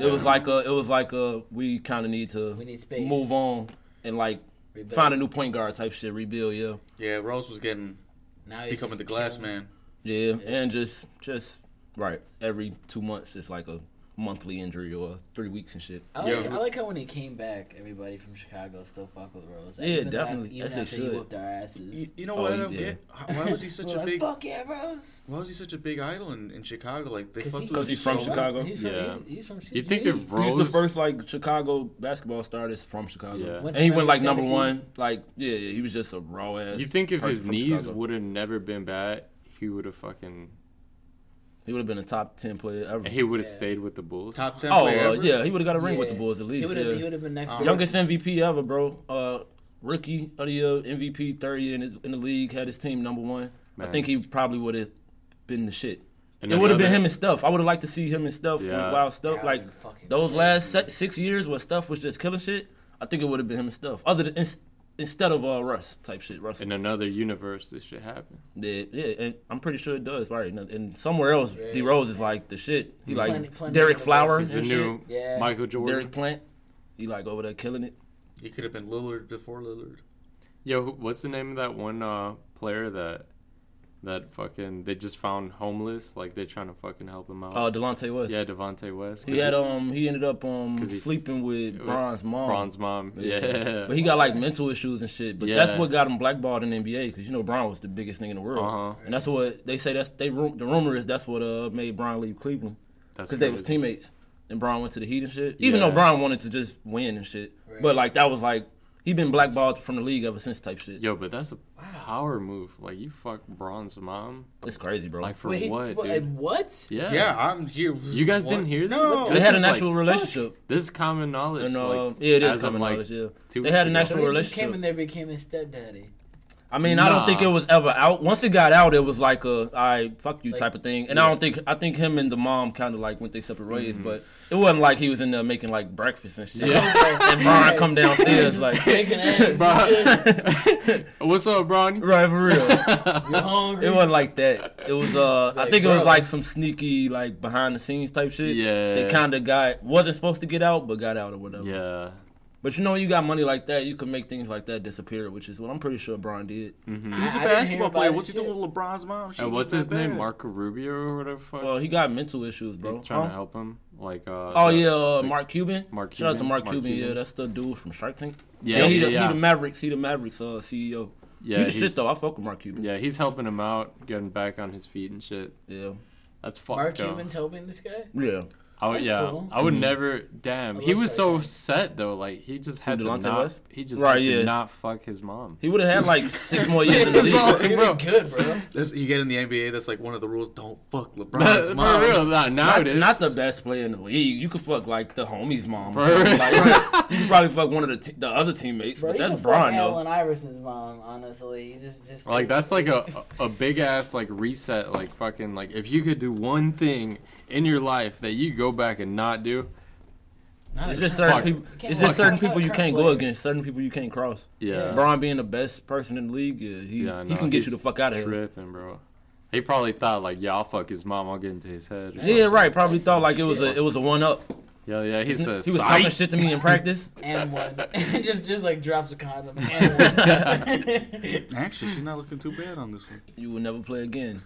Speaker 4: It was like a it was like a we kind of need to
Speaker 5: We need space.
Speaker 4: move on and like
Speaker 5: Rebuild.
Speaker 4: find a new point guard type shit, rebuild. Yeah,
Speaker 2: Yeah, Rose was getting
Speaker 5: Now he's
Speaker 2: becoming
Speaker 5: just
Speaker 2: the glass
Speaker 5: killing-
Speaker 2: man.
Speaker 4: yeah, and just just right every two months it's like a monthly injury or three weeks and shit.
Speaker 5: I like,
Speaker 2: Yeah.
Speaker 5: I like how when he came back, everybody from Chicago still fuck with Rose.
Speaker 4: Yeah,
Speaker 5: Even though-
Speaker 4: definitely,
Speaker 5: Even
Speaker 4: as they
Speaker 5: after
Speaker 4: should.
Speaker 5: he whooped our asses.
Speaker 2: You, you know
Speaker 4: Oh,
Speaker 2: what I
Speaker 4: you-
Speaker 2: don't
Speaker 4: yeah.
Speaker 2: get? H- Why was he such
Speaker 5: We're
Speaker 2: a
Speaker 5: like,
Speaker 2: big?
Speaker 5: fuck yeah, Rose.
Speaker 2: Why was he such a big idol in, in Chicago? Like they
Speaker 5: 'Cause
Speaker 2: fucked
Speaker 5: he-
Speaker 2: with
Speaker 5: 'cause
Speaker 2: him
Speaker 4: he's from
Speaker 2: so
Speaker 4: Chicago.
Speaker 5: Well, He's from,
Speaker 3: Yeah.
Speaker 5: he's, he's from
Speaker 3: You think if
Speaker 5: CTE.
Speaker 3: Rose
Speaker 4: He's the first like Chicago basketball star that's from Chicago.
Speaker 3: Yeah.
Speaker 4: And he went like
Speaker 5: Went to
Speaker 4: number
Speaker 5: Tennessee.
Speaker 4: one. Like yeah, yeah, he was just a raw ass.
Speaker 3: You think if
Speaker 4: person
Speaker 3: his
Speaker 4: Oh, from
Speaker 3: knees
Speaker 4: Chicago.
Speaker 3: would have never been bad, he would have fucking
Speaker 4: he would have been a top ten player ever.
Speaker 3: he would have
Speaker 5: Yeah.
Speaker 3: stayed with the Bulls.
Speaker 2: top ten
Speaker 4: oh
Speaker 2: player.
Speaker 4: uh,
Speaker 2: ever?
Speaker 4: yeah, he would have got a ring with the
Speaker 5: Yeah.
Speaker 4: Bulls at
Speaker 5: He
Speaker 4: least.
Speaker 5: would've-
Speaker 4: yeah.
Speaker 5: He would have been
Speaker 3: Uh,
Speaker 5: next.
Speaker 2: Um,
Speaker 5: to
Speaker 4: Youngest MVP ever, bro. Uh, rookie of the year, MVP, third year in, his, in the league, had his team number one. I
Speaker 3: Man.
Speaker 4: think he probably would have been the shit.
Speaker 3: And
Speaker 4: it
Speaker 3: then
Speaker 4: would have
Speaker 3: the
Speaker 4: been
Speaker 3: other-
Speaker 4: him and stuff. I would have liked to see him and stuff
Speaker 3: Yeah.
Speaker 4: with wild stuff.
Speaker 5: That
Speaker 4: Like
Speaker 5: would've been fucking
Speaker 4: those
Speaker 5: crazy.
Speaker 4: last se- six years where stuff was just killing shit. I think it would have been him and stuff. Other than ins- instead of uh, Russ type shit, Russ.
Speaker 3: In another universe, this shit happened.
Speaker 4: Yeah, yeah, and I'm pretty sure it does. Right, and, and somewhere else,
Speaker 5: Yeah.
Speaker 4: D Rose is like the shit. He like
Speaker 5: Plenty- plenty
Speaker 4: Derek
Speaker 5: of
Speaker 4: Flowers,
Speaker 5: Roses.
Speaker 3: He's the
Speaker 4: and
Speaker 3: new
Speaker 4: shit.
Speaker 5: Yeah.
Speaker 3: Michael Jordan.
Speaker 4: Derek Plant. He like over there killing it.
Speaker 2: He could have been Lillard before Lillard.
Speaker 3: Yo, who- what's the name of that one uh, player that that fucking they just found homeless? Like they're trying to fucking help him out.
Speaker 4: Uh, Delonte West.
Speaker 3: yeah, Devonte West. 'cause
Speaker 4: He had um he ended up um
Speaker 3: 'Cause he-
Speaker 4: sleeping with Bron's mom.
Speaker 3: Bron's mom. Yeah.
Speaker 4: But he got like mental issues and shit. But that's
Speaker 3: Yeah.
Speaker 4: what got him blackballed in the NBA because you know Bron was the biggest thing in the world,
Speaker 3: Uh-huh.
Speaker 4: and that's what they say. That's they ru- the rumor is that's what uh made Bron leave Cleveland
Speaker 3: That's
Speaker 4: because they was
Speaker 3: crazy.
Speaker 4: teammates and Bron went to the Heat and shit. Even though
Speaker 3: Yeah.
Speaker 4: Bron wanted to just win and shit,
Speaker 5: Right.
Speaker 4: but like that was like he been blackballed from the league ever since type shit.
Speaker 3: Yo, but that's a power move. Like you fuck Bron's mom.
Speaker 4: It's crazy, bro.
Speaker 3: Like for
Speaker 5: Wait,
Speaker 3: what,
Speaker 5: what?
Speaker 3: dude?
Speaker 5: what?
Speaker 3: Yeah.
Speaker 2: Yeah, I'm here.
Speaker 3: You guys
Speaker 2: What?
Speaker 3: didn't hear this?
Speaker 2: No.
Speaker 3: This
Speaker 4: they had
Speaker 3: is
Speaker 4: an
Speaker 3: like-
Speaker 4: actual relationship,
Speaker 3: This is common knowledge.
Speaker 4: and uh,
Speaker 3: like,
Speaker 4: yeah, it
Speaker 3: as
Speaker 4: is
Speaker 3: of,
Speaker 4: coming
Speaker 3: like,
Speaker 4: out. Yeah,
Speaker 3: two
Speaker 4: they
Speaker 3: weeks
Speaker 4: had an
Speaker 3: ago.
Speaker 4: actual
Speaker 5: So he just
Speaker 4: relationship.
Speaker 5: came and there became his stepdaddy.
Speaker 4: I mean, I don't think it
Speaker 3: Nah.
Speaker 4: was ever out. Once it got out, it was like a "I fuck you" type of thing. And I don't think I think him and the mom kind of like went their separate ways,
Speaker 3: Mm-hmm.
Speaker 4: but it wasn't like he was in there making like breakfast and shit. and Brian come downstairs like,
Speaker 5: Making ass. Bro,
Speaker 3: What's up, Bronny?
Speaker 4: right for real.
Speaker 5: you're hungry.
Speaker 4: It wasn't like that. It was uh, I
Speaker 5: Like,
Speaker 4: think it was
Speaker 5: bro.
Speaker 4: like some sneaky like behind the scenes type shit.
Speaker 3: Yeah.
Speaker 4: that kind of got wasn't supposed to get out, but got out or whatever.
Speaker 3: Yeah.
Speaker 4: But you know, when you got money like that, you can make things like that disappear, which is what I'm pretty sure Brian did.
Speaker 2: He's a
Speaker 5: I- I didn't hear
Speaker 2: basketball player.
Speaker 5: about
Speaker 2: What's he
Speaker 5: it,
Speaker 2: doing with LeBron's mom? She
Speaker 3: And
Speaker 2: ain't
Speaker 3: what's
Speaker 2: that
Speaker 3: his name?
Speaker 2: bad.
Speaker 3: Marco Rubio or whatever the fuck?
Speaker 4: Well, he got mental issues, bro.
Speaker 3: He's trying
Speaker 4: Huh?
Speaker 3: to help him. Like, uh,
Speaker 4: Oh
Speaker 3: the-
Speaker 4: yeah, uh, Mark Cuban.
Speaker 3: Mark
Speaker 4: Shout out to
Speaker 3: Cuban,
Speaker 4: Mark,
Speaker 3: Mark
Speaker 4: Cuban.
Speaker 3: Cuban.
Speaker 4: Yeah, that's the dude from Shark Tank.
Speaker 3: Yeah,
Speaker 4: Yeah, he,
Speaker 3: yeah,
Speaker 4: the,
Speaker 3: yeah.
Speaker 4: he the Mavericks. He the Mavericks uh, CEO.
Speaker 3: Yeah,
Speaker 4: he the shit
Speaker 3: he's-
Speaker 4: though. I fuck with Mark Cuban. Yeah,
Speaker 3: Yeah, he's helping him out, getting back on his feet and shit.
Speaker 4: yeah.
Speaker 3: That's fucked
Speaker 5: Mark
Speaker 3: up.
Speaker 5: Cuban's helping this guy.
Speaker 4: yeah.
Speaker 3: I would,
Speaker 5: That's
Speaker 3: yeah,
Speaker 5: cool.
Speaker 3: I would never. Damn, he
Speaker 5: love
Speaker 3: was
Speaker 5: Shark
Speaker 3: so
Speaker 5: Tank.
Speaker 3: set though. Like he just had to
Speaker 4: Delonte
Speaker 3: not.
Speaker 4: West?
Speaker 3: He just
Speaker 4: Right,
Speaker 3: had
Speaker 4: yeah.
Speaker 3: to not fuck his mom.
Speaker 4: He would have had like six more years in the league.
Speaker 5: You're
Speaker 3: Bro.
Speaker 5: good, bro.
Speaker 2: That's, you get in the NBA, that's like one of the rules. Don't fuck LeBron's
Speaker 3: For
Speaker 2: mom.
Speaker 3: real, nah, now
Speaker 4: Not,
Speaker 3: it is.
Speaker 4: not the best player in the league. You could fuck like the homie's mom. Or
Speaker 3: Right.
Speaker 4: something. Like, you could probably fuck one of the te- the other teammates,
Speaker 5: Bro,
Speaker 4: but
Speaker 5: you
Speaker 4: that's
Speaker 5: can fuck
Speaker 4: Bron though.
Speaker 5: Allen Iverson's mom, honestly. You just, just
Speaker 3: Like that's like a a big ass like reset like fucking like if you could do one thing in your life that you go back and not do
Speaker 5: Not
Speaker 4: It's
Speaker 5: a
Speaker 4: just
Speaker 5: shot.
Speaker 4: certain
Speaker 3: Fuck.
Speaker 4: people.
Speaker 5: Can't
Speaker 4: It's
Speaker 5: fuck.
Speaker 4: just certain
Speaker 5: It's not
Speaker 4: people you
Speaker 5: a
Speaker 4: can't
Speaker 5: crack
Speaker 4: go
Speaker 5: player.
Speaker 4: against. Certain people you can't cross.
Speaker 3: yeah,
Speaker 4: Bron being the best person in the league, yeah, he,
Speaker 3: yeah
Speaker 4: he
Speaker 3: no,
Speaker 4: can get you
Speaker 3: he's
Speaker 4: the fuck out of here.
Speaker 3: tripping bro he probably thought like yeah I'll fuck his mom I'll get into his head or
Speaker 4: Yeah, right. Probably
Speaker 5: That's
Speaker 4: thought
Speaker 5: some
Speaker 4: like it was a
Speaker 5: shit.
Speaker 4: it was a one up.
Speaker 3: yeah yeah he says
Speaker 4: He was talking shit to me in practice.
Speaker 5: and one. just just like drops a condom and one.
Speaker 2: Actually, she's not looking too bad on this one.
Speaker 4: You will never play again.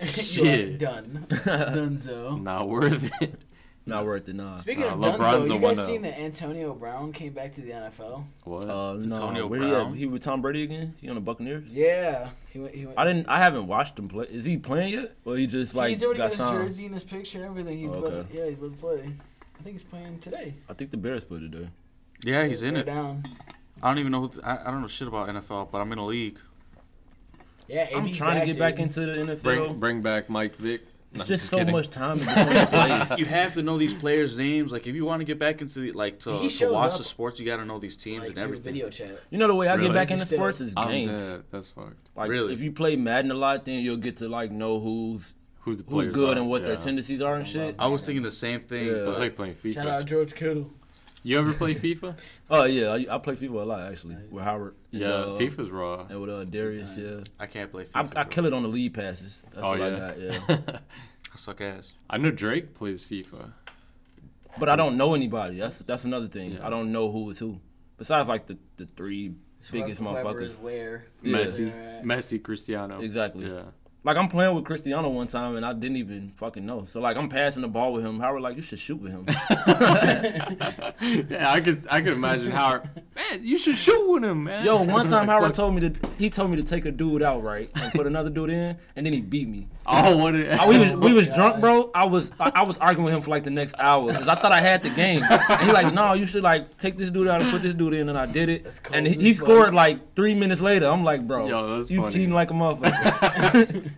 Speaker 5: You are
Speaker 3: Shit.
Speaker 5: done. Dunzo.
Speaker 3: not worth it
Speaker 4: Not worth it. Nah.
Speaker 5: Speaking
Speaker 3: Nah,
Speaker 5: of
Speaker 3: LeBron's
Speaker 5: Dunzo,
Speaker 3: a
Speaker 5: you
Speaker 3: one-oh.
Speaker 5: guys seen that Antonio Brown came back to the NFL?
Speaker 3: what
Speaker 4: Uh, no.
Speaker 2: Antonio
Speaker 4: Where he, at?
Speaker 2: Brown?
Speaker 4: he with Tom Brady again? He on the Buccaneers?
Speaker 5: Yeah, he went. He went.
Speaker 4: I didn't. I haven't watched him play. Is he playing yet? Or he just like
Speaker 5: he's already got
Speaker 4: got
Speaker 5: his
Speaker 4: signed?
Speaker 5: jersey and his picture and everything. He's
Speaker 4: Oh,
Speaker 5: about
Speaker 4: okay.
Speaker 5: to, yeah, he's about to play. I think he's playing today.
Speaker 4: I think the Bears put it there.
Speaker 2: Yeah, he's in
Speaker 5: They're
Speaker 2: it.
Speaker 5: Down.
Speaker 2: I don't even know. Who th- I, I don't know shit about NFL, but I'm in a league.
Speaker 5: Yeah,
Speaker 4: I'm
Speaker 5: AB's
Speaker 4: trying to get back
Speaker 5: dude.
Speaker 4: into the NFL.
Speaker 3: bring bring back Mike Vick No,
Speaker 4: it's just so
Speaker 3: kidding.
Speaker 4: much time in between plays.
Speaker 2: You have to know these players' names. Like, if you want to get back into the like
Speaker 5: He
Speaker 2: to, to
Speaker 5: shows
Speaker 2: watch
Speaker 5: up,
Speaker 2: the sports, you got to know these teams
Speaker 5: like,
Speaker 2: and
Speaker 5: through
Speaker 2: everything.
Speaker 5: video chat.
Speaker 4: You know the way I
Speaker 3: Really?
Speaker 4: get back into
Speaker 5: Instead-
Speaker 4: sports is
Speaker 3: I'm
Speaker 4: games.
Speaker 3: dead. that's fucked
Speaker 4: Like
Speaker 2: Really?
Speaker 4: if you play Madden a lot, then you'll get to like know who's
Speaker 3: who's the
Speaker 4: who's
Speaker 3: players
Speaker 4: good
Speaker 3: are,
Speaker 4: and what their
Speaker 3: yeah.
Speaker 4: tendencies are and shit.
Speaker 2: I was thinking the same thing.
Speaker 4: Yeah.
Speaker 3: it's
Speaker 2: but-
Speaker 3: like playing
Speaker 5: Shout out
Speaker 3: FIFA
Speaker 5: George Kittle.
Speaker 3: you ever play FIFA
Speaker 4: Oh yeah, I, I play FIFA a lot actually with Howard. and,
Speaker 3: yeah
Speaker 4: uh,
Speaker 3: FIFA's raw
Speaker 4: and with uh, Darius. Yeah,
Speaker 2: I can't play FIFA.
Speaker 4: I, I
Speaker 2: bro.
Speaker 4: kill it on the lead passes. That's
Speaker 3: oh
Speaker 4: what
Speaker 3: yeah
Speaker 4: I got. Yeah.
Speaker 2: I suck ass.
Speaker 3: I know Drake plays FIFA.
Speaker 4: But I don't know anybody. That's that's another thing.
Speaker 3: Yeah.
Speaker 4: I don't know who is who. Besides like the, the three biggest
Speaker 5: Whoever- whoever
Speaker 4: motherfuckers.
Speaker 5: is Where?
Speaker 4: Yeah.
Speaker 3: Messi,
Speaker 5: Alright.
Speaker 3: Messi, Cristiano.
Speaker 4: Exactly.
Speaker 3: Yeah.
Speaker 4: Like I'm playing with Cristiano one time and I didn't even fucking know. So like I'm passing the ball with him. Howard like you should shoot with him.
Speaker 3: yeah, I could, I could imagine Howard. Man, you should shoot with him, man.
Speaker 4: Yo, one time Howard told me to he told me to take a dude out right and put another dude in and then he beat me.
Speaker 3: Oh, what? It,
Speaker 4: I- we was we was
Speaker 5: God.
Speaker 4: drunk, bro. I was I, I was arguing with him for like the next hour because I thought I had the game. And he like, no, you should like take this dude out and put this dude in, and I did it.
Speaker 5: That's cold
Speaker 4: And he,
Speaker 5: as
Speaker 4: he
Speaker 5: fuck.
Speaker 4: scored like three minutes later. I'm like, bro,
Speaker 3: Yo, that's
Speaker 4: you
Speaker 3: funny.
Speaker 4: cheating like a motherfucker.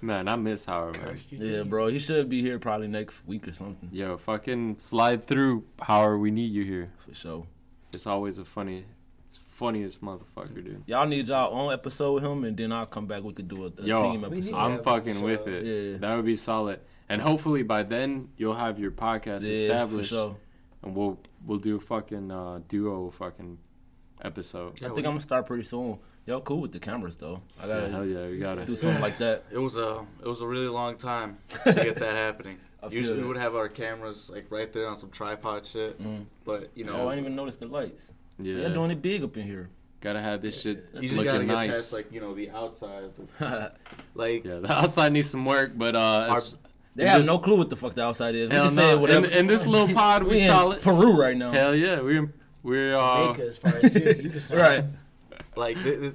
Speaker 3: man, I miss Howard, man.
Speaker 4: yeah, bro, he should be here probably next week or something
Speaker 3: Yo, fucking slide through, Howard. We need you here.
Speaker 4: for sure.
Speaker 3: It's always a funny, it's fununiest motherfucker, dude.
Speaker 4: Y'all need y'all own episode with him, and then I'll come back. We could do a, a
Speaker 3: Yo,
Speaker 4: team
Speaker 5: We need
Speaker 4: episode.
Speaker 5: to-
Speaker 3: I'm
Speaker 5: have
Speaker 3: fucking
Speaker 5: so-
Speaker 3: with it.
Speaker 4: yeah.
Speaker 3: That would be solid. And hopefully by then you'll have your podcast
Speaker 4: Yeah, for
Speaker 3: established,
Speaker 4: sure.
Speaker 3: and we'll we'll do a fucking uh, duo fucking episode.
Speaker 4: I think I'm gonna start pretty soon. Y'all cool with the cameras though? I
Speaker 3: Yeah,
Speaker 4: gotta
Speaker 3: hell yeah, we got it.
Speaker 4: do something like that.
Speaker 2: It was a it was a really long time to get that happening.
Speaker 4: I feel
Speaker 2: Usually we
Speaker 4: that.
Speaker 2: would have our cameras like right there on some tripod shit,
Speaker 5: Mm.
Speaker 2: but you know,
Speaker 4: Oh, I didn't even notice the lights.
Speaker 3: Yeah,
Speaker 4: They're doing it big up in here.
Speaker 3: gotta have this shit
Speaker 2: you just gotta
Speaker 3: looking
Speaker 2: get
Speaker 3: nice.
Speaker 2: past like you know the outside, of the- like
Speaker 3: yeah, the outside needs some work, but uh,
Speaker 2: Our-
Speaker 3: it's-
Speaker 4: They have
Speaker 3: Just-
Speaker 4: no clue what the fuck the outside is. We
Speaker 3: hell
Speaker 4: can say
Speaker 3: no. In,
Speaker 4: whatever.
Speaker 3: in this little pod, we,
Speaker 4: we in
Speaker 3: solid.
Speaker 4: Peru right now.
Speaker 3: Hell yeah, we we uh,
Speaker 5: Jamaica, as far as you, you concerned.
Speaker 4: Right.
Speaker 2: like th- th-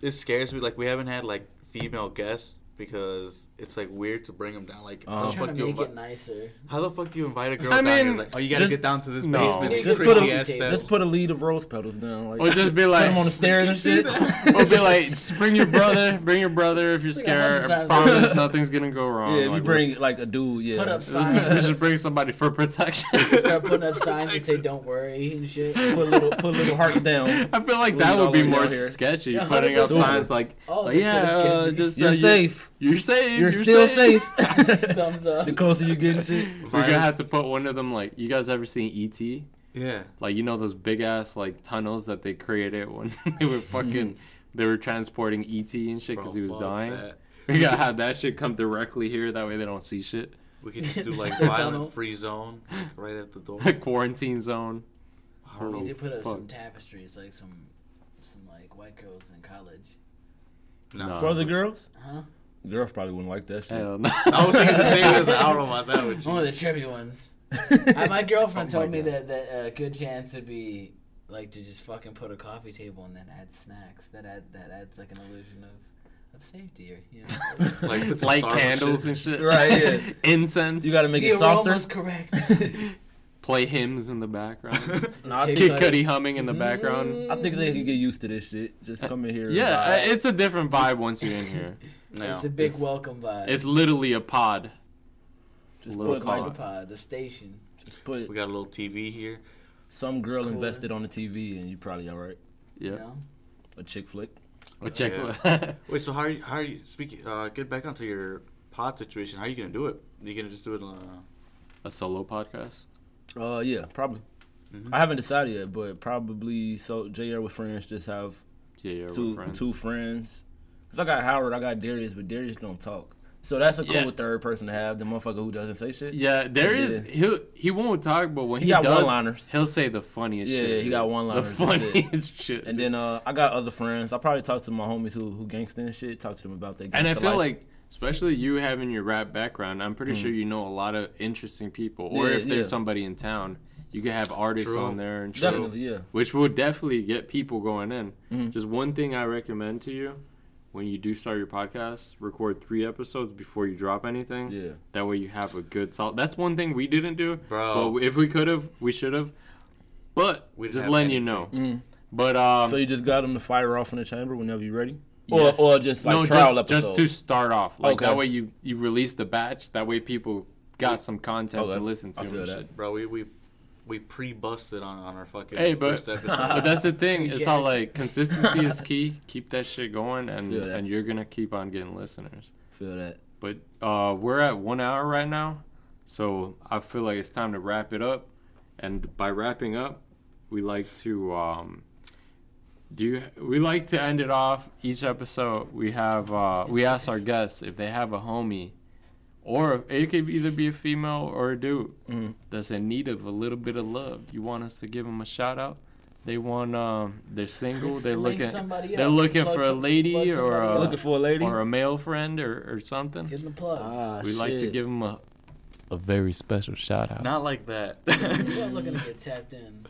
Speaker 2: this scares me. Like we haven't had like female guests because it's like weird to bring them down. Like how
Speaker 5: I'm
Speaker 2: the
Speaker 5: Uh-huh. trying
Speaker 2: fuck do
Speaker 5: to
Speaker 2: you
Speaker 5: make it
Speaker 2: invite?
Speaker 5: nicer.
Speaker 2: How the fuck do you invite a girl
Speaker 3: I
Speaker 2: down here? It's
Speaker 3: mean,
Speaker 2: like oh you gotta
Speaker 4: just-
Speaker 2: get down to this
Speaker 3: No.
Speaker 2: basement. and
Speaker 5: Just
Speaker 4: put
Speaker 2: creepy
Speaker 4: a-
Speaker 2: ass
Speaker 5: just
Speaker 2: steps.
Speaker 4: Let's put a lead of rose petals down. Like,
Speaker 3: we'll just be like,
Speaker 4: put them on the stairs and shit.
Speaker 3: we'll be like, just bring your brother, bring your brother if you're
Speaker 5: Like a hundred
Speaker 3: scared. I
Speaker 5: times.
Speaker 3: promise nothing's gonna go wrong.
Speaker 4: yeah, if you
Speaker 3: Like,
Speaker 4: bring like a dude, yeah.
Speaker 5: Put up
Speaker 3: we just, we just
Speaker 5: signs.
Speaker 3: bring somebody for protection.
Speaker 5: Start putting up signs that say "Don't worry" and shit.
Speaker 4: Put little, put little hearts down.
Speaker 3: I feel like
Speaker 4: Leave
Speaker 3: that
Speaker 4: it
Speaker 3: would
Speaker 4: all
Speaker 3: be
Speaker 4: the way
Speaker 3: more
Speaker 4: down here.
Speaker 3: sketchy.
Speaker 5: Yeah,
Speaker 3: putting up
Speaker 5: 100%.
Speaker 3: signs like,
Speaker 5: Oh,
Speaker 3: like,
Speaker 5: that's
Speaker 3: yeah,
Speaker 5: so
Speaker 3: uh,
Speaker 5: sketchy.
Speaker 3: just uh,
Speaker 4: You're safe.
Speaker 3: You're safe.
Speaker 4: You're, still
Speaker 3: safe.
Speaker 4: safe.
Speaker 5: Thumbs up.
Speaker 4: the closer you get and shit.
Speaker 3: We're gonna
Speaker 2: Violent-
Speaker 3: have to put one of them like you guys ever seen E.T.
Speaker 2: yeah.
Speaker 3: Like you know those big ass like tunnels that they created when they were fucking they were transporting ET and shit
Speaker 2: Mm-hmm. Bro,
Speaker 3: because he was
Speaker 2: fuck
Speaker 3: dying.
Speaker 2: that.
Speaker 3: We gotta have that shit come directly here. That way they don't see shit.
Speaker 2: We could just do like
Speaker 5: It's a tunnel.
Speaker 2: violent free zone, like right at the door. I
Speaker 3: Quarantine zone.
Speaker 2: don't
Speaker 5: We
Speaker 2: know.
Speaker 5: did put up some
Speaker 3: Fuck.
Speaker 5: tapestries, like some, some like white girls in college.
Speaker 2: Nah.
Speaker 4: For other girls,
Speaker 5: Huh?
Speaker 4: girls probably wouldn't like that shit.
Speaker 3: Hell no.
Speaker 2: I was thinking the same thing. I was like, I don't know about that with
Speaker 5: One
Speaker 2: you.
Speaker 5: of the trippy ones. I,
Speaker 4: Oh
Speaker 5: my girlfriend told me that that a good chance would be like to just fucking put a coffee table and then add snacks. That add that adds like an illusion of of safety, or you know.
Speaker 2: Like it's
Speaker 3: Light candles and shit.
Speaker 4: Right, yeah.
Speaker 3: Incense.
Speaker 4: You gotta make
Speaker 5: the
Speaker 4: it softer.
Speaker 5: aroma's correct.
Speaker 3: play hymns in the background.
Speaker 4: Nah, I,
Speaker 5: Kick
Speaker 4: think,
Speaker 3: Kid Cudi humming in the background.
Speaker 4: I think they can get used to this shit. Just come in here. and
Speaker 3: Yeah, uh,
Speaker 4: vibe.
Speaker 3: it's a different vibe once you're in here.
Speaker 2: No.
Speaker 5: it's a big
Speaker 3: it's-
Speaker 5: welcome vibe.
Speaker 3: It's literally a pod.
Speaker 4: just
Speaker 3: little
Speaker 4: put,
Speaker 3: clock.
Speaker 4: like,
Speaker 5: pod, the station.
Speaker 4: just put
Speaker 2: We got a little TV here.
Speaker 4: some girl
Speaker 5: Cool.
Speaker 4: invested on the TV, and you probably all right.
Speaker 5: You
Speaker 3: Yeah.
Speaker 5: know?
Speaker 4: A chick flick.
Speaker 3: Well, check.
Speaker 2: Wait, so how are you, how are you speaking? Uh, get back onto your pod situation. How are you gonna do it? you gonna just do it? Uh,
Speaker 3: a solo podcast.
Speaker 4: Uh, yeah, probably. I haven't decided yet, but probably so. Jr. with friends, just have
Speaker 3: Yeah, you're
Speaker 4: two
Speaker 3: friends.
Speaker 4: two friends. Cause I got Howard, I got Darius, but Darius don't talk. So that's a cool
Speaker 3: Yeah.
Speaker 4: third person to have. The motherfucker who doesn't say shit.
Speaker 3: Yeah, there is.
Speaker 4: Yeah.
Speaker 3: He'll he won't talk, but when
Speaker 4: He
Speaker 3: he,
Speaker 4: got
Speaker 3: does,
Speaker 4: one-liners.
Speaker 3: he'll say the funniest
Speaker 4: Yeah,
Speaker 3: shit.
Speaker 4: he got one-liners
Speaker 3: The
Speaker 4: and shit.
Speaker 3: funniest shit.
Speaker 4: And then uh, I got other friends. I probably talk to my homies who who gangsta and shit. Talk to them about their.
Speaker 3: and I
Speaker 4: gangsta
Speaker 3: feel
Speaker 4: life. Mm.
Speaker 3: like, especially you having your rap background, I'm pretty sure you know a lot of interesting people. Or
Speaker 4: Yeah,
Speaker 3: if there's
Speaker 4: yeah.
Speaker 3: somebody in town, you could have artists
Speaker 2: True.
Speaker 3: on there and shit.
Speaker 4: definitely, yeah.
Speaker 3: which will definitely get people going in.
Speaker 4: Mm-hmm.
Speaker 3: Just one thing I recommend to you when you do start your podcast, record three episodes before you drop anything.
Speaker 4: Yeah.
Speaker 3: That way you have a good solid. That's one thing we didn't do.
Speaker 2: Bro.
Speaker 3: But if we could have, we should have. But
Speaker 2: We didn't
Speaker 3: just
Speaker 2: have
Speaker 3: letting you know.
Speaker 2: anything.
Speaker 3: But um,
Speaker 4: Mm-hmm. So you just got them to fire off in the chamber whenever you're ready,
Speaker 3: Yeah.
Speaker 4: or or just like
Speaker 3: no,
Speaker 4: trial
Speaker 3: just,
Speaker 4: episodes.
Speaker 3: just to start off. Like
Speaker 4: Okay.
Speaker 3: that way you you release the batch. That way people got some content
Speaker 4: Okay.
Speaker 3: to listen to.
Speaker 4: I feel
Speaker 3: and
Speaker 4: that.
Speaker 3: shit.
Speaker 2: bro, we we we pre-busted on on our fucking
Speaker 3: Hey, but,
Speaker 2: first
Speaker 3: but
Speaker 2: episode.
Speaker 3: that's the thing. It's all
Speaker 5: Jack.
Speaker 3: like consistency is key. Keep that shit going, and
Speaker 4: Feel that.
Speaker 3: and you're gonna keep on getting listeners.
Speaker 4: Feel that.
Speaker 3: But uh, we're at one hour right now, so I feel like it's time to wrap it up. And by wrapping up, we like to um, do. we like to end it off each episode. We have uh, we ask our guests if they have a homie, or it could either be a female or a dude that's in need of a little bit of love. You want us to give them a shout out. They want. Um, they're single. They're
Speaker 5: Link
Speaker 3: looking.
Speaker 5: somebody
Speaker 3: They're
Speaker 5: up.
Speaker 3: looking
Speaker 5: Plug
Speaker 3: for a
Speaker 5: some-
Speaker 3: lady
Speaker 5: plug
Speaker 3: or
Speaker 5: somebody
Speaker 3: a,
Speaker 5: up.
Speaker 4: Looking for a lady.
Speaker 3: or a male friend or, or something.
Speaker 5: Give them the plug.
Speaker 4: Ah,
Speaker 3: We like to
Speaker 4: shit.
Speaker 3: give them a a very special shout out.
Speaker 2: Not like that.
Speaker 5: We're not looking to get tapped in.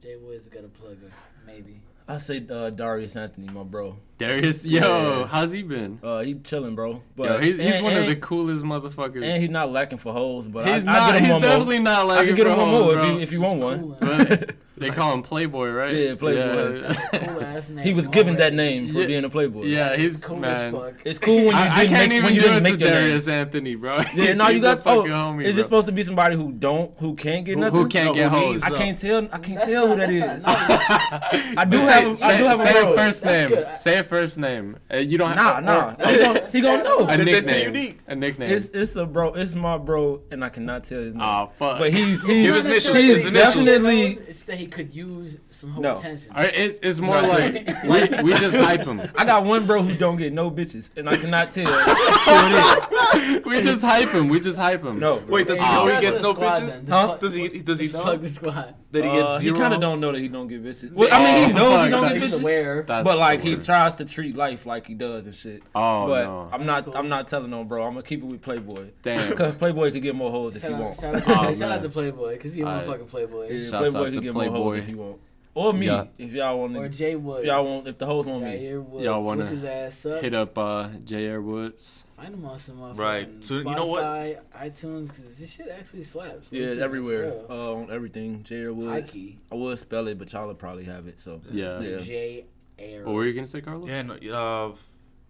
Speaker 5: Jay Woods got a plugger, maybe.
Speaker 4: I say uh, Darius Anthony, my bro.
Speaker 3: Darius, yo,
Speaker 4: Yeah.
Speaker 3: how's he been?
Speaker 4: Uh, he chilling, bro. But
Speaker 3: Yo, he's he's
Speaker 4: and-
Speaker 3: one of
Speaker 4: and-
Speaker 3: the coolest motherfuckers.
Speaker 4: And he's not lacking for hoes, but I,
Speaker 3: he's
Speaker 4: I
Speaker 3: not.
Speaker 4: get him
Speaker 3: He's
Speaker 4: one more.
Speaker 3: definitely not
Speaker 4: I
Speaker 3: like
Speaker 4: can get him one more
Speaker 3: bro.
Speaker 4: if you, if you want one.
Speaker 5: Cool
Speaker 3: But they call him Playboy, right?
Speaker 4: Yeah, Playboy.
Speaker 5: Cool
Speaker 3: Yeah,
Speaker 5: ass name.
Speaker 4: He was given that
Speaker 5: already.
Speaker 4: name for
Speaker 3: Yeah.
Speaker 4: being a playboy.
Speaker 3: Yeah, he's
Speaker 5: Cool
Speaker 3: man.
Speaker 5: as fuck.
Speaker 4: it's cool when you
Speaker 3: I, I
Speaker 4: didn't
Speaker 3: can't
Speaker 4: make, when
Speaker 3: even
Speaker 4: you
Speaker 3: do
Speaker 4: didn't
Speaker 3: it to
Speaker 4: make your name.
Speaker 3: Darius Anthony, bro.
Speaker 4: Yeah, now
Speaker 3: He's
Speaker 4: you
Speaker 3: a
Speaker 4: got. Oh,
Speaker 3: fucking homie,
Speaker 4: is
Speaker 3: bro.
Speaker 4: it supposed to be somebody who don't, who can't get
Speaker 2: Who-
Speaker 4: nothing?
Speaker 3: who can't get
Speaker 2: No, who
Speaker 3: hoes?
Speaker 4: I can't tell. I can't
Speaker 5: That's
Speaker 4: tell
Speaker 5: not,
Speaker 4: who that
Speaker 5: that's
Speaker 4: is.
Speaker 5: Not, no,
Speaker 4: I do
Speaker 3: Say,
Speaker 4: have. I
Speaker 3: say,
Speaker 4: do have
Speaker 3: say
Speaker 4: a
Speaker 3: a
Speaker 4: bro.
Speaker 3: first name.
Speaker 5: That's good. I-
Speaker 3: Say a first name. Uh, you don't
Speaker 4: Nah,
Speaker 3: have.
Speaker 4: nah.
Speaker 3: or-
Speaker 4: He gon- He gonna
Speaker 3: A
Speaker 4: know.
Speaker 2: That's
Speaker 3: nickname.
Speaker 2: it, unique.
Speaker 3: A nickname.
Speaker 4: It's it's a bro. It's my bro, and I cannot tell his name.
Speaker 3: Oh fuck!
Speaker 4: But he's
Speaker 2: Give his
Speaker 4: he's,
Speaker 2: initials,
Speaker 4: he's
Speaker 2: his initials.
Speaker 4: definitely.
Speaker 5: It's that he could use some whole
Speaker 4: No.
Speaker 5: attention.
Speaker 3: All right, it's it's more
Speaker 4: No.
Speaker 3: like we, we just hype him.
Speaker 4: I got one bro who don't get no bitches, and I cannot tell. who it is.
Speaker 3: We just hype him. We just hype him.
Speaker 4: No.
Speaker 2: Wait, does he
Speaker 5: Hey,
Speaker 2: know he
Speaker 5: shout out
Speaker 2: gets
Speaker 5: to
Speaker 2: no
Speaker 5: the squad,
Speaker 2: bitches?
Speaker 5: then.
Speaker 4: Huh?
Speaker 5: Just
Speaker 2: Does he? Does he
Speaker 5: plug- Plug
Speaker 2: know
Speaker 5: the squad.
Speaker 2: that he
Speaker 4: Uh,
Speaker 2: gets zero?
Speaker 4: He kind of don't know that he don't get bitches.
Speaker 2: Well,
Speaker 4: I mean, he
Speaker 3: Oh,
Speaker 4: knows
Speaker 3: fuck,
Speaker 4: he don't get
Speaker 5: He's
Speaker 4: bitches,
Speaker 5: aware.
Speaker 3: That's
Speaker 4: but
Speaker 3: the
Speaker 4: like he
Speaker 3: word.
Speaker 4: tries to treat life like he does and shit.
Speaker 3: Oh
Speaker 4: but
Speaker 3: no!
Speaker 4: I'm not.
Speaker 5: Cool.
Speaker 4: I'm not telling no, bro. I'm gonna keep it with Playboy.
Speaker 3: Damn.
Speaker 4: Cause Playboy could get more hoes if
Speaker 5: Shout
Speaker 4: he
Speaker 5: out,
Speaker 4: want.
Speaker 5: shout, out,
Speaker 3: Oh,
Speaker 5: shout
Speaker 3: man.
Speaker 5: out to Playboy, because he's a
Speaker 3: Alright.
Speaker 5: motherfucking Playboy.
Speaker 4: Yeah,
Speaker 3: Shouts
Speaker 4: Playboy
Speaker 3: out
Speaker 4: could
Speaker 3: to
Speaker 4: get more hoes
Speaker 3: Playboy.
Speaker 4: if he want. Or me
Speaker 3: Yeah.
Speaker 4: if y'all want. to
Speaker 5: Or Jay Woods.
Speaker 4: If y'all want. If the hoes want me.
Speaker 5: Jair Woods.
Speaker 3: Y'all
Speaker 5: Y'all
Speaker 3: wanna
Speaker 5: Look his ass up.
Speaker 3: Hit up uh, J.R. Woods.
Speaker 5: Find him on some motherfucking
Speaker 2: Right. So, you
Speaker 5: Spotify,
Speaker 2: know what?
Speaker 5: iTunes, because this shit actually slaps.
Speaker 4: Yeah,
Speaker 5: Like,
Speaker 4: it's everywhere.
Speaker 5: for real.
Speaker 4: Uh, on everything. J.R. Woods.
Speaker 5: Ike.
Speaker 4: I would spell it, but y'all would probably have it. So
Speaker 3: Yeah.
Speaker 4: Yeah.
Speaker 5: J. Air.
Speaker 3: What were you gonna say, Carlos?
Speaker 2: Yeah, no, uh,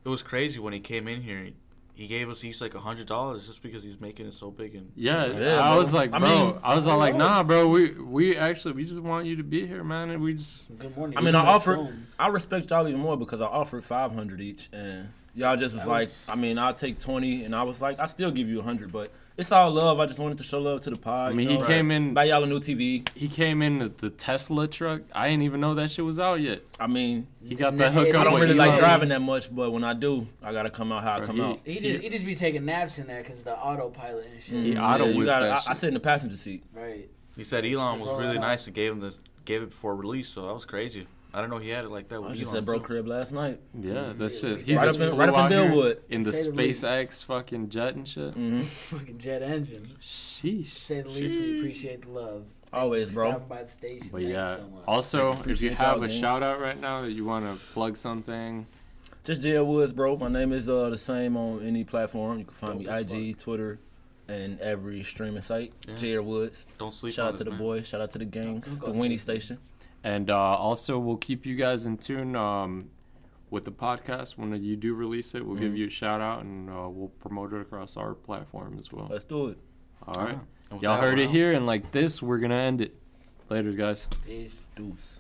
Speaker 2: it was crazy when he came in here. He gave us each like a hundred dollars just because he's making it so big and
Speaker 3: Yeah,
Speaker 4: Yeah,
Speaker 3: I
Speaker 4: bro.
Speaker 3: was like,
Speaker 4: I
Speaker 3: bro, I,
Speaker 4: mean-
Speaker 3: was all like, nah, bro, we we actually we just want you to be here, man, and we just
Speaker 5: Some good morning.
Speaker 4: I mean, I
Speaker 5: That's
Speaker 4: offered.
Speaker 5: home.
Speaker 4: I respect y'all even more because I offered five hundred each, and y'all just was
Speaker 5: That
Speaker 4: like,
Speaker 5: was-
Speaker 4: I mean, I'll take twenty, and I was like, I still give you hundred, but it's all love. I just wanted to show love to the pod.
Speaker 3: I mean,
Speaker 4: you
Speaker 3: he
Speaker 4: know?
Speaker 3: came in
Speaker 4: buy y'all a new TV.
Speaker 3: he came in with the Tesla truck. I didn't even know that shit was out yet.
Speaker 4: I mean,
Speaker 3: He got
Speaker 5: And
Speaker 3: the
Speaker 5: then
Speaker 3: hook
Speaker 5: it-
Speaker 3: up.
Speaker 4: I don't
Speaker 3: with
Speaker 4: really like
Speaker 3: Elon.
Speaker 4: driving that much, but when I do, I gotta come out how I
Speaker 3: Bro,
Speaker 4: come
Speaker 3: he-
Speaker 4: out.
Speaker 5: He just he just be taking naps in there because the autopilot and shit.
Speaker 2: Mm-hmm.
Speaker 3: He auto
Speaker 4: you
Speaker 3: whipped
Speaker 4: gotta-
Speaker 3: that
Speaker 4: I, I
Speaker 3: shit.
Speaker 4: sit in the passenger seat.
Speaker 5: Right.
Speaker 2: He said Elon was
Speaker 5: Roll
Speaker 2: really
Speaker 5: it out.
Speaker 2: nice and gave him this gave it before release, so that was crazy. I don't know he had it like that.
Speaker 4: I
Speaker 2: With
Speaker 4: was just
Speaker 2: Elon,
Speaker 4: at bro
Speaker 2: Oh, too.
Speaker 4: crib last night.
Speaker 3: Yeah, that shit. He
Speaker 5: Right
Speaker 3: just
Speaker 4: up in-
Speaker 3: flew
Speaker 4: right up in
Speaker 3: out here
Speaker 4: Billwood.
Speaker 3: in the
Speaker 5: Say the least.
Speaker 3: SpaceX fucking jet and shit.
Speaker 5: Fucking jet engine. To
Speaker 3: Sheesh.
Speaker 5: say the least, we appreciate the love.
Speaker 4: Always, bro.
Speaker 5: Stop by the station.
Speaker 3: But
Speaker 5: Thank you
Speaker 3: yeah.
Speaker 5: so much.
Speaker 3: Also, if you
Speaker 4: appreciate
Speaker 3: have
Speaker 4: y'all,
Speaker 3: a
Speaker 4: gang.
Speaker 3: shout out right now that you want to plug something,
Speaker 4: Just JL Woods, bro. My name is uh, the same on any platform. You can find
Speaker 2: Dope as
Speaker 4: me IG, Twitter, and every streaming site.
Speaker 2: Yeah.
Speaker 4: JL Woods.
Speaker 2: Don't sleep
Speaker 4: Shout
Speaker 2: on
Speaker 4: out
Speaker 2: this,
Speaker 4: to the
Speaker 2: man.
Speaker 4: boys. Shout out to the gangs.
Speaker 5: Don't go
Speaker 4: The
Speaker 5: sleep.
Speaker 4: Weenie Station.
Speaker 3: And uh, also, we'll keep you guys in tune um, with the podcast. When you do release it, we'll give you a shout out and uh, we'll promote it across our platform as well.
Speaker 4: Let's do it.
Speaker 3: All right.
Speaker 2: And with
Speaker 3: Y'all
Speaker 2: that,
Speaker 3: heard
Speaker 2: we're
Speaker 3: it
Speaker 2: out.
Speaker 3: here, and like this, we're going to end it. Later, guys.
Speaker 5: Peace.
Speaker 4: Deuce.